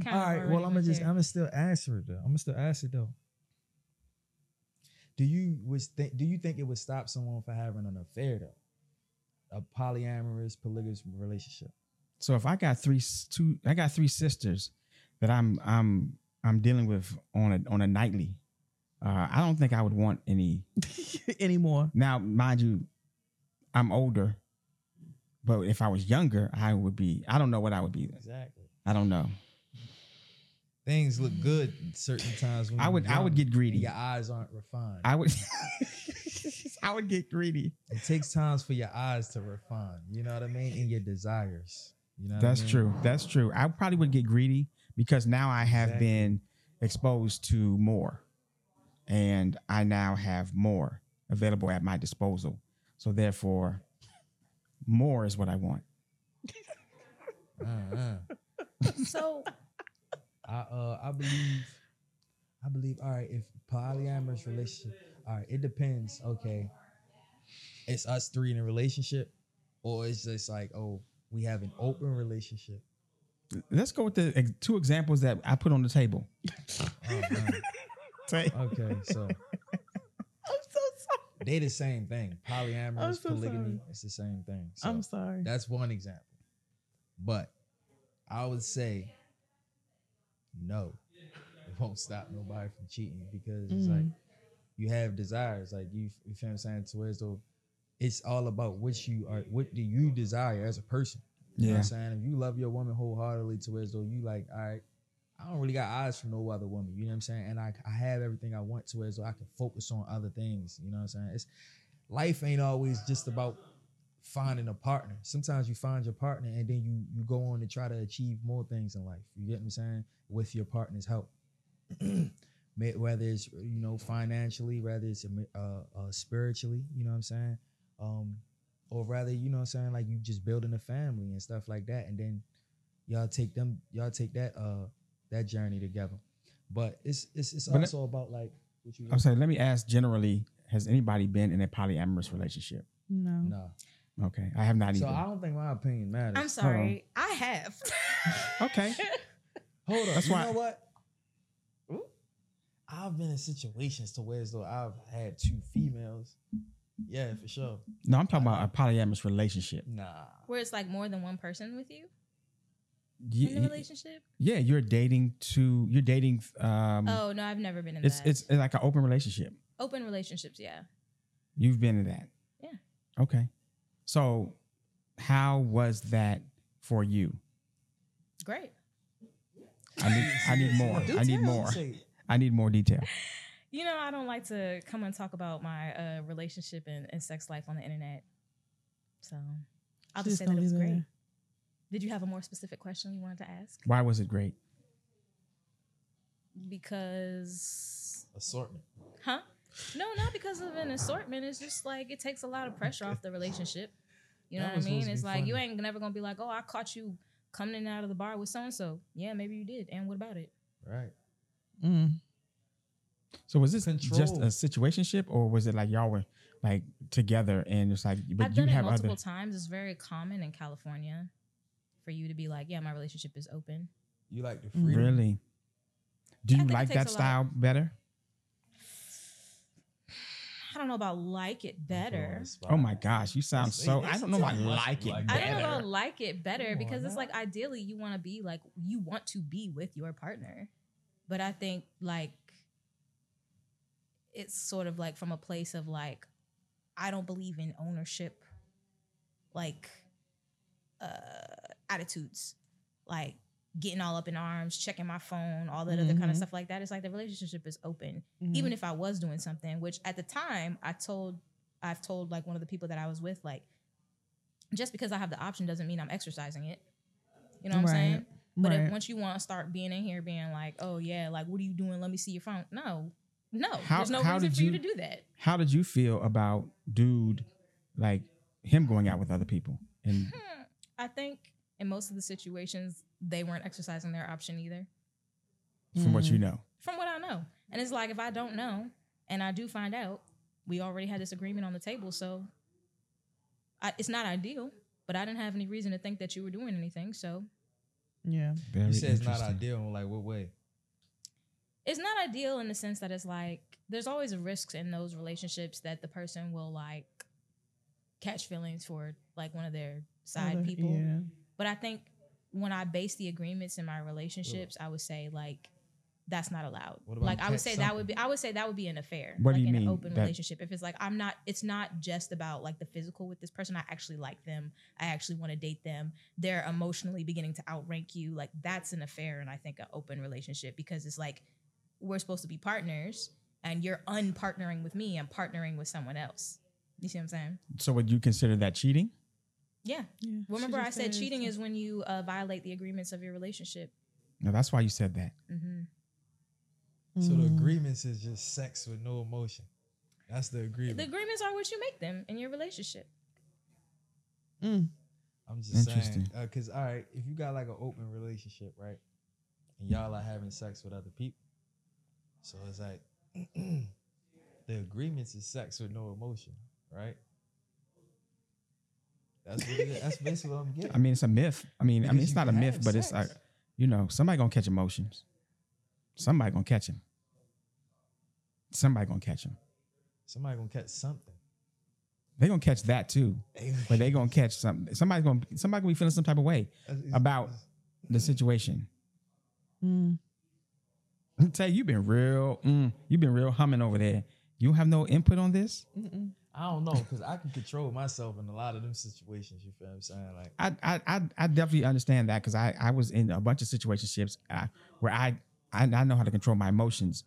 [SPEAKER 1] Kind
[SPEAKER 4] all right? Well, I'm gonna just I'm
[SPEAKER 1] i
[SPEAKER 4] gonna still answer it though. I'm gonna still ask it though. Do you was think do you think it would stop someone from having an affair though? A polyamorous polygamous relationship.
[SPEAKER 3] So if I got three s- two, I got three sisters that I'm I'm I'm dealing with on a on a nightly. Uh, I don't think I would want any.
[SPEAKER 2] anymore.
[SPEAKER 3] Now, mind you, I'm older, but if I was younger, I would be. I don't know what I would be.
[SPEAKER 4] Exactly.
[SPEAKER 3] I don't know.
[SPEAKER 4] Things look good certain times when
[SPEAKER 3] I
[SPEAKER 4] you're
[SPEAKER 3] would I would
[SPEAKER 4] young
[SPEAKER 3] get
[SPEAKER 4] and
[SPEAKER 3] greedy.
[SPEAKER 4] your eyes aren't refined.
[SPEAKER 3] I would I would get greedy.
[SPEAKER 4] It takes times for your eyes to refine. You know what I mean? And your desires. You know. what I
[SPEAKER 3] That's
[SPEAKER 4] mean?
[SPEAKER 3] true. That's true. I probably would get greedy because now I have
[SPEAKER 4] Exactly.
[SPEAKER 3] been exposed to more and I now have more available at my disposal. So therefore more is what I want.
[SPEAKER 4] Uh-uh.
[SPEAKER 1] so
[SPEAKER 4] I uh I believe. I believe. All right. If polyamorous relationship. All right. It depends. Okay. It's us three in a relationship, or it's just like oh we have an open relationship.
[SPEAKER 3] Let's go with the ex- two examples that I put on the table.
[SPEAKER 4] Oh, man.
[SPEAKER 3] Say-
[SPEAKER 4] okay. So
[SPEAKER 2] I'm so sorry.
[SPEAKER 4] they the same thing. Polyamorous
[SPEAKER 2] I'm so
[SPEAKER 4] polygamy.
[SPEAKER 2] sorry.
[SPEAKER 4] It's the same thing. So.
[SPEAKER 2] I'm sorry.
[SPEAKER 4] That's one example. But I would say no. It won't stop nobody from cheating because it's like
[SPEAKER 2] Mhm.
[SPEAKER 4] you have desires. Like you you feel what I'm saying? So it's, all- it's all about what you are what do you desire as a person. You know what
[SPEAKER 3] Yeah.
[SPEAKER 4] I'm saying? If you love your woman wholeheartedly to whereas though you like, all right, I don't really got eyes for no other woman. You know what I'm saying? And I, I have everything I want to whereas though I can focus on other things. You know what I'm saying? It's life ain't always just about finding a partner. Sometimes you find your partner and then you you go on to try to achieve more things in life. You get what I'm saying? With your partner's help. May- whether it's you know financially, whether it's uh, uh, spiritually, you know what I'm saying, um, or rather you know what I'm saying like you just building a family and stuff like that, and then y'all take them y'all take that uh that journey together. But it's it's it's
[SPEAKER 3] But let-
[SPEAKER 4] also about like what you
[SPEAKER 3] I'm sorry, let me ask generally, has anybody been in a polyamorous relationship?
[SPEAKER 2] No.
[SPEAKER 4] no.
[SPEAKER 3] Okay. I have not
[SPEAKER 4] So
[SPEAKER 3] either.
[SPEAKER 4] I don't think my opinion matters.
[SPEAKER 1] I'm sorry. I have.
[SPEAKER 3] okay.
[SPEAKER 4] Hold up.
[SPEAKER 3] That's
[SPEAKER 4] you
[SPEAKER 3] why-
[SPEAKER 4] know what? I've been in situations to where as though I've had two females. Yeah, for sure.
[SPEAKER 3] No, I'm talking about a polyamorous relationship.
[SPEAKER 4] Nah.
[SPEAKER 1] Where it's like more than one person with you
[SPEAKER 3] Ye-
[SPEAKER 1] in the relationship.
[SPEAKER 3] yeah, you're dating two, you're dating um
[SPEAKER 1] Oh no, I've never been in
[SPEAKER 3] it's
[SPEAKER 1] that.
[SPEAKER 3] it's like an open relationship.
[SPEAKER 1] open relationships. Yeah.
[SPEAKER 3] You've been in that.
[SPEAKER 1] Yeah.
[SPEAKER 3] Okay. So, how was that for you?
[SPEAKER 1] Great.
[SPEAKER 3] I need, I need more.
[SPEAKER 4] Do
[SPEAKER 3] I need
[SPEAKER 4] tell.
[SPEAKER 3] more.
[SPEAKER 4] Say,
[SPEAKER 3] I need more detail.
[SPEAKER 1] You know, I don't like to come and talk about my uh, relationship and, and sex life on the internet. So I'll just,
[SPEAKER 2] Just
[SPEAKER 1] say that
[SPEAKER 2] don't
[SPEAKER 1] it was
[SPEAKER 2] leave it
[SPEAKER 1] great.
[SPEAKER 2] there.
[SPEAKER 1] Did you have a more specific question you wanted to ask?
[SPEAKER 3] Why was it great?
[SPEAKER 1] Because,
[SPEAKER 4] Assortment.
[SPEAKER 1] huh? No, not because of an assortment. It's just like it takes a lot of pressure off the relationship. You know
[SPEAKER 4] That
[SPEAKER 1] what I
[SPEAKER 4] was supposed
[SPEAKER 1] mean?
[SPEAKER 4] to
[SPEAKER 1] It's
[SPEAKER 4] be
[SPEAKER 1] like you
[SPEAKER 4] funny.
[SPEAKER 1] ain't never gonna be like, oh, I caught you coming in and out of the bar with so and so. Yeah, maybe you did. And what about it?
[SPEAKER 4] Right.
[SPEAKER 2] Mm.
[SPEAKER 3] So was this
[SPEAKER 4] Control.
[SPEAKER 3] just a situationship, or was it like y'all were like together and it's like, but
[SPEAKER 1] I've
[SPEAKER 3] you
[SPEAKER 1] done it
[SPEAKER 3] have
[SPEAKER 1] multiple
[SPEAKER 3] other?
[SPEAKER 1] times. It's very common in California for you to be like, yeah, my relationship is open.
[SPEAKER 4] You like the freedom.
[SPEAKER 3] Really?
[SPEAKER 1] I
[SPEAKER 3] Do you
[SPEAKER 1] think it
[SPEAKER 3] like
[SPEAKER 1] takes
[SPEAKER 3] that
[SPEAKER 1] a lot.
[SPEAKER 3] style better?
[SPEAKER 1] I don't know about like it better.
[SPEAKER 3] Oh my gosh, you sound
[SPEAKER 4] That's-
[SPEAKER 3] so.
[SPEAKER 4] that's
[SPEAKER 3] I don't know if I
[SPEAKER 4] too much
[SPEAKER 3] like it
[SPEAKER 4] like
[SPEAKER 1] I don't know
[SPEAKER 3] better.
[SPEAKER 1] about like it better
[SPEAKER 4] Come on
[SPEAKER 1] because it's
[SPEAKER 4] now.
[SPEAKER 1] like ideally you want to be like you want to be with your partner. But I think like it's sort of like from a place of like I don't believe in ownership like uh attitudes. Like getting all up in arms, checking my phone, all that other
[SPEAKER 4] Mm-hmm.
[SPEAKER 1] kind of
[SPEAKER 2] Mhm.
[SPEAKER 1] stuff like that. It's like the relationship is open
[SPEAKER 3] Mm-hmm.
[SPEAKER 1] even if I was doing something, which at the time I told, I've told like one of the people that I was with, like, just because I have the option doesn't mean I'm exercising it. You know what
[SPEAKER 2] Right,
[SPEAKER 1] I'm saying? But
[SPEAKER 2] Mm. right.
[SPEAKER 1] if, once you want to start being in here, being like, oh yeah, like what are you doing? Let me see your phone. No, no,
[SPEAKER 3] How-
[SPEAKER 1] there's no
[SPEAKER 3] how
[SPEAKER 1] reason
[SPEAKER 3] did
[SPEAKER 1] for you
[SPEAKER 3] you-
[SPEAKER 1] to do that.
[SPEAKER 3] How did you feel about dude, like him going out with other people? And
[SPEAKER 1] Hmm. I think in most of the situations they weren't exercising their option either,
[SPEAKER 3] from what
[SPEAKER 2] Mm.
[SPEAKER 3] you know,
[SPEAKER 1] from what I know. And it's like if I don't know and I do find out, we already had this agreement on the table, so I, it's not ideal. But I didn't have any reason to think that you were doing anything, so
[SPEAKER 2] yeah,
[SPEAKER 3] very
[SPEAKER 4] You said it's not
[SPEAKER 3] interesting.
[SPEAKER 4] ideal. I'm like, what way?
[SPEAKER 1] it's not ideal in the sense that it's like there's always risks in those relationships that the person will like catch feelings for like one of their side
[SPEAKER 2] Other-
[SPEAKER 1] people.
[SPEAKER 2] Yeah.
[SPEAKER 1] But I think when I base the agreements in my relationships, I would say like that's not allowed.
[SPEAKER 4] What about
[SPEAKER 1] Like I would
[SPEAKER 4] pet
[SPEAKER 1] say that would be I would say that would be an affair.
[SPEAKER 3] What do
[SPEAKER 1] like
[SPEAKER 3] you
[SPEAKER 1] in an
[SPEAKER 3] mean
[SPEAKER 1] open
[SPEAKER 3] that-
[SPEAKER 1] relationship. If it's like I'm not it's not just about like the physical with this person. I actually like them. I actually want to date them. They're emotionally beginning to outrank you. Like that's an affair and I think an open relationship because it's like we're supposed to be partners and you're unpartnering with me and partnering with someone else. You see what I'm saying?
[SPEAKER 3] So would you consider that cheating?
[SPEAKER 1] Yeah.
[SPEAKER 2] yeah.
[SPEAKER 1] Remember,
[SPEAKER 2] She
[SPEAKER 1] I
[SPEAKER 2] just
[SPEAKER 1] said cheating
[SPEAKER 2] it's-
[SPEAKER 1] is when you uh, violate the agreements of your relationship.
[SPEAKER 3] No, that's why you said that.
[SPEAKER 1] hmm
[SPEAKER 4] So the
[SPEAKER 1] Mm-hmm.
[SPEAKER 2] Mm.
[SPEAKER 4] agreements is just sex with no emotion. That's the agreement.
[SPEAKER 1] The agreements are what you make them in your relationship.
[SPEAKER 2] Mm.
[SPEAKER 4] I'm just saying,
[SPEAKER 3] Interesting.
[SPEAKER 4] because all right, if you got like an open relationship, right, and y'all are having sex with other people, so it's like the agreements is sex with no emotion, right? That's what it is. that's basically what I'm getting.
[SPEAKER 3] I mean, it's a myth. I mean, I mean,
[SPEAKER 4] Because
[SPEAKER 3] it's
[SPEAKER 4] you
[SPEAKER 3] not a
[SPEAKER 4] can
[SPEAKER 3] myth,
[SPEAKER 4] have
[SPEAKER 3] but it's like
[SPEAKER 4] sex.
[SPEAKER 3] you know, somebody gonna catch emotions. Somebody gonna catch him. Somebody gonna catch him.
[SPEAKER 4] somebody gonna catch something.
[SPEAKER 3] They gonna catch that too, but they gonna catch something. Somebody's gonna somebody gonna be feeling some type of way about the situation.
[SPEAKER 2] Mm.
[SPEAKER 3] I'm tell you, you've been real. Mm, you've been real humming over there. You don't have no input on this.
[SPEAKER 2] Mm-mm.
[SPEAKER 4] I don't know because I can control myself in a lot of them situations. You feel what I'm saying? Like
[SPEAKER 3] I I I, I definitely understand that because I I was in a bunch of situationships uh, where I, I I know how to control my emotions,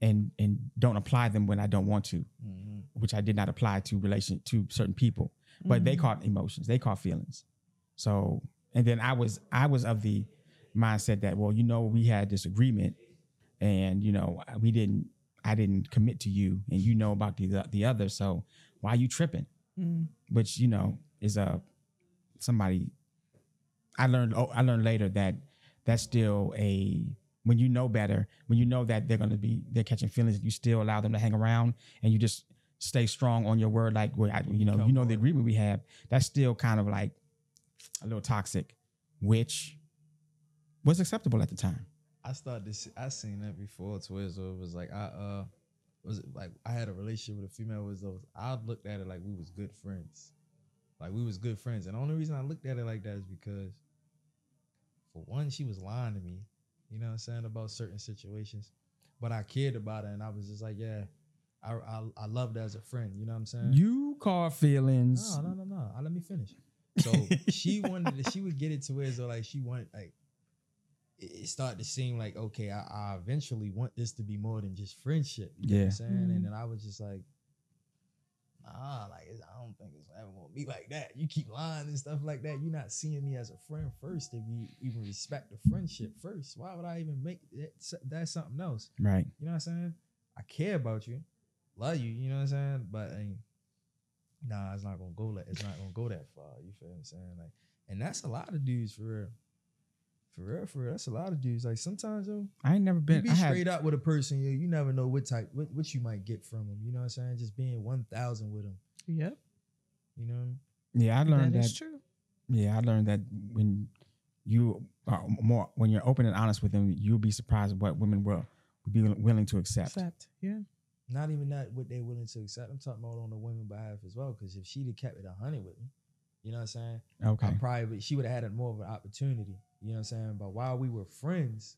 [SPEAKER 3] and and don't apply them when I don't want to.
[SPEAKER 4] mhm.
[SPEAKER 3] which I did not apply to relation to certain people, but they caught emotions, they caught feelings. So, and then I was I was of the mindset that well, you know, we had this agreement, and you know, we didn't I didn't commit to you, and you know about the the other, so why you tripping?
[SPEAKER 2] Mm.
[SPEAKER 3] Which you know is a somebody I learned oh, I learned later that that's still a when you know better, when you know that they're gonna be they're catching feelings, you still allow them to hang around and you just stay strong on your word, like well, I, you know, you know the agreement we have. That's still kind of like a little toxic, which was acceptable at the time.
[SPEAKER 4] I started to see, I seen that before to where it was like I uh was it like I had a relationship with a female was those I looked at it like we was good friends. Like we was good friends. And the only reason I looked at it like that is because for one, she was lying to me, you know what I'm saying, about certain situations. But I cared about it and I was just like, yeah, I I, I loved her as a friend, you know what I'm saying?
[SPEAKER 3] You call feelings.
[SPEAKER 4] No, no, no, no. I, let me finish. So she wanted to, she would get it to where so like she wanted like it it started to seem like okay, I, I eventually want this to be more than just friendship. You know what
[SPEAKER 3] Yeah.
[SPEAKER 4] I'm saying?
[SPEAKER 1] Mhm.
[SPEAKER 4] And then I was just like, ah, like it's- I don't think it's ever gonna be like that. You keep lying and stuff like that. You're not seeing me as a friend first. If you even respect the friendship first, why would I even make that, that something else?
[SPEAKER 3] Right.
[SPEAKER 4] You know what I'm saying? I care about you, love you. You know what I'm saying? But ain't nah, it's not gonna go that. It's not gonna go that far. You feel what I'm saying? Like, and that's a lot of dudes for real. For real, for real, that's a lot of dudes. Like sometimes yo,
[SPEAKER 3] I ain't never
[SPEAKER 4] you
[SPEAKER 3] been.
[SPEAKER 4] be
[SPEAKER 3] I have,
[SPEAKER 4] straight up with a person, yo, you never know what type, what, what you might get from them. You know what I'm saying? Just being one thousand with them.
[SPEAKER 2] Yep.
[SPEAKER 4] You know,
[SPEAKER 3] yeah, I learned
[SPEAKER 2] that
[SPEAKER 3] that.
[SPEAKER 2] is true.
[SPEAKER 3] Yeah, I learned that when you are more when you're open and honest with them, you'll be surprised what women will be willing to accept.
[SPEAKER 2] Except, yeah.
[SPEAKER 4] not even that what they're willing to accept. I'm talking about on the women behalf as well. Because if she'd have kept it hundred with me, you know what I'm saying?
[SPEAKER 3] Okay.
[SPEAKER 4] I probably would- she would have had a- more of an opportunity. You know what I'm saying? But while we were friends,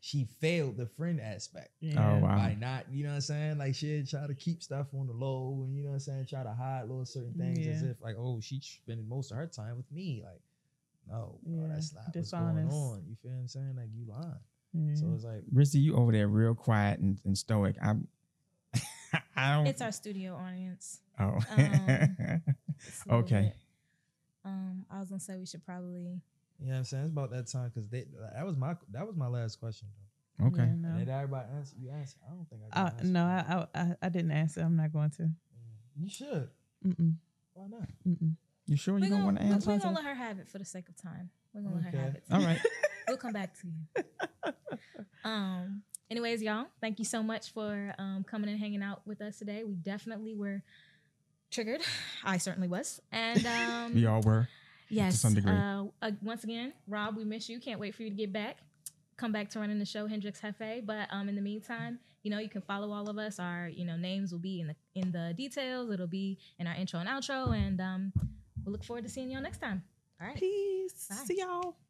[SPEAKER 4] she failed the friend aspect
[SPEAKER 2] yeah.
[SPEAKER 3] Oh wow.
[SPEAKER 4] by not, you know what I'm saying? Like she would try to keep stuff on the low and you know what I'm saying, try to hide little certain things as
[SPEAKER 2] Yeah.
[SPEAKER 4] if like, oh, she's spending most of her time with me. Like, no, bro,
[SPEAKER 2] Yeah,
[SPEAKER 4] that's not what's
[SPEAKER 2] dishonest.
[SPEAKER 4] going on. You feel what I'm saying? Like you lying.
[SPEAKER 2] Yeah.
[SPEAKER 4] So it's like
[SPEAKER 3] Rizzy, you over there real quiet and, and stoic. I'm. I don't.
[SPEAKER 1] It's our studio audience.
[SPEAKER 3] oh.
[SPEAKER 1] um, It's a little
[SPEAKER 3] Okay.
[SPEAKER 1] bit. Um, I was gonna say we should probably
[SPEAKER 4] you know what I'm saying? It's about that time because they that was my that was my last question though.
[SPEAKER 3] okay.
[SPEAKER 2] Yeah, no.
[SPEAKER 4] Did everybody answer you answer? I don't think I
[SPEAKER 2] I,
[SPEAKER 4] got an
[SPEAKER 2] no,
[SPEAKER 4] answer.
[SPEAKER 2] I, I I- I didn't answer. I'm not going to.
[SPEAKER 4] you should.
[SPEAKER 2] Mm-mm,
[SPEAKER 4] Why not?
[SPEAKER 2] mm-mm.
[SPEAKER 3] You sure you
[SPEAKER 1] we're
[SPEAKER 3] don't
[SPEAKER 1] gonna,
[SPEAKER 3] want to
[SPEAKER 1] we-
[SPEAKER 3] answer?
[SPEAKER 1] we're gonna let her have it for the sake of time. We're gonna let her have
[SPEAKER 4] Okay.
[SPEAKER 1] it.
[SPEAKER 3] All right.
[SPEAKER 1] We'll come back to you. um. Anyways, y'all, thank you so much for um, coming and hanging out with us today. We definitely were triggered. I certainly was. And um,
[SPEAKER 3] We all were.
[SPEAKER 1] yes,
[SPEAKER 3] some degree.
[SPEAKER 1] Uh, uh, once again, Rob, we miss you. Can't wait for you to get back. Come back to running the show, Hendrix Hefe. But um, in the meantime, you know you can follow all of us. Our you know names will be in the in the details. It'll be in our intro and outro, and um, we look forward to seeing y'all next time. All right.
[SPEAKER 2] Peace.
[SPEAKER 1] Bye.
[SPEAKER 2] See y'all.